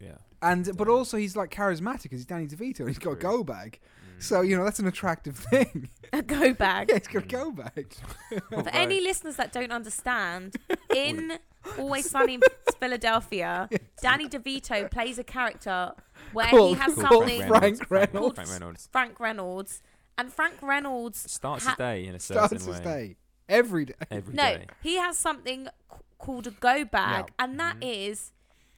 [SPEAKER 3] yeah.
[SPEAKER 2] and but
[SPEAKER 3] Yeah.
[SPEAKER 2] also he's like charismatic because he's Danny DeVito. and He's got a
[SPEAKER 3] True. Mm.
[SPEAKER 2] go bag,
[SPEAKER 3] Hmm.
[SPEAKER 2] so you know that's an attractive thing.
[SPEAKER 1] A go bag.
[SPEAKER 2] yeah, he's
[SPEAKER 3] Mm.
[SPEAKER 2] got a go bag. Oh,
[SPEAKER 1] For any listeners that don't understand, in Always Sunny in Philadelphia, Danny DeVito plays a character where he
[SPEAKER 2] Called-
[SPEAKER 1] has
[SPEAKER 2] called
[SPEAKER 1] something
[SPEAKER 2] Frank Reynolds.
[SPEAKER 3] Frank Reynolds
[SPEAKER 1] Frank Reynolds, and Frank Reynolds
[SPEAKER 3] starts
[SPEAKER 1] Ha-
[SPEAKER 3] his day in a certain
[SPEAKER 2] Starts
[SPEAKER 3] way
[SPEAKER 2] his day every day.
[SPEAKER 3] every
[SPEAKER 1] no,
[SPEAKER 3] day.
[SPEAKER 1] he has something c- called a go bag, and that
[SPEAKER 3] Mm-hmm.
[SPEAKER 1] is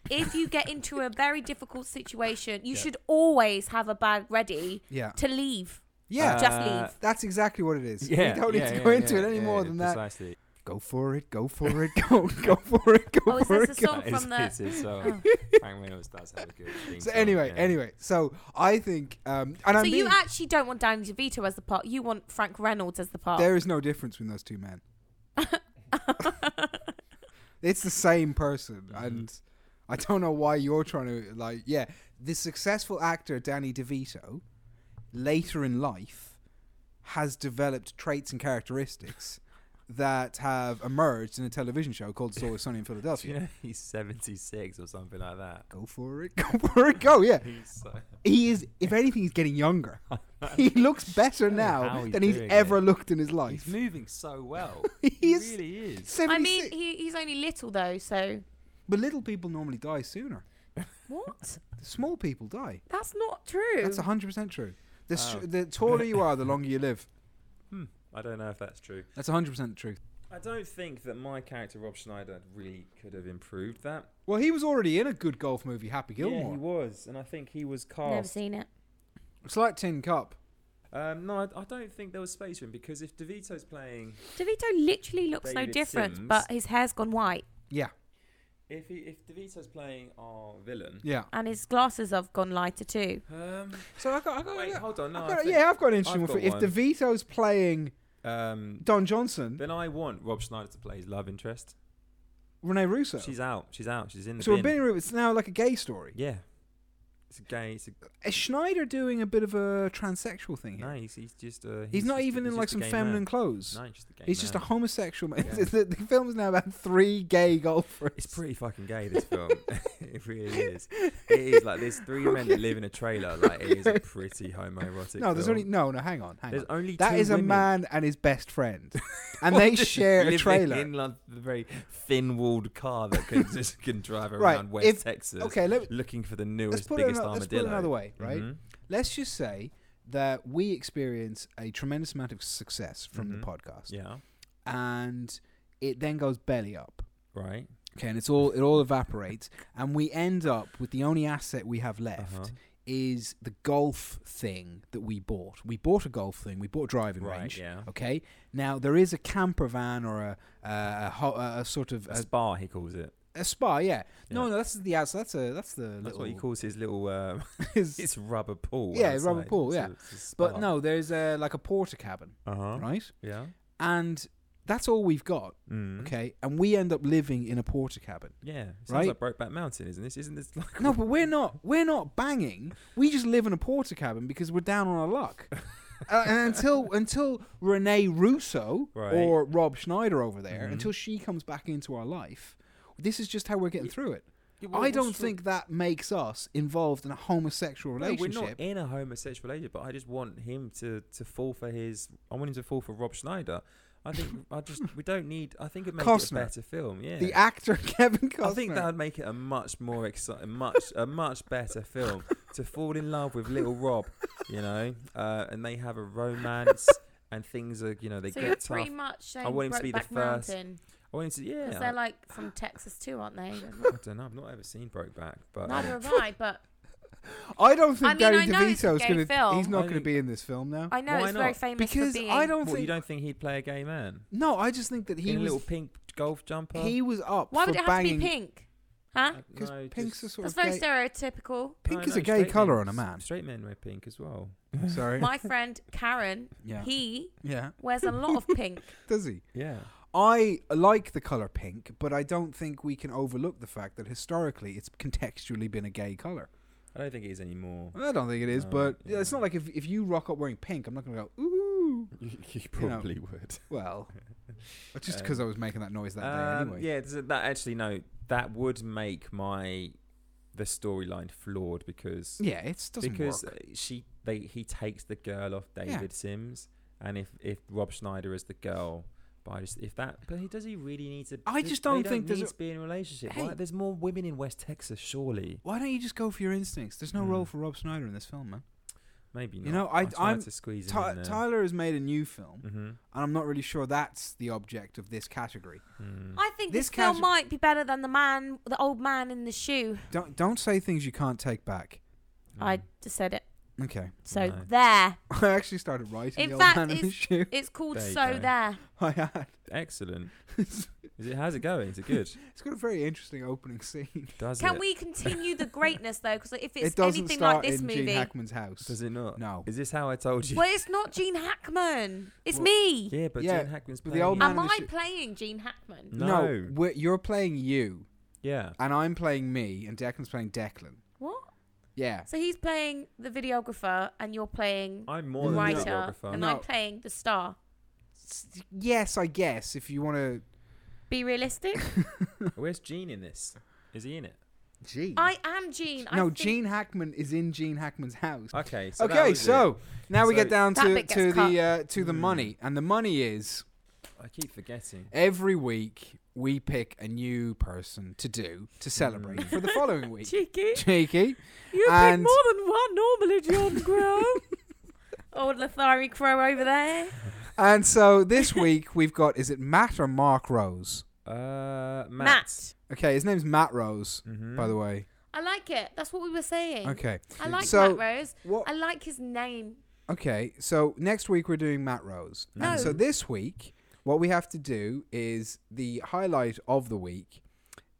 [SPEAKER 1] if you get into a very difficult situation, you should always have a bag ready
[SPEAKER 2] Yeah,
[SPEAKER 1] to leave.
[SPEAKER 2] yeah.
[SPEAKER 1] just leave.
[SPEAKER 2] that's exactly what it is.
[SPEAKER 3] Uh, Yeah,
[SPEAKER 2] we don't need
[SPEAKER 3] yeah,
[SPEAKER 2] to
[SPEAKER 3] yeah,
[SPEAKER 2] go into
[SPEAKER 3] yeah,
[SPEAKER 2] it any
[SPEAKER 3] yeah,
[SPEAKER 2] more
[SPEAKER 3] yeah,
[SPEAKER 2] than that.
[SPEAKER 3] Precisely.
[SPEAKER 2] Go for it. Go for it. Go. Go for it. Go
[SPEAKER 1] Oh, is
[SPEAKER 2] for
[SPEAKER 1] this
[SPEAKER 2] it.
[SPEAKER 1] a
[SPEAKER 2] go.
[SPEAKER 1] song
[SPEAKER 3] That is-
[SPEAKER 1] from the?
[SPEAKER 3] it is, so uh, Frank Reynolds does have a good. theme
[SPEAKER 2] So
[SPEAKER 3] song,
[SPEAKER 2] anyway,
[SPEAKER 3] yeah.
[SPEAKER 2] anyway, so I think, um, and
[SPEAKER 1] So
[SPEAKER 2] I mean,
[SPEAKER 1] you actually don't want Danny DeVito as the part. You want Frank Reynolds as the
[SPEAKER 3] Oh.
[SPEAKER 1] part.
[SPEAKER 2] there is no difference between those two men. It's the same person,
[SPEAKER 3] Mm-hmm.
[SPEAKER 2] and I don't know why you're trying to like, yeah, the successful actor Danny DeVito, later in life, has developed traits and characteristics that have emerged in a television show called "It's Always Sunny in
[SPEAKER 3] Do you
[SPEAKER 2] Philadelphia."
[SPEAKER 3] know he's seventy six or something like that?
[SPEAKER 2] Go for it, go for it, go! Yeah,
[SPEAKER 3] He's so.
[SPEAKER 2] he is. If anything, he's getting younger. He looks better
[SPEAKER 3] don't know
[SPEAKER 2] now
[SPEAKER 3] how he's
[SPEAKER 2] than he's
[SPEAKER 3] doing
[SPEAKER 2] ever
[SPEAKER 3] it.
[SPEAKER 2] looked in his
[SPEAKER 3] He's
[SPEAKER 2] life.
[SPEAKER 3] moving so well.
[SPEAKER 2] He
[SPEAKER 3] he
[SPEAKER 2] is
[SPEAKER 3] really is.
[SPEAKER 1] I
[SPEAKER 2] 76.
[SPEAKER 1] mean, he, he's only little though, so
[SPEAKER 2] but little people normally die sooner.
[SPEAKER 1] what?
[SPEAKER 2] The small people die.
[SPEAKER 1] That's not true.
[SPEAKER 2] That's 100% true. The, s
[SPEAKER 3] Wow.
[SPEAKER 2] the taller you are, the longer you live.
[SPEAKER 3] Hmm. I don't know if that's true.
[SPEAKER 2] That's 100% truth.
[SPEAKER 3] I don't think that my character Rob Schneider really could have improved that.
[SPEAKER 2] Well, he was already in a good golf movie, Happy
[SPEAKER 3] Yeah,
[SPEAKER 2] Gilmore.
[SPEAKER 3] he was, and I think he was
[SPEAKER 1] Never
[SPEAKER 3] cast.
[SPEAKER 1] seen it.
[SPEAKER 2] it's like Tin Cup.
[SPEAKER 3] Um, no, I, I don't think there was space for him because if DeVito's playing,
[SPEAKER 1] DeVito literally looks no
[SPEAKER 3] David
[SPEAKER 1] different,
[SPEAKER 3] Sims.
[SPEAKER 1] but his hair's gone white
[SPEAKER 2] Yeah.
[SPEAKER 3] if he, if DeVito's playing our villain,
[SPEAKER 2] Yeah.
[SPEAKER 1] and his glasses have gone lighter too.
[SPEAKER 3] um,
[SPEAKER 2] So I got. I got,
[SPEAKER 3] wait,
[SPEAKER 2] I got-
[SPEAKER 3] hold on, no,
[SPEAKER 2] I've
[SPEAKER 3] I
[SPEAKER 2] got-
[SPEAKER 3] think-
[SPEAKER 2] yeah, I've got an interesting
[SPEAKER 3] I've
[SPEAKER 2] one for
[SPEAKER 3] got
[SPEAKER 2] If DeVito's playing
[SPEAKER 3] um,
[SPEAKER 2] Don Johnson,
[SPEAKER 3] then I want Rob Schneider to play his love interest.
[SPEAKER 2] Rene Russo.
[SPEAKER 3] She's out. She's out. She's in the
[SPEAKER 2] So we're
[SPEAKER 3] bin.
[SPEAKER 2] being, it's now like a gay story.
[SPEAKER 3] Yeah, it's a gay. It's a
[SPEAKER 2] Is Schneider doing a bit of a transsexual thing here?
[SPEAKER 3] no. He's, he's just a.
[SPEAKER 2] he's, not
[SPEAKER 3] just-
[SPEAKER 2] even
[SPEAKER 3] he's
[SPEAKER 2] in
[SPEAKER 3] just
[SPEAKER 2] like
[SPEAKER 3] a
[SPEAKER 2] some
[SPEAKER 3] gay
[SPEAKER 2] feminine
[SPEAKER 3] man.
[SPEAKER 2] clothes.
[SPEAKER 3] No, he's just a gay.
[SPEAKER 2] He's just a
[SPEAKER 3] man.
[SPEAKER 2] homosexual man.
[SPEAKER 3] Yeah.
[SPEAKER 2] the, the film is now about three gay golfers.
[SPEAKER 3] It's pretty fucking gay. This film. it really is. It is like there's three men that live in a trailer. Like it is a pretty homoerotic.
[SPEAKER 2] No, there's
[SPEAKER 3] film.
[SPEAKER 2] only no, no. Hang on, hang
[SPEAKER 3] There's
[SPEAKER 2] on.
[SPEAKER 3] only
[SPEAKER 2] That
[SPEAKER 3] two
[SPEAKER 2] is a
[SPEAKER 3] women.
[SPEAKER 2] man and his best friend, and they
[SPEAKER 3] Just
[SPEAKER 2] share a
[SPEAKER 3] living
[SPEAKER 2] trailer.
[SPEAKER 3] in like, the very thin-walled car that can just can drive around
[SPEAKER 2] Right,
[SPEAKER 3] West
[SPEAKER 2] if-
[SPEAKER 3] Texas,
[SPEAKER 2] okay, let,
[SPEAKER 3] looking for the
[SPEAKER 2] let's
[SPEAKER 3] newest,
[SPEAKER 2] put it
[SPEAKER 3] biggest
[SPEAKER 2] another, let's put
[SPEAKER 3] armadillo. Mm-hmm.
[SPEAKER 2] it another way, right?
[SPEAKER 3] Mhm.
[SPEAKER 2] Let's just say that we experience a tremendous amount of success from
[SPEAKER 3] Mhm.
[SPEAKER 2] the podcast,
[SPEAKER 3] Yeah.
[SPEAKER 2] and it then goes belly up.
[SPEAKER 3] Right.
[SPEAKER 2] Okay, and it's all it all evaporates, and we end up with the only asset we have left
[SPEAKER 3] Uh-huh.
[SPEAKER 2] is the golf thing that we bought. We bought a golf thing. We bought a driving
[SPEAKER 3] Right.
[SPEAKER 2] range.
[SPEAKER 3] Yeah.
[SPEAKER 2] Okay. Now there is a camper van or a uh, a, ho- a, a sort of
[SPEAKER 3] A
[SPEAKER 2] a,
[SPEAKER 3] spa, he calls it.
[SPEAKER 2] a spa. Yeah. No,
[SPEAKER 3] Yeah.
[SPEAKER 2] no, that's the outs. That's a that's the
[SPEAKER 3] That's
[SPEAKER 2] little.
[SPEAKER 3] what he calls his little. Uh,
[SPEAKER 2] his-
[SPEAKER 3] it's rubber pool.
[SPEAKER 2] Yeah, it's rubber
[SPEAKER 3] outside.
[SPEAKER 2] pool,
[SPEAKER 3] It's a-
[SPEAKER 2] yeah.
[SPEAKER 3] it's a spa.
[SPEAKER 2] but no, there's a like a porter cabin,
[SPEAKER 3] Uh huh.
[SPEAKER 2] right?
[SPEAKER 3] Yeah.
[SPEAKER 2] And that's all we've got.
[SPEAKER 3] Mm.
[SPEAKER 2] Okay. And we end up living in a porter cabin.
[SPEAKER 3] Yeah. Sounds
[SPEAKER 2] Right?
[SPEAKER 3] like Brokeback Mountain, isn't this? Isn't this like?
[SPEAKER 2] No, but we're not we're not banging. We just live in a porter cabin because we're down on our luck. Uh, and until until Renee Russo
[SPEAKER 3] Right.
[SPEAKER 2] or Rob Schneider over there,
[SPEAKER 3] Mhm.
[SPEAKER 2] until she comes back into our life, this is just how we're getting
[SPEAKER 3] Y-
[SPEAKER 2] through it.
[SPEAKER 3] Yeah, well,
[SPEAKER 2] I
[SPEAKER 3] what's
[SPEAKER 2] don't
[SPEAKER 3] wrong-
[SPEAKER 2] think that makes us involved in a homosexual
[SPEAKER 3] No, we're
[SPEAKER 2] relationship.
[SPEAKER 3] not in a homosexual relationship, but I just want him to to fall for his. I want him to fall for Rob Schneider. I think I just we don't need. I think it makes it a
[SPEAKER 2] Costner.
[SPEAKER 3] better film. Yeah.
[SPEAKER 2] The actor Kevin Costner.
[SPEAKER 3] I think that would make it a much more exciting, much a much better film to fall in love with little Rob, you know, uh, and they have a romance and things are, you know, they
[SPEAKER 1] so you're
[SPEAKER 3] get tough.
[SPEAKER 1] pretty much saying
[SPEAKER 3] want him to be the
[SPEAKER 1] Brokeback
[SPEAKER 3] first-
[SPEAKER 1] Mountain
[SPEAKER 3] I wanted to, yeah,
[SPEAKER 1] because
[SPEAKER 3] I,
[SPEAKER 1] they're like from Texas too, aren't they? They're
[SPEAKER 3] I
[SPEAKER 1] not-
[SPEAKER 3] don't know. I've not ever seen Brokeback, but
[SPEAKER 1] Neither
[SPEAKER 3] um,
[SPEAKER 1] have I, but
[SPEAKER 2] I don't think
[SPEAKER 1] I mean,
[SPEAKER 2] Gary
[SPEAKER 1] I know it's a
[SPEAKER 2] DeVito's
[SPEAKER 1] gay
[SPEAKER 2] going to.
[SPEAKER 1] film.
[SPEAKER 2] He's not
[SPEAKER 3] I
[SPEAKER 2] going to
[SPEAKER 3] think-
[SPEAKER 2] be in this film now.
[SPEAKER 1] I know
[SPEAKER 3] Why
[SPEAKER 1] it's very
[SPEAKER 3] not?
[SPEAKER 1] famous
[SPEAKER 2] because
[SPEAKER 1] for being.
[SPEAKER 2] I don't
[SPEAKER 3] what,
[SPEAKER 2] think.
[SPEAKER 3] you don't think he'd play a gay man
[SPEAKER 2] no, I just think that he
[SPEAKER 3] in a
[SPEAKER 2] was.
[SPEAKER 3] little pink golf jumper?
[SPEAKER 2] He was up.
[SPEAKER 1] Why would
[SPEAKER 2] for
[SPEAKER 1] it have
[SPEAKER 2] banging,
[SPEAKER 1] to be pink? Huh?
[SPEAKER 3] Uh,
[SPEAKER 2] Because
[SPEAKER 3] no,
[SPEAKER 2] pink's
[SPEAKER 3] just-
[SPEAKER 2] a sort
[SPEAKER 1] That's
[SPEAKER 2] of
[SPEAKER 1] very
[SPEAKER 2] gay-
[SPEAKER 1] stereotypical.
[SPEAKER 2] Pink
[SPEAKER 3] no,
[SPEAKER 2] is a
[SPEAKER 3] no,
[SPEAKER 2] gay
[SPEAKER 3] straight
[SPEAKER 2] colour
[SPEAKER 3] men-
[SPEAKER 2] on a man.
[SPEAKER 3] Straight men wear pink as well.
[SPEAKER 2] Sorry.
[SPEAKER 1] My friend Karen,
[SPEAKER 2] yeah.
[SPEAKER 1] he
[SPEAKER 2] yeah.
[SPEAKER 1] wears a lot of pink.
[SPEAKER 2] Does he?
[SPEAKER 3] Yeah.
[SPEAKER 2] I like the color pink, but I don't think we can overlook the fact that historically it's contextually been a gay color.
[SPEAKER 3] I don't think it is anymore.
[SPEAKER 2] I don't think it is,
[SPEAKER 3] Uh,
[SPEAKER 2] but yeah, it's
[SPEAKER 3] yeah.
[SPEAKER 2] not like if if you rock up wearing pink, I'm not going to go ooh.
[SPEAKER 3] You,
[SPEAKER 2] probably
[SPEAKER 3] would.
[SPEAKER 2] Well, just because I was making that noise that day
[SPEAKER 3] Um,
[SPEAKER 2] anyway.
[SPEAKER 3] Yeah, there's a- that actually no, that would make my the storyline flawed because
[SPEAKER 2] Yeah, it doesn't
[SPEAKER 3] because
[SPEAKER 2] work.
[SPEAKER 3] uh, she they he takes the girl off
[SPEAKER 2] Yeah.
[SPEAKER 3] David Sims, and if if Rob Schneider is the girl. But I just, if that, but he does he really need to?
[SPEAKER 2] I
[SPEAKER 3] they-
[SPEAKER 2] just
[SPEAKER 3] they
[SPEAKER 2] don't think
[SPEAKER 3] need
[SPEAKER 2] there's a-
[SPEAKER 3] to be in a relationship.
[SPEAKER 2] Hey.
[SPEAKER 3] Why- There's more women in West Texas, surely.
[SPEAKER 2] Why don't you just go for your instincts? There's no
[SPEAKER 3] Hmm.
[SPEAKER 2] role for Rob Snyder in this film, man.
[SPEAKER 3] Maybe not.
[SPEAKER 2] You know, I-
[SPEAKER 3] I'm trying
[SPEAKER 2] I'm-
[SPEAKER 3] to squeeze him
[SPEAKER 2] Ty-
[SPEAKER 3] in there.
[SPEAKER 2] Tyler has made a new film,
[SPEAKER 3] hmm
[SPEAKER 2] and I'm not really sure that's the object of this category.
[SPEAKER 3] Mm.
[SPEAKER 1] I think
[SPEAKER 2] This
[SPEAKER 1] this, film
[SPEAKER 2] casu-
[SPEAKER 1] might be better than the man, the old man in the shoe.
[SPEAKER 2] Don't don't say things you can't take back.
[SPEAKER 1] I just said it.
[SPEAKER 2] Okay.
[SPEAKER 1] So
[SPEAKER 3] Mm. No.
[SPEAKER 1] there,
[SPEAKER 2] I actually started writing
[SPEAKER 1] In
[SPEAKER 2] the
[SPEAKER 1] fact,
[SPEAKER 2] old man in the
[SPEAKER 1] it's-
[SPEAKER 2] shoe.
[SPEAKER 1] it's called
[SPEAKER 3] There you
[SPEAKER 1] so
[SPEAKER 3] go.
[SPEAKER 1] there.
[SPEAKER 2] I had.
[SPEAKER 3] Mm. excellent.
[SPEAKER 2] It's
[SPEAKER 3] Is it? How's it going? Is it good?
[SPEAKER 2] got a very interesting opening scene.
[SPEAKER 3] Does
[SPEAKER 1] Can
[SPEAKER 3] it?
[SPEAKER 1] we continue the greatness though? Because if it's
[SPEAKER 2] it doesn't
[SPEAKER 1] anything
[SPEAKER 2] start
[SPEAKER 1] like this
[SPEAKER 2] in Gene
[SPEAKER 1] movie,
[SPEAKER 2] Hackman's house.
[SPEAKER 3] Does it not?
[SPEAKER 2] No.
[SPEAKER 3] Is this how I told you?
[SPEAKER 1] well, it's not Gene Hackman. It's
[SPEAKER 2] Well,
[SPEAKER 1] me.
[SPEAKER 3] Yeah, but
[SPEAKER 2] Yeah,
[SPEAKER 3] Gene Hackman's
[SPEAKER 2] but
[SPEAKER 3] playing.
[SPEAKER 2] the old man
[SPEAKER 1] Am
[SPEAKER 2] in the
[SPEAKER 1] I
[SPEAKER 2] shoe-
[SPEAKER 1] playing Gene Hackman?
[SPEAKER 3] No.
[SPEAKER 2] we're, you're playing you,
[SPEAKER 3] Yeah.
[SPEAKER 2] and I'm playing me, and Declan's playing Declan.
[SPEAKER 1] What?
[SPEAKER 2] Yeah.
[SPEAKER 1] So he's playing the videographer, and you're playing
[SPEAKER 3] I'm
[SPEAKER 1] the
[SPEAKER 3] more than a
[SPEAKER 1] writer,
[SPEAKER 3] videographer.
[SPEAKER 1] and
[SPEAKER 2] No.
[SPEAKER 1] I'm playing the star.
[SPEAKER 2] S- Yes, I guess if you want to.
[SPEAKER 1] Be realistic.
[SPEAKER 3] Where's Gene in this? Is he in it?
[SPEAKER 2] Gene.
[SPEAKER 1] I am Gene. I
[SPEAKER 2] no,
[SPEAKER 1] think
[SPEAKER 2] Gene Hackman is in Gene Hackman's house.
[SPEAKER 3] Okay. So that
[SPEAKER 2] okay,
[SPEAKER 3] was
[SPEAKER 2] so now we
[SPEAKER 3] So-
[SPEAKER 2] get down
[SPEAKER 1] That
[SPEAKER 2] to
[SPEAKER 1] bit gets
[SPEAKER 2] to
[SPEAKER 1] cut.
[SPEAKER 2] the uh, to the
[SPEAKER 3] Hmm.
[SPEAKER 2] money, and the money is
[SPEAKER 3] it. I keep forgetting.
[SPEAKER 2] every week we pick a new person to do to celebrate for the following week.
[SPEAKER 1] Mm. Cheeky.
[SPEAKER 2] Cheeky.
[SPEAKER 1] You
[SPEAKER 2] And-
[SPEAKER 1] pick more than one normally, John Crow. Old Lothari Crow over there.
[SPEAKER 2] And so this week we've got is it Matt or Mark Rose?
[SPEAKER 3] Uh, Matt.
[SPEAKER 1] Matt.
[SPEAKER 2] Okay, his name's Matt Rose,
[SPEAKER 1] Mm-hmm.
[SPEAKER 3] Mhm.
[SPEAKER 2] by the way.
[SPEAKER 1] I like it. That's what we were saying.
[SPEAKER 2] Okay.
[SPEAKER 1] I like
[SPEAKER 2] So-
[SPEAKER 1] Matt Rose.
[SPEAKER 2] What
[SPEAKER 1] I like his name.
[SPEAKER 2] Okay, so next week we're doing Matt Rose.
[SPEAKER 1] No.
[SPEAKER 2] And so this week what we have to do is the highlight of the week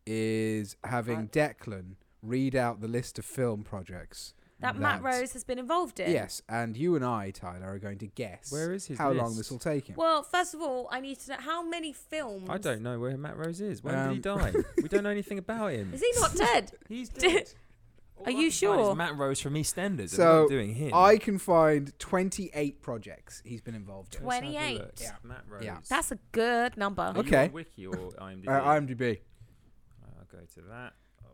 [SPEAKER 2] is having
[SPEAKER 1] Uh,
[SPEAKER 3] Right.
[SPEAKER 2] Declan read out the list of film projects.
[SPEAKER 1] That Matt
[SPEAKER 2] That's-
[SPEAKER 1] Rose has been involved in.
[SPEAKER 2] Yes, and you and I, Tyler, are going to guess
[SPEAKER 3] Where is his
[SPEAKER 2] how long
[SPEAKER 3] list?
[SPEAKER 2] this will take him.
[SPEAKER 1] Well, first of all, I need to know how many films.
[SPEAKER 3] I don't know where Matt Rose is. When did he
[SPEAKER 2] Um,
[SPEAKER 3] die? we don't know anything about him.
[SPEAKER 1] Is he not dead?
[SPEAKER 3] He's
[SPEAKER 1] Did-
[SPEAKER 3] dead. All
[SPEAKER 1] Are
[SPEAKER 3] I
[SPEAKER 1] you
[SPEAKER 3] can find is
[SPEAKER 1] sure?
[SPEAKER 3] Matt Rose from EastEnders. So
[SPEAKER 2] So,
[SPEAKER 3] doing him.
[SPEAKER 2] I can find 28 projects he's been involved in.
[SPEAKER 3] Let's have a
[SPEAKER 1] 28.
[SPEAKER 3] look.
[SPEAKER 2] Yeah.
[SPEAKER 3] Matt Rose.
[SPEAKER 2] Yeah.
[SPEAKER 1] That's a good number.
[SPEAKER 3] Are you
[SPEAKER 2] Okay.
[SPEAKER 3] on Wiki or IMDb?
[SPEAKER 2] Uh, IMDb.
[SPEAKER 3] I'll go to that. Oh, have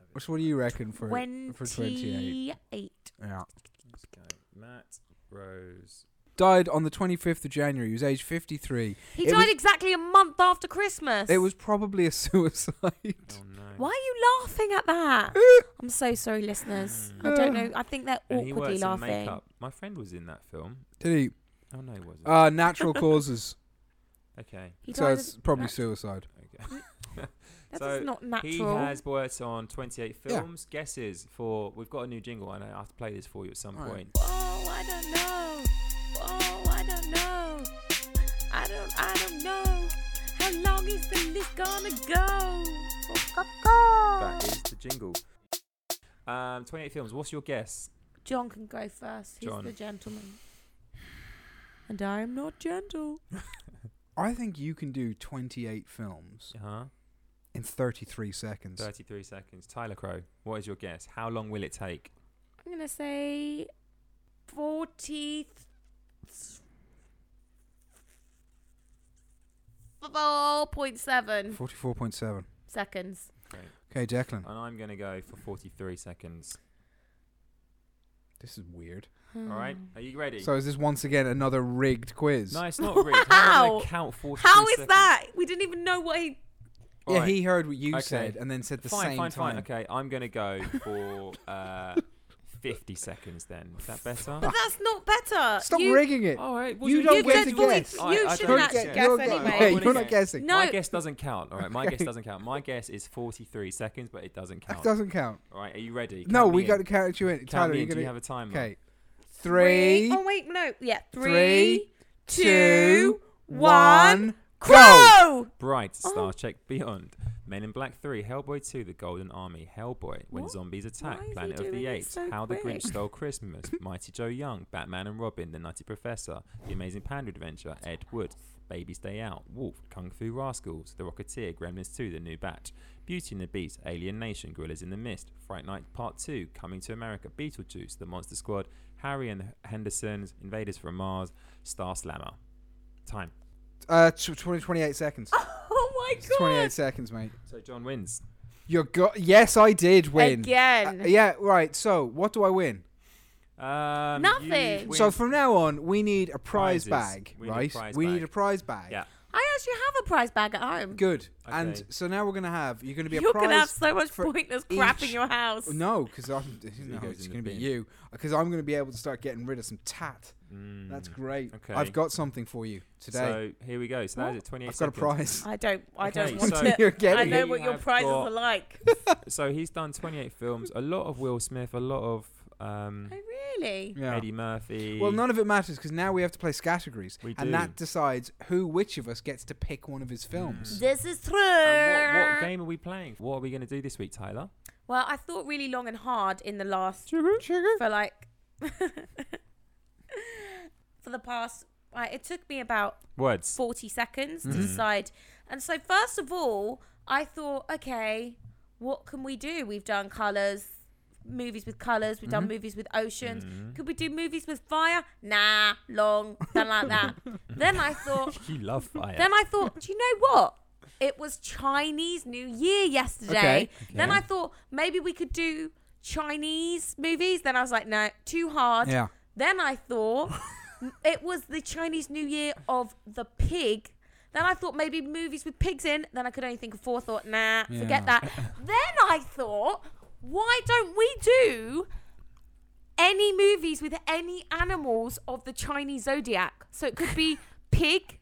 [SPEAKER 3] it.
[SPEAKER 2] Which what do you reckon for for 28?
[SPEAKER 1] Twenty-eight.
[SPEAKER 2] Yeah.
[SPEAKER 3] Let's go. Matt Rose
[SPEAKER 2] died on the 25th of January. He was aged 53.
[SPEAKER 1] He
[SPEAKER 2] It
[SPEAKER 1] died
[SPEAKER 2] was-
[SPEAKER 1] exactly a month after Christmas.
[SPEAKER 2] It was probably a suicide.
[SPEAKER 3] Oh no.
[SPEAKER 1] Why are you laughing at that? I'm so sorry, listeners. I don't know. I think they're
[SPEAKER 3] And he
[SPEAKER 1] awkwardly
[SPEAKER 3] works in
[SPEAKER 1] laughing.
[SPEAKER 3] makeup. My friend was in that film.
[SPEAKER 2] Did he?
[SPEAKER 3] Oh no, he wasn't.
[SPEAKER 2] Uh, natural causes.
[SPEAKER 3] okay.
[SPEAKER 1] He
[SPEAKER 2] so
[SPEAKER 1] died.
[SPEAKER 2] it's probably
[SPEAKER 1] nat-
[SPEAKER 2] suicide.
[SPEAKER 3] Okay.
[SPEAKER 1] That's
[SPEAKER 3] so
[SPEAKER 1] not
[SPEAKER 3] He
[SPEAKER 1] natural.
[SPEAKER 3] has worked on 28
[SPEAKER 2] Yeah.
[SPEAKER 3] films. Guesses for we've got a new jingle, and I have to play this for you at some
[SPEAKER 2] All right.
[SPEAKER 3] point.
[SPEAKER 1] Whoa, Oh, I don't know. Whoa, I don't know. I don't, I don't know. How long is the list gonna go?
[SPEAKER 3] That is the jingle. Um, 28 films. What's your guess?
[SPEAKER 1] John can go first. He's
[SPEAKER 3] John.
[SPEAKER 1] the gentleman. And I am not gentle.
[SPEAKER 2] I think you can do 28 films
[SPEAKER 3] Huh?
[SPEAKER 2] in 33 seconds.
[SPEAKER 3] 33 Uh-huh. seconds. Tyler Crow. What is your guess? How long will it take?
[SPEAKER 1] I'm gonna say 40.
[SPEAKER 4] Four point seven
[SPEAKER 2] 44.7.
[SPEAKER 4] seconds.
[SPEAKER 2] Okay, Declan.
[SPEAKER 3] And I'm gonna go for 43 seconds.
[SPEAKER 2] This is weird.
[SPEAKER 3] All right. Are you ready?
[SPEAKER 2] Hmm. So is this once again another rigged quiz?
[SPEAKER 3] no, it's not rigged. How? am I gonna
[SPEAKER 1] Wow.
[SPEAKER 3] count 43
[SPEAKER 1] How is
[SPEAKER 3] seconds?
[SPEAKER 1] that? We didn't even know what he.
[SPEAKER 2] Yeah,
[SPEAKER 3] Alright.
[SPEAKER 2] he heard what you
[SPEAKER 3] Okay.
[SPEAKER 2] said and then said the
[SPEAKER 3] fine,
[SPEAKER 2] same
[SPEAKER 3] fine,
[SPEAKER 2] time.
[SPEAKER 3] fine. Okay, I'm gonna go for uh, 50 seconds then. Is that better?
[SPEAKER 1] But that's not better.
[SPEAKER 2] Stop
[SPEAKER 1] You-
[SPEAKER 2] rigging it.
[SPEAKER 3] All right.
[SPEAKER 2] You don't
[SPEAKER 1] you
[SPEAKER 2] get
[SPEAKER 1] said
[SPEAKER 2] to
[SPEAKER 1] 40
[SPEAKER 2] guess.
[SPEAKER 1] You
[SPEAKER 3] I- I
[SPEAKER 1] should
[SPEAKER 3] don't
[SPEAKER 1] not
[SPEAKER 3] guess.
[SPEAKER 1] guess,
[SPEAKER 2] You're
[SPEAKER 3] guess.
[SPEAKER 1] anyway.
[SPEAKER 2] Yeah,
[SPEAKER 3] I
[SPEAKER 2] you're
[SPEAKER 3] wouldn't
[SPEAKER 2] not
[SPEAKER 3] guess.
[SPEAKER 2] guessing.
[SPEAKER 1] No.
[SPEAKER 3] My guess doesn't count. All right, my guess
[SPEAKER 2] Okay.
[SPEAKER 3] doesn't count. My guess is 43 seconds, but it doesn't
[SPEAKER 2] That
[SPEAKER 3] count.
[SPEAKER 2] doesn't count.
[SPEAKER 3] All right, are you ready?
[SPEAKER 2] No,
[SPEAKER 3] Count me
[SPEAKER 2] we
[SPEAKER 3] in.
[SPEAKER 2] got to count you in.
[SPEAKER 3] Count
[SPEAKER 2] Tyler,
[SPEAKER 3] me
[SPEAKER 2] you're
[SPEAKER 3] in. Do
[SPEAKER 2] gonna.
[SPEAKER 3] you have a timer?
[SPEAKER 2] okay,
[SPEAKER 1] Three.
[SPEAKER 2] three,
[SPEAKER 1] Oh wait, no. Yeah,
[SPEAKER 2] three,
[SPEAKER 1] three,
[SPEAKER 2] two,
[SPEAKER 1] two,
[SPEAKER 2] one,
[SPEAKER 1] one,
[SPEAKER 2] go.
[SPEAKER 1] crow.
[SPEAKER 3] Bright,
[SPEAKER 1] Oh.
[SPEAKER 3] Star Trek Beyond, Men in Black 3, Hellboy 2, The Golden Army, Hellboy, When
[SPEAKER 1] What?
[SPEAKER 3] Zombies Attack,
[SPEAKER 1] Why is he
[SPEAKER 3] Planet of
[SPEAKER 1] doing
[SPEAKER 3] the
[SPEAKER 1] it
[SPEAKER 3] Apes,
[SPEAKER 1] so
[SPEAKER 3] How the Grinch
[SPEAKER 1] quick?
[SPEAKER 3] Stole Christmas, Mighty Joe Young, Batman and Robin, The Nutty Professor, The Amazing Panda Adventure, Ed Wood, Babies Day Out, Wolf, Kung Fu Rascals, The Rocketeer, Gremlins 2, The New Batch, Beauty and the Beast, Alien Nation, Gorillas in the Mist, Fright Night Part 2, Coming to America, Beetlejuice, The Monster Squad, Harry and the Hendersons, Invaders from Mars, Star Slammer. Time.
[SPEAKER 2] Uh, tw- 20, 28 seconds.
[SPEAKER 1] Oh my
[SPEAKER 2] It's
[SPEAKER 1] god.
[SPEAKER 2] 28 seconds, mate.
[SPEAKER 3] So John wins.
[SPEAKER 2] You're go- Yes, I did win.
[SPEAKER 4] Again.
[SPEAKER 2] Uh, yeah, right. So, what do I win?
[SPEAKER 3] Um, you
[SPEAKER 4] Nothing.
[SPEAKER 3] win.
[SPEAKER 2] So from now on, we need a prize
[SPEAKER 3] Prizes.
[SPEAKER 2] bag,
[SPEAKER 3] We need a
[SPEAKER 2] right?
[SPEAKER 3] prize
[SPEAKER 2] we
[SPEAKER 3] bag.
[SPEAKER 2] need a prize bag.
[SPEAKER 3] Yeah.
[SPEAKER 1] I actually have a prize bag at home.
[SPEAKER 2] Good. And
[SPEAKER 3] Okay.
[SPEAKER 2] so now we're gonna have. You're gonna be a
[SPEAKER 4] You're
[SPEAKER 2] prize.
[SPEAKER 4] gonna have so much
[SPEAKER 2] for
[SPEAKER 4] pointless crap in
[SPEAKER 2] each- Oh,
[SPEAKER 4] your house.
[SPEAKER 2] No, because I'm. No,
[SPEAKER 3] goes
[SPEAKER 2] it's going
[SPEAKER 3] in the
[SPEAKER 2] to be
[SPEAKER 3] bin.
[SPEAKER 2] you. Because I'm going to be able to start getting rid of some tat. That's great.
[SPEAKER 3] Hmm. okay.
[SPEAKER 2] I've got something for you today.
[SPEAKER 3] Mm. So here we go. So that is it. 28
[SPEAKER 2] I've got a
[SPEAKER 3] seconds.
[SPEAKER 2] prize.
[SPEAKER 1] I don't. I
[SPEAKER 3] Okay,
[SPEAKER 1] don't want
[SPEAKER 3] so-
[SPEAKER 1] it. I
[SPEAKER 2] You're getting
[SPEAKER 1] know
[SPEAKER 2] it.
[SPEAKER 3] You
[SPEAKER 1] what your
[SPEAKER 3] have
[SPEAKER 1] prizes
[SPEAKER 3] got-
[SPEAKER 1] are like.
[SPEAKER 3] So he's done 28 films. A lot of Will Smith. A lot of um,
[SPEAKER 1] Oh really?
[SPEAKER 2] Yeah.
[SPEAKER 3] Eddie Murphy.
[SPEAKER 2] Well, none of it matters because now we have to place categories,
[SPEAKER 3] We
[SPEAKER 2] and
[SPEAKER 3] do. Hmm.
[SPEAKER 2] that decides who, which of us gets to pick one of his films.
[SPEAKER 1] This is true.
[SPEAKER 3] Mm. And what, what game are we playing? What are we going to do this week, Tyler?
[SPEAKER 1] Well, I thought really long and hard in the last
[SPEAKER 2] Sugar, sugar.
[SPEAKER 1] for like for the past. Like, it took me about
[SPEAKER 3] Words.
[SPEAKER 1] 40 seconds
[SPEAKER 3] Mm.
[SPEAKER 1] to decide. And so, first of all, I thought, okay, what can we do? We've done colors, movies with colors, have
[SPEAKER 3] Mm-hmm.
[SPEAKER 1] done movies with
[SPEAKER 3] Mm.
[SPEAKER 1] oceans. Could we do movies with fire? Nah, long, done like that. then I thought,
[SPEAKER 3] You love fire.
[SPEAKER 1] then I thought, do you know what? It was Chinese New Year yesterday.
[SPEAKER 2] Okay.
[SPEAKER 1] Then
[SPEAKER 3] Yeah.
[SPEAKER 1] I thought maybe we could do Chinese movies. Then I was like, no, too hard.
[SPEAKER 2] Yeah.
[SPEAKER 1] Then I thought it was the Chinese New Year of the pig. Then I thought maybe movies with pigs in. Then I could only think of four. Thought, nah,
[SPEAKER 2] Yeah.
[SPEAKER 1] forget that. then I thought, why don't we do any movies with any animals of the Chinese zodiac? So it could be pig,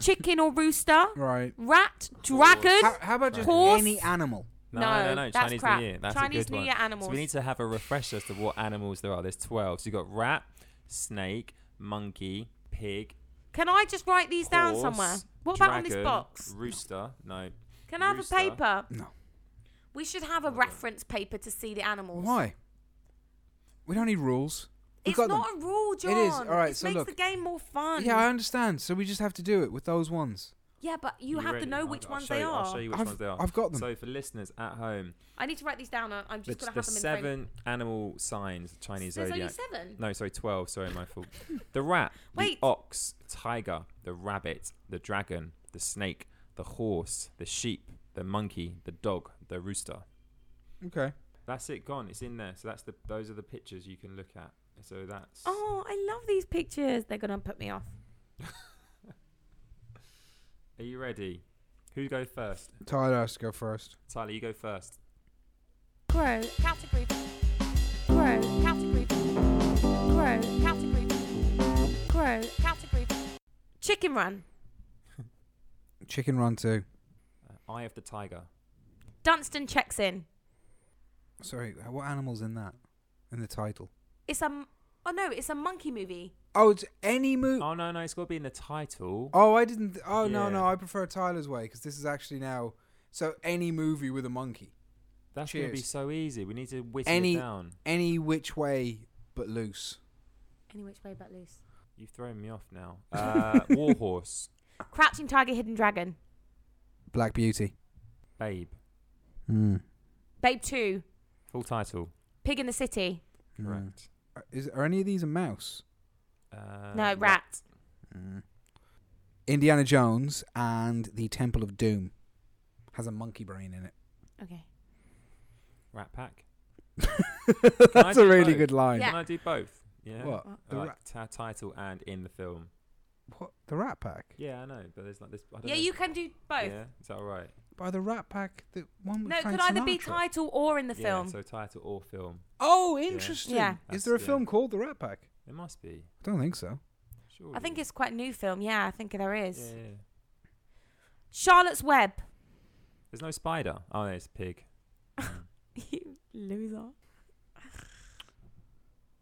[SPEAKER 1] chicken or rooster,
[SPEAKER 2] Right.
[SPEAKER 1] rat, dragon.
[SPEAKER 2] How, how about just
[SPEAKER 1] Horse.
[SPEAKER 2] any animal?
[SPEAKER 3] no, no, no,
[SPEAKER 1] no, that's
[SPEAKER 3] Chinese
[SPEAKER 1] crap.
[SPEAKER 3] New Year. That's a
[SPEAKER 1] Chinese
[SPEAKER 3] good
[SPEAKER 1] New
[SPEAKER 3] one.
[SPEAKER 1] Year
[SPEAKER 3] So
[SPEAKER 1] animals.
[SPEAKER 3] we need to have a refresher as to what animals there are. There's 12. So you've got rat, snake, monkey, pig,
[SPEAKER 1] Can I just write these down
[SPEAKER 3] horse,
[SPEAKER 1] somewhere? What about on this
[SPEAKER 3] dragon,
[SPEAKER 1] box?
[SPEAKER 3] Rooster. No.
[SPEAKER 1] Can I have
[SPEAKER 3] rooster.
[SPEAKER 1] a paper?
[SPEAKER 2] No.
[SPEAKER 1] We should have a reference paper to see the animals.
[SPEAKER 2] Why? We don't need rules. We've
[SPEAKER 1] It's
[SPEAKER 2] got
[SPEAKER 1] not
[SPEAKER 2] them.
[SPEAKER 1] a rule, John.
[SPEAKER 2] It is. All right,
[SPEAKER 1] It
[SPEAKER 2] so
[SPEAKER 1] makes
[SPEAKER 2] look.
[SPEAKER 1] the game more fun.
[SPEAKER 2] Yeah, I understand. So we just have to do it with those ones.
[SPEAKER 1] Yeah, but you,
[SPEAKER 3] You
[SPEAKER 1] have
[SPEAKER 3] ready?
[SPEAKER 1] to know
[SPEAKER 3] I'll-
[SPEAKER 1] which
[SPEAKER 3] I'll
[SPEAKER 1] ones
[SPEAKER 3] show
[SPEAKER 1] they
[SPEAKER 3] you-
[SPEAKER 1] are.
[SPEAKER 3] I'll show you which
[SPEAKER 2] I've-
[SPEAKER 3] ones they are.
[SPEAKER 2] I've got them.
[SPEAKER 3] So for listeners at home,
[SPEAKER 1] I need to write these down. I- I'm
[SPEAKER 3] the,
[SPEAKER 1] just gonna
[SPEAKER 3] the
[SPEAKER 1] have them in frame.
[SPEAKER 3] seven animal signs of Chinese
[SPEAKER 1] There's
[SPEAKER 3] zodiac.
[SPEAKER 1] only seven.
[SPEAKER 3] No, sorry, twelve. Sorry, my fault. The rat,
[SPEAKER 1] Wait.
[SPEAKER 3] the ox, tiger, the rabbit, the dragon, the snake, the horse, the sheep, the monkey, the dog, the rooster.
[SPEAKER 2] Okay.
[SPEAKER 3] That's it. Gone. It's in there. So that's the. Those are the pictures you can look at. So that's
[SPEAKER 1] Oh, I love these pictures. They're gonna put me off.
[SPEAKER 3] Are you ready? Who go first?
[SPEAKER 2] Tyler has to go first.
[SPEAKER 3] Tyler, you go first.
[SPEAKER 1] Grow,
[SPEAKER 4] Category.
[SPEAKER 1] grow,
[SPEAKER 4] Category.
[SPEAKER 1] grow,
[SPEAKER 4] Category.
[SPEAKER 1] grow.
[SPEAKER 4] Category.
[SPEAKER 1] Chicken run,
[SPEAKER 2] Chicken Run 2.
[SPEAKER 3] Uh, Eye of the Tiger.
[SPEAKER 1] Dunstan checks in.
[SPEAKER 2] Sorry, h- what animal's in that? In the title?
[SPEAKER 1] It's a, m- oh no, it's a monkey movie.
[SPEAKER 2] Oh, it's any movie.
[SPEAKER 3] Oh no, no, it's got to be in the title.
[SPEAKER 2] Oh, I didn't. th- oh no,
[SPEAKER 3] Yeah.
[SPEAKER 2] no, I prefer Tyler's way because this is actually now. So any movie with a monkey,
[SPEAKER 3] That's going to be
[SPEAKER 2] cheers.
[SPEAKER 3] so easy. We need to whittle
[SPEAKER 2] Any-
[SPEAKER 3] it down.
[SPEAKER 2] any which way but loose.
[SPEAKER 1] Any which way but loose.
[SPEAKER 3] You've thrown me off now. Uh, Warhorse,
[SPEAKER 1] Crouching Tiger, Hidden Dragon,
[SPEAKER 2] Black Beauty.
[SPEAKER 3] Babe.
[SPEAKER 2] Mm.
[SPEAKER 1] Babe Two,
[SPEAKER 3] Full title.
[SPEAKER 1] Pig in the City.
[SPEAKER 3] Correct.
[SPEAKER 2] Mm. Uh, Is are any of these a mouse?
[SPEAKER 3] Uh,
[SPEAKER 1] no, Rat.
[SPEAKER 2] Indiana Jones and the Temple of Doom has a monkey brain in it.
[SPEAKER 1] Okay.
[SPEAKER 3] Rat Pack.
[SPEAKER 2] That's a
[SPEAKER 3] do
[SPEAKER 2] really
[SPEAKER 3] both?
[SPEAKER 2] good line.
[SPEAKER 1] Yeah.
[SPEAKER 3] Can I do both? Yeah.
[SPEAKER 2] What the,
[SPEAKER 3] like
[SPEAKER 2] rat,
[SPEAKER 3] ta- title and in the film.
[SPEAKER 2] what the Rat Pack?
[SPEAKER 3] Yeah, I know, but there's like this. I don't
[SPEAKER 1] Yeah,
[SPEAKER 3] know.
[SPEAKER 1] you can do both.
[SPEAKER 3] Yeah, is that all right?
[SPEAKER 2] By the Rat Pack, the one with
[SPEAKER 1] No, it
[SPEAKER 2] Frank
[SPEAKER 1] could either
[SPEAKER 2] Sinatra.
[SPEAKER 1] be title or in the
[SPEAKER 3] yeah,
[SPEAKER 1] film.
[SPEAKER 3] So title or film.
[SPEAKER 2] Oh, interesting.
[SPEAKER 1] Yeah.
[SPEAKER 2] Is
[SPEAKER 3] That's- uh,
[SPEAKER 2] there a
[SPEAKER 3] yeah.
[SPEAKER 2] film called The Rat Pack?
[SPEAKER 3] There must be.
[SPEAKER 2] I don't think so.
[SPEAKER 3] Sure.
[SPEAKER 1] I think it's quite a new film. Yeah, I think there
[SPEAKER 3] Yeah,
[SPEAKER 1] is.
[SPEAKER 3] yeah.
[SPEAKER 1] Charlotte's Web.
[SPEAKER 3] There's no spider. Oh, there's pig. Mm.
[SPEAKER 1] you loser.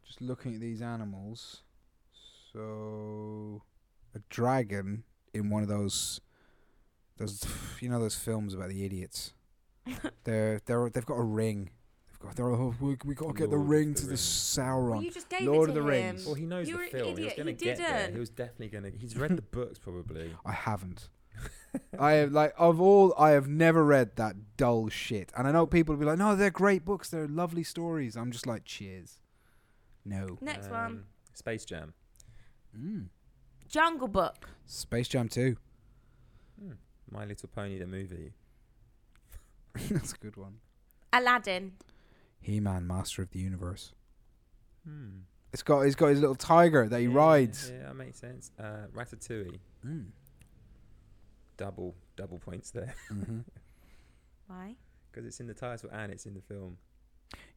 [SPEAKER 2] Just looking at these animals. So, a dragon in one of those, those you know those films about the idiots. They're they're they've got a ring. They've got they're oh, we, we got to get the
[SPEAKER 3] Lord of
[SPEAKER 2] ring
[SPEAKER 3] the
[SPEAKER 2] to the
[SPEAKER 3] Rings.
[SPEAKER 1] Well,
[SPEAKER 2] Sauron.
[SPEAKER 1] you just gave
[SPEAKER 2] Lord
[SPEAKER 1] it
[SPEAKER 2] of
[SPEAKER 1] to
[SPEAKER 2] the
[SPEAKER 1] him.
[SPEAKER 2] Rings.
[SPEAKER 3] Well, he knows
[SPEAKER 1] You're
[SPEAKER 3] the
[SPEAKER 1] an
[SPEAKER 3] film. He was
[SPEAKER 1] idiot.
[SPEAKER 3] going to
[SPEAKER 1] You
[SPEAKER 3] get there. He
[SPEAKER 1] didn't.
[SPEAKER 3] was definitely going to. He's read the books probably.
[SPEAKER 2] I haven't. I have like of all I have never read that dull shit. And I know people will be like, "No, they're great books. They're lovely stories." I'm just like, "Cheers." No.
[SPEAKER 1] Next one.
[SPEAKER 3] Um, Space Jam.
[SPEAKER 2] Mm.
[SPEAKER 1] Jungle Book.
[SPEAKER 2] Space Jam 2.
[SPEAKER 3] Hmm. My Little Pony, the movie.
[SPEAKER 2] That's a good one.
[SPEAKER 1] Aladdin.
[SPEAKER 2] He-Man, Master of the Universe.
[SPEAKER 3] Hmm.
[SPEAKER 2] It's got he's got his little tiger that he
[SPEAKER 3] Yeah,
[SPEAKER 2] rides.
[SPEAKER 3] Yeah, that makes sense. Uh, Ratatouille.
[SPEAKER 2] Mm.
[SPEAKER 3] Double, double points there
[SPEAKER 2] hmm
[SPEAKER 1] Why?
[SPEAKER 3] because it's in the title and it's in the film.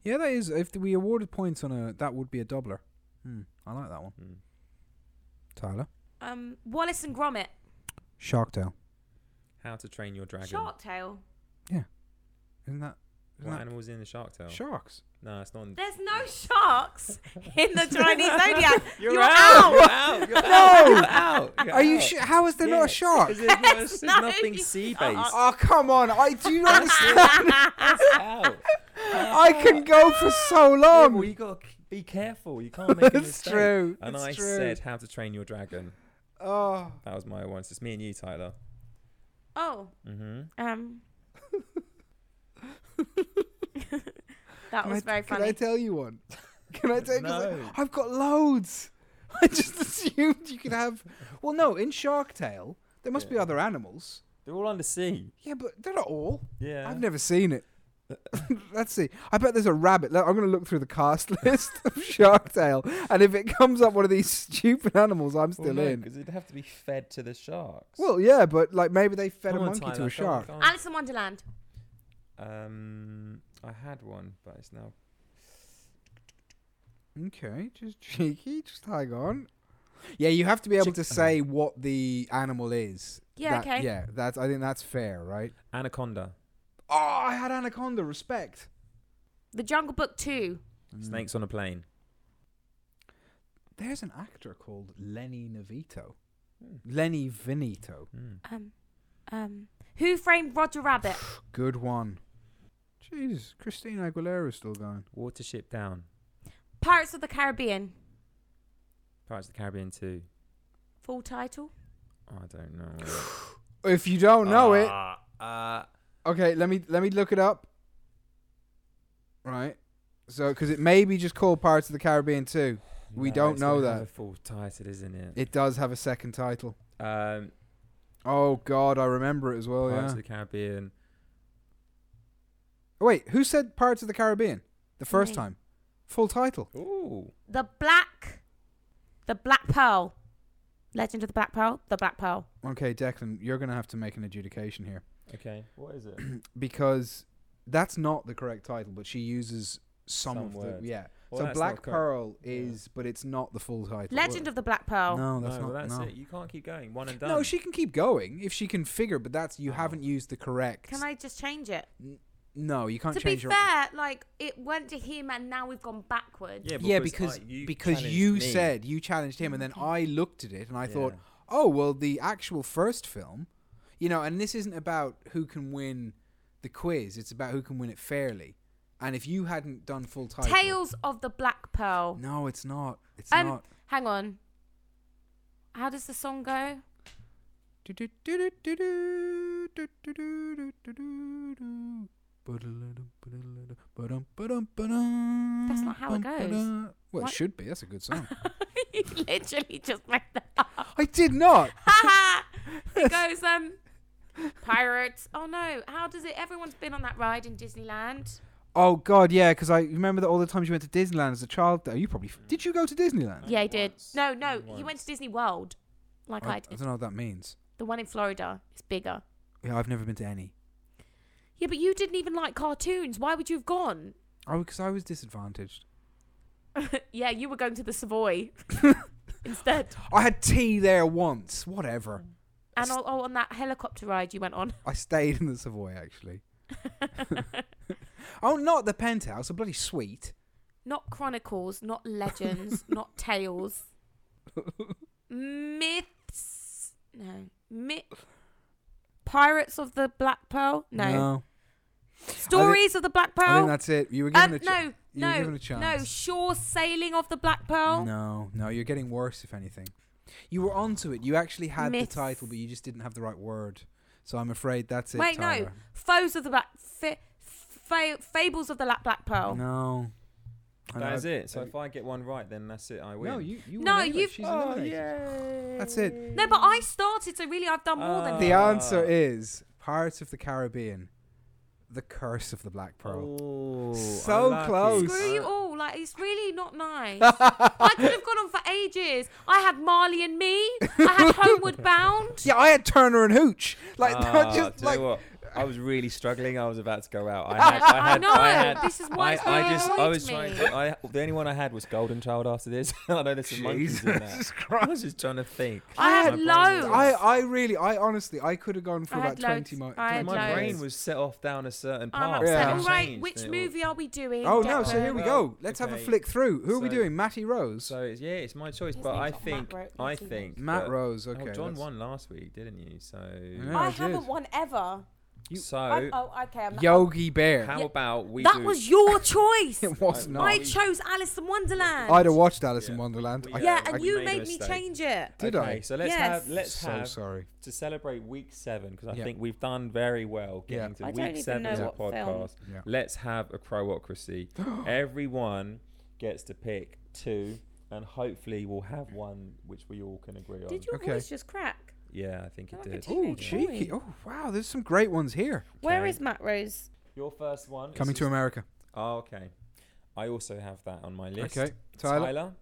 [SPEAKER 2] Yeah, that is. If we awarded points on a, that would be a doubler. Mm. I like that one.
[SPEAKER 3] Hmm.
[SPEAKER 2] Tyler,
[SPEAKER 1] Um, Wallace and Gromit.
[SPEAKER 2] Shark Tale.
[SPEAKER 3] How to Train Your Dragon.
[SPEAKER 1] Shark Tale.
[SPEAKER 2] Isn't that? Isn't
[SPEAKER 3] What
[SPEAKER 2] that
[SPEAKER 3] animals in the Shark Tale?
[SPEAKER 2] sharks?
[SPEAKER 3] no, it's not. In
[SPEAKER 1] There's no sharks in the Chinese zodiac.
[SPEAKER 3] You're,
[SPEAKER 1] You're
[SPEAKER 3] out.
[SPEAKER 1] out.
[SPEAKER 3] You're out. You're out. You're out. You're
[SPEAKER 2] Are you?
[SPEAKER 3] out.
[SPEAKER 2] Sh- how is there not
[SPEAKER 3] Yeah.
[SPEAKER 2] a shark?
[SPEAKER 3] 'Cause There's, no,
[SPEAKER 1] There's
[SPEAKER 3] there's
[SPEAKER 1] no
[SPEAKER 3] nothing sea
[SPEAKER 1] Uh-uh.
[SPEAKER 3] based.
[SPEAKER 2] Oh come on! I do you understand.
[SPEAKER 3] out.
[SPEAKER 2] I can go for so
[SPEAKER 3] Yeah,
[SPEAKER 2] long.
[SPEAKER 3] well, you got to be careful. You can't make a
[SPEAKER 2] That's
[SPEAKER 3] mistake.
[SPEAKER 2] true.
[SPEAKER 3] And
[SPEAKER 2] That's
[SPEAKER 3] I
[SPEAKER 2] true.
[SPEAKER 3] said how to train your dragon.
[SPEAKER 2] oh,
[SPEAKER 3] That was my one. So it's me and you, Tyler.
[SPEAKER 1] oh,
[SPEAKER 3] Mm-hmm.
[SPEAKER 1] um. that
[SPEAKER 2] Can
[SPEAKER 1] was
[SPEAKER 2] I-
[SPEAKER 1] very
[SPEAKER 2] can
[SPEAKER 1] funny.
[SPEAKER 2] I tell you one? Can I tell you? 'cause I-
[SPEAKER 3] No.
[SPEAKER 2] I've got loads. I just assumed you could have. Well, no. In Shark Tale, there must be
[SPEAKER 3] Yeah.
[SPEAKER 2] other animals.
[SPEAKER 3] They're all under sea.
[SPEAKER 2] Yeah, but they're not all.
[SPEAKER 3] Yeah.
[SPEAKER 2] I've never seen it. Let's see. I bet there's a rabbit. Look, I'm going to look through the cast list of Shark Tale, and if it comes up one of these stupid animals,
[SPEAKER 3] Oh
[SPEAKER 2] I'm still in.
[SPEAKER 3] Because it'd have to be fed to the sharks.
[SPEAKER 2] Well, yeah, but like maybe they fed a
[SPEAKER 3] Come on,
[SPEAKER 2] monkey to
[SPEAKER 3] Tyler,
[SPEAKER 2] a
[SPEAKER 3] go on,
[SPEAKER 2] shark.
[SPEAKER 3] go on.
[SPEAKER 1] Alice in Wonderland.
[SPEAKER 3] Um, I had one, but it's now.
[SPEAKER 2] Okay, just cheeky. Just hang on. uh-huh. Yeah, you have to be able
[SPEAKER 3] Chick-
[SPEAKER 2] to say what the animal is.
[SPEAKER 1] Yeah,
[SPEAKER 2] That-
[SPEAKER 1] okay.
[SPEAKER 2] Yeah, that's. I think that's fair, right?
[SPEAKER 3] Anaconda.
[SPEAKER 2] Oh, I had anaconda. Respect.
[SPEAKER 1] The Jungle Book 2.
[SPEAKER 2] Mm.
[SPEAKER 3] Snakes on a plane.
[SPEAKER 2] There's an actor called Lenny Navito.
[SPEAKER 3] Hmm.
[SPEAKER 2] Lenny Vinito.
[SPEAKER 3] Hmm.
[SPEAKER 1] Um, um, Who Framed Roger Rabbit?
[SPEAKER 2] Good one. Jeez, Christine Aguilera is still going.
[SPEAKER 3] Watership Down.
[SPEAKER 1] Pirates of the Caribbean.
[SPEAKER 3] Pirates of the Caribbean 2.
[SPEAKER 1] Full title.
[SPEAKER 3] I don't know.
[SPEAKER 2] If you don't know Oh, it,
[SPEAKER 3] it. Uh,
[SPEAKER 2] okay, let me let me look it up. Right, so because it may be just called Pirates of the Caribbean too. We don't
[SPEAKER 3] it's
[SPEAKER 2] know
[SPEAKER 3] gonna have
[SPEAKER 2] that.
[SPEAKER 3] a full title, isn't it?
[SPEAKER 2] It does have a second title.
[SPEAKER 3] um,
[SPEAKER 2] Oh God, I remember it as well.
[SPEAKER 3] Pirates
[SPEAKER 2] Oh, Yeah.
[SPEAKER 3] of the Caribbean.
[SPEAKER 2] Oh, wait, who said Pirates of the Caribbean the first
[SPEAKER 1] Me.
[SPEAKER 2] time? Full title.
[SPEAKER 3] Ooh.
[SPEAKER 1] The Black, the Black Pearl, Legend of the Black Pearl, the Black Pearl.
[SPEAKER 2] Okay, Declan, you're going to have to make an adjudication here
[SPEAKER 3] Okay. What is it?
[SPEAKER 2] because that's not the correct title, but she uses some,
[SPEAKER 3] Some
[SPEAKER 2] of
[SPEAKER 3] words.
[SPEAKER 2] the yeah.
[SPEAKER 3] Well,
[SPEAKER 2] so
[SPEAKER 3] that's not
[SPEAKER 2] Black
[SPEAKER 3] correct.
[SPEAKER 2] Pearl
[SPEAKER 3] Yeah.
[SPEAKER 2] is, but it's not the full title.
[SPEAKER 1] Legend of the Black Pearl.
[SPEAKER 2] No,
[SPEAKER 3] no,
[SPEAKER 2] that's
[SPEAKER 3] well,
[SPEAKER 2] not.
[SPEAKER 3] that's
[SPEAKER 2] no.
[SPEAKER 3] it. You can't keep going. One and done.
[SPEAKER 2] No, she can keep going if she can figure, but that's you
[SPEAKER 3] Oh.
[SPEAKER 2] haven't used the correct.
[SPEAKER 1] Can I just change it?
[SPEAKER 2] No, you can't
[SPEAKER 1] to be
[SPEAKER 2] change
[SPEAKER 1] fair,
[SPEAKER 2] your.
[SPEAKER 1] like it went to him, and now we've gone backwards.
[SPEAKER 3] Yeah,
[SPEAKER 2] yeah, because
[SPEAKER 3] I-
[SPEAKER 2] because you,
[SPEAKER 3] challenged me.
[SPEAKER 2] said you challenged him, and then I looked at it and I thought,
[SPEAKER 3] Yeah.
[SPEAKER 2] oh well, the actual first film, you know, and this isn't about who can win the quiz; it's about who can win it fairly. And if you hadn't done full title,
[SPEAKER 1] Tales of the Black Pearl.
[SPEAKER 2] No, it's not. It's
[SPEAKER 4] Um,
[SPEAKER 2] not.
[SPEAKER 4] Hang on. How does the song go?
[SPEAKER 2] That's
[SPEAKER 4] not how it goes.
[SPEAKER 2] Well,
[SPEAKER 4] What?
[SPEAKER 2] it should be. That's a good song.
[SPEAKER 4] you literally just made that up.
[SPEAKER 2] I did not.
[SPEAKER 4] Ha ha! It goes, um, pirates. Oh no, how does it? Everyone's been on that ride in Disneyland.
[SPEAKER 2] Oh God, yeah, because I remember that all the times you went to Disneyland as a child. though, You probably f- did. You go to Disneyland?
[SPEAKER 4] yeah, he did.
[SPEAKER 3] once.
[SPEAKER 4] No, no,
[SPEAKER 3] Only
[SPEAKER 4] he went
[SPEAKER 3] once.
[SPEAKER 4] to Disney World, like
[SPEAKER 2] I,
[SPEAKER 4] I,
[SPEAKER 2] I
[SPEAKER 4] did.
[SPEAKER 2] don't know what that means.
[SPEAKER 4] The one in Florida is bigger.
[SPEAKER 2] Yeah, I've never been to any.
[SPEAKER 4] Yeah, but you didn't even like cartoons. Why would you have gone?
[SPEAKER 2] Oh, because I was disadvantaged.
[SPEAKER 4] yeah, you were going to the Savoy instead.
[SPEAKER 2] I had tea there once. Whatever.
[SPEAKER 4] And oh, oh, on that helicopter ride you went on.
[SPEAKER 2] I stayed in the Savoy actually. Oh, not the penthouse. A bloody suite.
[SPEAKER 4] not Chronicles, not Legends, not Tales. Myths. No. Myth. Pirates of the Black Pearl? No. Stories of the Black
[SPEAKER 2] I think
[SPEAKER 4] Pearl?
[SPEAKER 2] that's it. You were given
[SPEAKER 4] Um,
[SPEAKER 2] a chance.
[SPEAKER 4] no,
[SPEAKER 2] you were given
[SPEAKER 4] no,
[SPEAKER 2] a
[SPEAKER 4] no.
[SPEAKER 2] chance.
[SPEAKER 4] Shore sailing of the Black Pearl?
[SPEAKER 2] no, no. You're getting worse, if anything. You were onto it. You actually had
[SPEAKER 4] Myths.
[SPEAKER 2] the title, but you just didn't have the right word. So I'm afraid that's it.
[SPEAKER 4] Wait,
[SPEAKER 2] Tyler.
[SPEAKER 4] no. Foes of the Black. Fa- fa- fables of the La- Black Pearl.
[SPEAKER 2] No. I
[SPEAKER 3] That
[SPEAKER 2] know-
[SPEAKER 3] is it. So
[SPEAKER 2] I-
[SPEAKER 3] if I get one right, then that's it. I win. Oh,
[SPEAKER 2] No, you. you
[SPEAKER 4] No,
[SPEAKER 2] win anyway.
[SPEAKER 4] you've- Oh,
[SPEAKER 2] She's eliminated. That's it.
[SPEAKER 4] No, but I started, so really I've done more than
[SPEAKER 3] Oh.
[SPEAKER 2] The
[SPEAKER 4] him.
[SPEAKER 2] answer
[SPEAKER 3] Ah.
[SPEAKER 2] is Pirates of the Caribbean, The Curse of the Black Pearl.
[SPEAKER 3] Oh,
[SPEAKER 2] So
[SPEAKER 3] unlucky.
[SPEAKER 2] close.
[SPEAKER 4] Screw
[SPEAKER 3] Uh.
[SPEAKER 4] you all. Like, it's really not nice. I could have gone on for ages. I had Marley and Me. I had Homeward Bound.
[SPEAKER 2] Yeah, I had Turner and Hooch. Like,
[SPEAKER 3] Ah,
[SPEAKER 2] just
[SPEAKER 3] do you
[SPEAKER 2] like
[SPEAKER 3] know what? I was really struggling. I was about to go out. I, had, I, had,
[SPEAKER 4] know,
[SPEAKER 3] I had-
[SPEAKER 4] this is why
[SPEAKER 3] I,
[SPEAKER 4] it's
[SPEAKER 3] I
[SPEAKER 4] really
[SPEAKER 3] just. I
[SPEAKER 4] annoyed
[SPEAKER 3] was trying.
[SPEAKER 4] me.
[SPEAKER 3] To, I the only one I had was Golden Child. After this, I know there's some monkeys in that.
[SPEAKER 2] Jesus
[SPEAKER 3] I
[SPEAKER 2] Christ.
[SPEAKER 3] was just trying to think.
[SPEAKER 4] I
[SPEAKER 3] My
[SPEAKER 4] had
[SPEAKER 3] brain
[SPEAKER 4] loads.
[SPEAKER 2] I, I really, I honestly, I could have gone for
[SPEAKER 4] I
[SPEAKER 2] about
[SPEAKER 4] had loads.
[SPEAKER 2] twenty more.
[SPEAKER 4] I had
[SPEAKER 3] My
[SPEAKER 4] loads.
[SPEAKER 3] brain was set off down a certain
[SPEAKER 4] I'm
[SPEAKER 3] path.
[SPEAKER 4] upset.
[SPEAKER 2] Yeah.
[SPEAKER 4] All right,
[SPEAKER 3] Changed
[SPEAKER 4] which
[SPEAKER 3] it all.
[SPEAKER 4] movie are we doing?
[SPEAKER 2] Oh no! So
[SPEAKER 4] Declan?
[SPEAKER 2] here we
[SPEAKER 3] Well,
[SPEAKER 2] go. Let's have a
[SPEAKER 3] okay.
[SPEAKER 2] flick through. Who are we
[SPEAKER 3] So-
[SPEAKER 2] doing? Matty Rose.
[SPEAKER 3] So it's, yeah, it's my choice,
[SPEAKER 4] His
[SPEAKER 3] but I
[SPEAKER 4] name's not Matt
[SPEAKER 3] think
[SPEAKER 4] Ro-
[SPEAKER 3] I
[SPEAKER 4] what's his name?
[SPEAKER 3] think
[SPEAKER 2] Matt
[SPEAKER 3] that-
[SPEAKER 2] Rose.
[SPEAKER 3] Oh,
[SPEAKER 2] Okay.
[SPEAKER 3] John
[SPEAKER 2] that's-
[SPEAKER 3] won last week, didn't you? So
[SPEAKER 2] Yeah.
[SPEAKER 4] I
[SPEAKER 2] I
[SPEAKER 4] haven't
[SPEAKER 2] did.
[SPEAKER 4] won ever.
[SPEAKER 2] You-
[SPEAKER 3] so
[SPEAKER 4] I'm- oh, okay. I'm
[SPEAKER 2] Yogi Bear.
[SPEAKER 3] how
[SPEAKER 4] Yeah.
[SPEAKER 3] about we?
[SPEAKER 1] that
[SPEAKER 3] do,
[SPEAKER 1] was your choice.
[SPEAKER 2] it was
[SPEAKER 3] I-
[SPEAKER 2] not.
[SPEAKER 1] I
[SPEAKER 3] we-
[SPEAKER 1] chose Alice in Wonderland.
[SPEAKER 2] I'd have watched Alice in
[SPEAKER 3] Yeah.
[SPEAKER 2] Wonderland.
[SPEAKER 3] We-
[SPEAKER 2] I,
[SPEAKER 1] yeah,
[SPEAKER 3] I
[SPEAKER 1] and you
[SPEAKER 3] made a
[SPEAKER 1] made me
[SPEAKER 3] mistake.
[SPEAKER 1] change it.
[SPEAKER 2] Did
[SPEAKER 3] okay,
[SPEAKER 2] I?
[SPEAKER 3] So let's
[SPEAKER 1] Yes.
[SPEAKER 3] have let's
[SPEAKER 2] so
[SPEAKER 3] have
[SPEAKER 2] sorry.
[SPEAKER 3] to celebrate week seven because I
[SPEAKER 2] Yeah.
[SPEAKER 3] think we've done very well
[SPEAKER 2] Yeah.
[SPEAKER 3] getting to
[SPEAKER 4] I don't
[SPEAKER 3] week
[SPEAKER 4] even
[SPEAKER 3] seven
[SPEAKER 4] know
[SPEAKER 3] as a
[SPEAKER 4] what film.
[SPEAKER 3] podcast.
[SPEAKER 2] Yeah.
[SPEAKER 3] Let's have a crowocracy. Everyone gets to pick two, and hopefully we'll have one which we all can agree on.
[SPEAKER 1] Did your
[SPEAKER 2] Okay.
[SPEAKER 1] voice just crack?
[SPEAKER 3] Yeah, I think it
[SPEAKER 4] Like a
[SPEAKER 3] did.
[SPEAKER 4] teen-
[SPEAKER 2] Oh,
[SPEAKER 4] Teenage
[SPEAKER 2] cheeky!
[SPEAKER 4] boy.
[SPEAKER 2] Oh, wow. There's some great ones here.
[SPEAKER 1] Where
[SPEAKER 3] Okay.
[SPEAKER 1] is Matt Rose?
[SPEAKER 3] Your first one. is
[SPEAKER 2] Coming to
[SPEAKER 3] just-
[SPEAKER 2] America.
[SPEAKER 3] Oh, okay. I also have that on my list.
[SPEAKER 2] Okay, Tyler.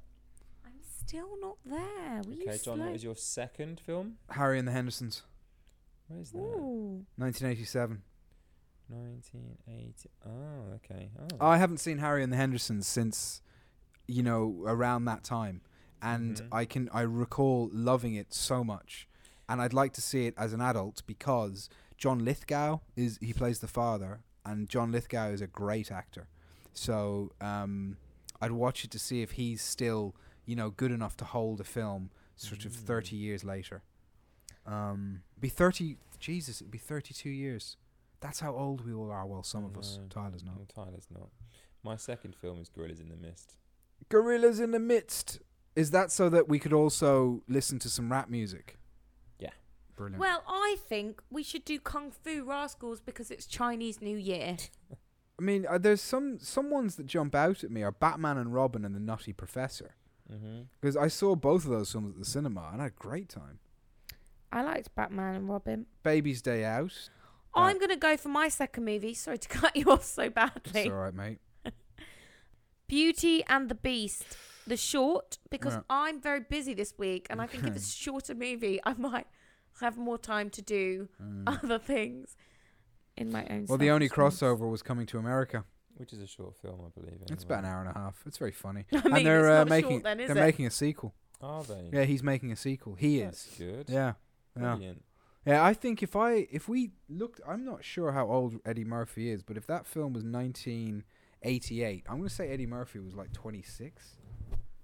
[SPEAKER 4] I'm still not there. Will you
[SPEAKER 3] Okay, John.
[SPEAKER 4] slow-
[SPEAKER 3] What is your second film?
[SPEAKER 2] Harry and the Hendersons,
[SPEAKER 3] Where is that?
[SPEAKER 4] Ooh.
[SPEAKER 2] 1987.
[SPEAKER 3] 1980. Oh, okay. Oh.
[SPEAKER 2] I haven't seen Harry and the Hendersons since, you know, around that time, and
[SPEAKER 3] Mhm.
[SPEAKER 2] I can I recall loving it so much, and I'd like to see it as an adult because John Lithgow is he plays the father, and John Lithgow is a great actor, so um, I'd watch it to see if he's still you know good enough to hold a film sort of
[SPEAKER 3] Mm.
[SPEAKER 2] thirty years later. Um, be thirty, Jesus, it'd be thirty-two years. That's how old we all are. Well, some of us.
[SPEAKER 3] No.
[SPEAKER 2] Tyler's not.
[SPEAKER 3] No, Tyler's not. My second film is Gorillas in the Mist.
[SPEAKER 2] Gorillas in the Midst. Is that so that we could also listen to some rap music?
[SPEAKER 3] Yeah.
[SPEAKER 2] Brilliant.
[SPEAKER 4] Well, I think we should do Kung Fu Rascals because it's Chinese New Year.
[SPEAKER 2] I mean, uh, there's some some ones that jump out at me are Batman and Robin and The Nutty Professor.
[SPEAKER 3] Mm-hmm.
[SPEAKER 2] Because I saw both of those films at the cinema and I had a great time.
[SPEAKER 4] I liked Batman and Robin.
[SPEAKER 2] Baby's Day Out.
[SPEAKER 4] I'm going to go for my second movie. Sorry to cut you off so
[SPEAKER 2] It's
[SPEAKER 4] badly.
[SPEAKER 2] all right, mate.
[SPEAKER 1] Beauty and the Beast, the short, because
[SPEAKER 2] Right.
[SPEAKER 1] I'm very busy this week, and I think if
[SPEAKER 2] Okay.
[SPEAKER 1] it's a shorter movie, I might have more time to do
[SPEAKER 4] Oh,
[SPEAKER 2] Mm.
[SPEAKER 1] other things in my own.
[SPEAKER 2] Well, the only
[SPEAKER 1] self-defense.
[SPEAKER 2] crossover was coming to America.
[SPEAKER 3] which is a short film, I believe.
[SPEAKER 2] It's about an hour and a half. It's very funny.
[SPEAKER 1] I mean,
[SPEAKER 2] and they're
[SPEAKER 1] it's
[SPEAKER 2] uh,
[SPEAKER 1] not
[SPEAKER 2] making
[SPEAKER 1] short then, is
[SPEAKER 2] they're
[SPEAKER 1] it?
[SPEAKER 2] making a sequel.
[SPEAKER 3] Are they?
[SPEAKER 2] Yeah, he's making a sequel. He
[SPEAKER 3] That's
[SPEAKER 2] is.
[SPEAKER 3] good.
[SPEAKER 2] Yeah. Yeah.
[SPEAKER 3] Brilliant.
[SPEAKER 2] Yeah, I think if I if we looked I'm not sure how old Eddie Murphy is, but if that film was 1988, I'm going to say Eddie Murphy was like 26.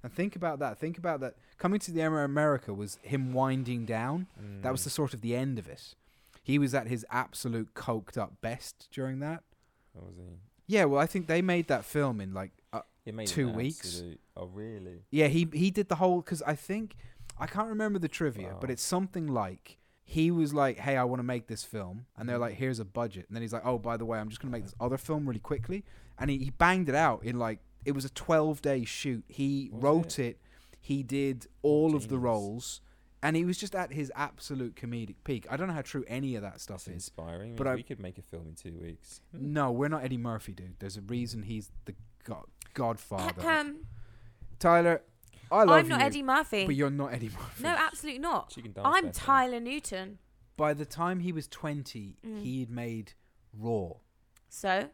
[SPEAKER 2] And think about that. Think about that. Coming to the Amer- America was him winding down.
[SPEAKER 3] Mm,
[SPEAKER 2] That was the sort of the end of it. He was at his absolute coked up best during that.
[SPEAKER 3] Mm. What was he?
[SPEAKER 2] Yeah, well, I think they made that film in like uh,
[SPEAKER 3] It made an
[SPEAKER 2] Two weeks.
[SPEAKER 3] absolute- Oh really?
[SPEAKER 2] Yeah, he he did the whole because I think I can't remember the trivia, but
[SPEAKER 3] Wow.
[SPEAKER 2] it's something like he was like, "Hey, I want to make this film," and they're like, "Here's a budget," and then he's like, "Oh, by the way, I'm just gonna make this other film really quickly," and he, he banged it out in like it was a 12 day shoot. He
[SPEAKER 3] Was
[SPEAKER 2] wrote it? he did all of the
[SPEAKER 3] genius.
[SPEAKER 2] roles, and he was just at his absolute comedic peak. I don't know how true any of that stuff
[SPEAKER 3] That's
[SPEAKER 2] is.
[SPEAKER 3] inspiring.
[SPEAKER 2] but
[SPEAKER 3] But
[SPEAKER 2] I-
[SPEAKER 3] we could make a film in two weeks.
[SPEAKER 2] No, we're not Eddie Murphy, dude. There's a reason he's the god godfather.
[SPEAKER 1] Ahem.
[SPEAKER 2] Tyler, I love
[SPEAKER 1] um, I'm not
[SPEAKER 2] you,
[SPEAKER 1] Eddie Murphy.
[SPEAKER 2] but you're not Eddie Murphy.
[SPEAKER 1] no, absolutely not.
[SPEAKER 3] She can dance.
[SPEAKER 1] I'm
[SPEAKER 3] better.
[SPEAKER 1] Tyler Newton.
[SPEAKER 2] by the time he was 20,
[SPEAKER 1] Mm.
[SPEAKER 2] he'd made Raw.
[SPEAKER 1] So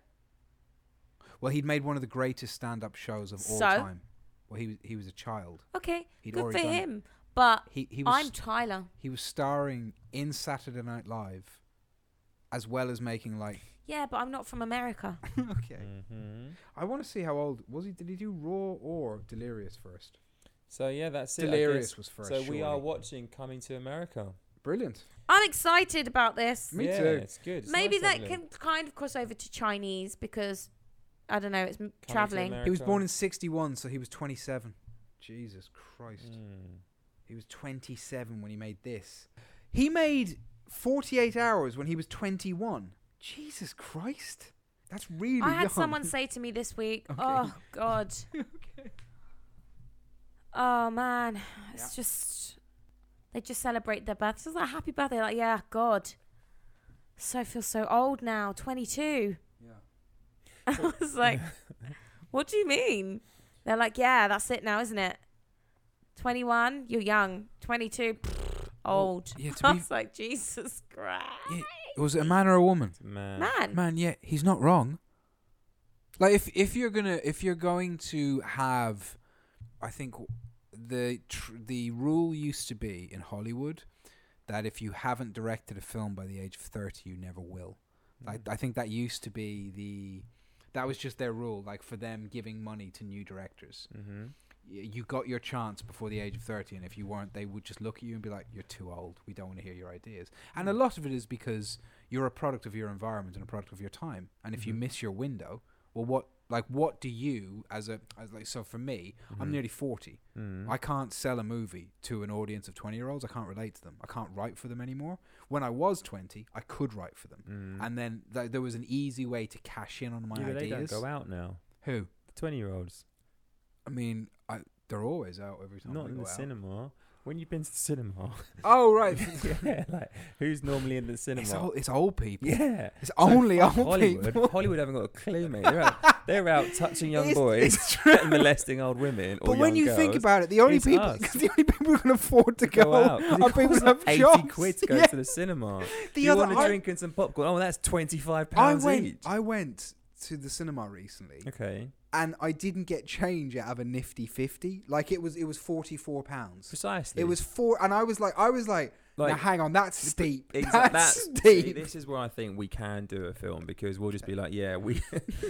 [SPEAKER 2] Well, he'd made one of the greatest stand-up shows of all
[SPEAKER 1] So?
[SPEAKER 2] time. Well, he was he was a child.
[SPEAKER 1] okay,
[SPEAKER 2] He'd
[SPEAKER 1] good for
[SPEAKER 2] already done it.
[SPEAKER 1] him. But
[SPEAKER 2] He he was
[SPEAKER 1] I'm Tyler.
[SPEAKER 2] he was starring in Saturday Night Live, as well as making like.
[SPEAKER 1] Yeah, but I'm not from America.
[SPEAKER 2] okay.
[SPEAKER 3] Mhm.
[SPEAKER 2] I want to see how old was he? Did he do Raw or Delirious first?
[SPEAKER 3] So yeah, that's it. I
[SPEAKER 2] Delirious
[SPEAKER 3] guess.
[SPEAKER 2] was first.
[SPEAKER 3] So we are
[SPEAKER 2] surely.
[SPEAKER 3] watching Coming to America.
[SPEAKER 2] brilliant.
[SPEAKER 1] I'm excited about this.
[SPEAKER 2] Me
[SPEAKER 3] yeah,
[SPEAKER 2] too.
[SPEAKER 3] It's good. It's
[SPEAKER 1] Maybe
[SPEAKER 3] nice
[SPEAKER 1] that
[SPEAKER 3] having a
[SPEAKER 1] can kind of cross over to Chinese because I don't know, it's m
[SPEAKER 3] to
[SPEAKER 1] traveling.
[SPEAKER 3] America.
[SPEAKER 2] He was born in '61, so he was 27. Jesus Christ.
[SPEAKER 3] Mm.
[SPEAKER 2] He was 27 when he made this. He made 48 hours when he was 21. Jesus Christ. That's really
[SPEAKER 1] I had
[SPEAKER 2] young.
[SPEAKER 1] someone say to me this week,
[SPEAKER 2] Okay.
[SPEAKER 1] "Oh God,
[SPEAKER 2] okay.
[SPEAKER 1] oh man, it's just they just celebrate their birthdays. It's like happy birthday, like yeah, God." So I feel so old now, 22.
[SPEAKER 2] Yeah.
[SPEAKER 1] I was like, "What do you mean?" They're like, "Yeah, that's it now, isn't it? 21, you're young. 22, pfft, old."
[SPEAKER 2] yeah, to
[SPEAKER 1] I
[SPEAKER 2] be-
[SPEAKER 1] was like, "Jesus Christ,
[SPEAKER 2] Yeah, was it a man or a woman?
[SPEAKER 3] Man.
[SPEAKER 1] man!"
[SPEAKER 2] Man, yeah, he's not wrong. Like if if you're going to if you're going to have I think the tr- the rule used to be in Hollywood that if you haven't directed a film by the age of 30 you never will. Like I think that used to be the that was just their rule, like for them giving money to new directors.
[SPEAKER 3] Mm-hmm.
[SPEAKER 2] Y- You got your chance before the age of thirty, and if you weren't, they would just look at you and be like, "You're too old. We don't want to hear your ideas." And
[SPEAKER 3] Mm.
[SPEAKER 2] a lot of it is because you're a product of your environment and a product of your time. And if you
[SPEAKER 3] Mhm.
[SPEAKER 2] miss your window, well, what like what do you as a as like so for me,
[SPEAKER 3] Mm-hmm.
[SPEAKER 2] I'm nearly forty.
[SPEAKER 3] Mm.
[SPEAKER 2] I can't sell a movie to an audience of twenty year olds. I can't relate to them. I can't write for them anymore. When I was twenty, I could write for them
[SPEAKER 3] Mm.
[SPEAKER 2] and then th- there was an easy way to cash in on my
[SPEAKER 3] yeah, but they don't
[SPEAKER 2] ideas.
[SPEAKER 3] go out now.
[SPEAKER 2] Who?
[SPEAKER 3] The twenty-year-olds.
[SPEAKER 2] I mean, I, they're always out every time.
[SPEAKER 3] Not
[SPEAKER 2] I
[SPEAKER 3] in
[SPEAKER 2] go
[SPEAKER 3] the
[SPEAKER 2] out.
[SPEAKER 3] cinema. When you've been to the cinema.
[SPEAKER 2] Oh right,
[SPEAKER 3] yeah, like who's normally in the cinema?
[SPEAKER 2] it's, old, it's old people.
[SPEAKER 3] yeah.
[SPEAKER 2] It's
[SPEAKER 3] So
[SPEAKER 2] only
[SPEAKER 3] fuck
[SPEAKER 2] old
[SPEAKER 3] Hollywood.
[SPEAKER 2] people.
[SPEAKER 3] Hollywood haven't got a clue, mate. They're out, they're out touching young
[SPEAKER 2] It's-
[SPEAKER 3] boys
[SPEAKER 2] it's
[SPEAKER 3] and molesting old women. Or
[SPEAKER 2] But when
[SPEAKER 3] young
[SPEAKER 2] you think
[SPEAKER 3] girls
[SPEAKER 2] about it, the only
[SPEAKER 3] It's
[SPEAKER 2] people
[SPEAKER 3] us.
[SPEAKER 2] 'cause the only people who can afford to
[SPEAKER 3] to
[SPEAKER 2] go,
[SPEAKER 3] go out, 'cause it
[SPEAKER 2] are people
[SPEAKER 3] costs
[SPEAKER 2] who have
[SPEAKER 3] eighty
[SPEAKER 2] jobs.
[SPEAKER 3] quid to go
[SPEAKER 2] Yeah.
[SPEAKER 3] to the cinema.
[SPEAKER 2] The
[SPEAKER 3] you
[SPEAKER 2] other
[SPEAKER 3] want a
[SPEAKER 2] I,
[SPEAKER 3] drink and some popcorn? Oh, that's twenty-five
[SPEAKER 2] I
[SPEAKER 3] pounds
[SPEAKER 2] went.
[SPEAKER 3] each.
[SPEAKER 2] I went to the cinema recently,
[SPEAKER 3] okay,
[SPEAKER 2] and I didn't get change out of a nifty fifty. Like it was, it was forty four pounds.
[SPEAKER 3] precisely.
[SPEAKER 2] It was four, and I was like, I was like, now
[SPEAKER 3] Like-
[SPEAKER 2] hang on, that's steep.
[SPEAKER 3] Exa-
[SPEAKER 2] That's,
[SPEAKER 3] see,
[SPEAKER 2] steep.
[SPEAKER 3] This is where I think we can do a film because we'll just be like, yeah, we.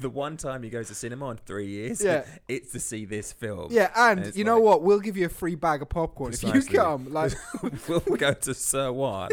[SPEAKER 3] the one time you go to cinema in three years,
[SPEAKER 2] Yeah.
[SPEAKER 3] it's to see this film.
[SPEAKER 2] Yeah, and,
[SPEAKER 3] it's
[SPEAKER 2] you know
[SPEAKER 3] like-
[SPEAKER 2] what? We'll give you a free bag of popcorn if
[SPEAKER 3] Precisely.
[SPEAKER 2] you come. Like,
[SPEAKER 3] we'll go to Sir Juan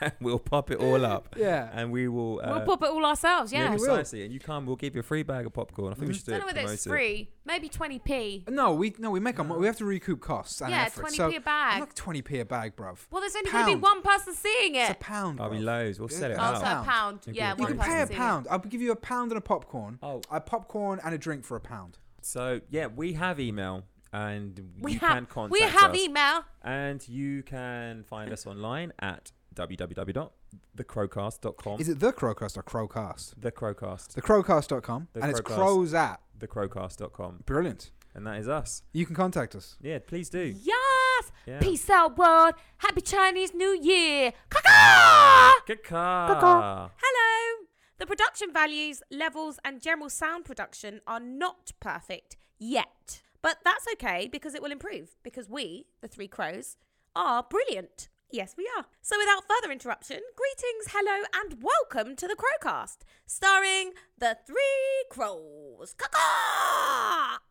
[SPEAKER 3] and we'll pop it all up.
[SPEAKER 2] Yeah.
[SPEAKER 3] and we will. Uh,
[SPEAKER 4] we'll pop it all ourselves. Yeah.
[SPEAKER 2] we will.
[SPEAKER 3] precisely. And you come, we'll give you a free bag of popcorn. I think we should do
[SPEAKER 4] I
[SPEAKER 3] it.
[SPEAKER 4] don't know whether it's
[SPEAKER 3] promote it.
[SPEAKER 4] free. Maybe 20p.
[SPEAKER 2] no, we no, we make our mo- we have to recoup costs and
[SPEAKER 4] Yeah,
[SPEAKER 2] effort.
[SPEAKER 4] 20p
[SPEAKER 2] so
[SPEAKER 4] a bag.
[SPEAKER 2] Not twenty p a bag, bruv.
[SPEAKER 4] Well, there's only going to be
[SPEAKER 2] Pound.
[SPEAKER 4] one person seeing
[SPEAKER 2] It's a
[SPEAKER 4] it.
[SPEAKER 2] pound.
[SPEAKER 3] I'll be
[SPEAKER 2] bruv.
[SPEAKER 3] loads. We'll set it
[SPEAKER 2] Oh,
[SPEAKER 4] Oh,
[SPEAKER 2] it's
[SPEAKER 4] so
[SPEAKER 2] pound.
[SPEAKER 3] out.
[SPEAKER 4] a pound.
[SPEAKER 3] Okay.
[SPEAKER 4] Yeah,
[SPEAKER 3] You
[SPEAKER 2] You
[SPEAKER 4] one
[SPEAKER 2] can
[SPEAKER 4] person
[SPEAKER 2] pay a
[SPEAKER 4] seeing it.
[SPEAKER 2] pound. I'll give you a pound and a popcorn.
[SPEAKER 3] Oh.
[SPEAKER 2] a popcorn and a drink for a pound.
[SPEAKER 3] So yeah, we have email and
[SPEAKER 4] We
[SPEAKER 3] you
[SPEAKER 4] have,
[SPEAKER 3] can contact
[SPEAKER 4] we have
[SPEAKER 3] us.
[SPEAKER 4] email.
[SPEAKER 3] and you can find us online at www. thecrowcast.com.
[SPEAKER 2] Is it the Crowcast or Crowcast?
[SPEAKER 3] The Crowcast.
[SPEAKER 2] The Crowcast.com.
[SPEAKER 3] The
[SPEAKER 2] and it's
[SPEAKER 3] Crowcast.
[SPEAKER 2] crows at.
[SPEAKER 3] Thecrowcast.com.
[SPEAKER 2] Brilliant.
[SPEAKER 3] And that is us.
[SPEAKER 2] You can contact us.
[SPEAKER 3] Yeah, please
[SPEAKER 4] Mm.
[SPEAKER 3] do.
[SPEAKER 5] Yes!
[SPEAKER 3] Yeah.
[SPEAKER 5] Peace out, world. Happy Chinese New Year. Kaka!
[SPEAKER 3] Ka-ka.
[SPEAKER 4] Hello! The production values, levels, and general sound production are not perfect yet. But that's okay because it will improve because we, the Three Crows, are brilliant. Yes, we are. So without further interruption, greetings, hello, and welcome to the Crowcast, starring the Three Crows. Caw-caw!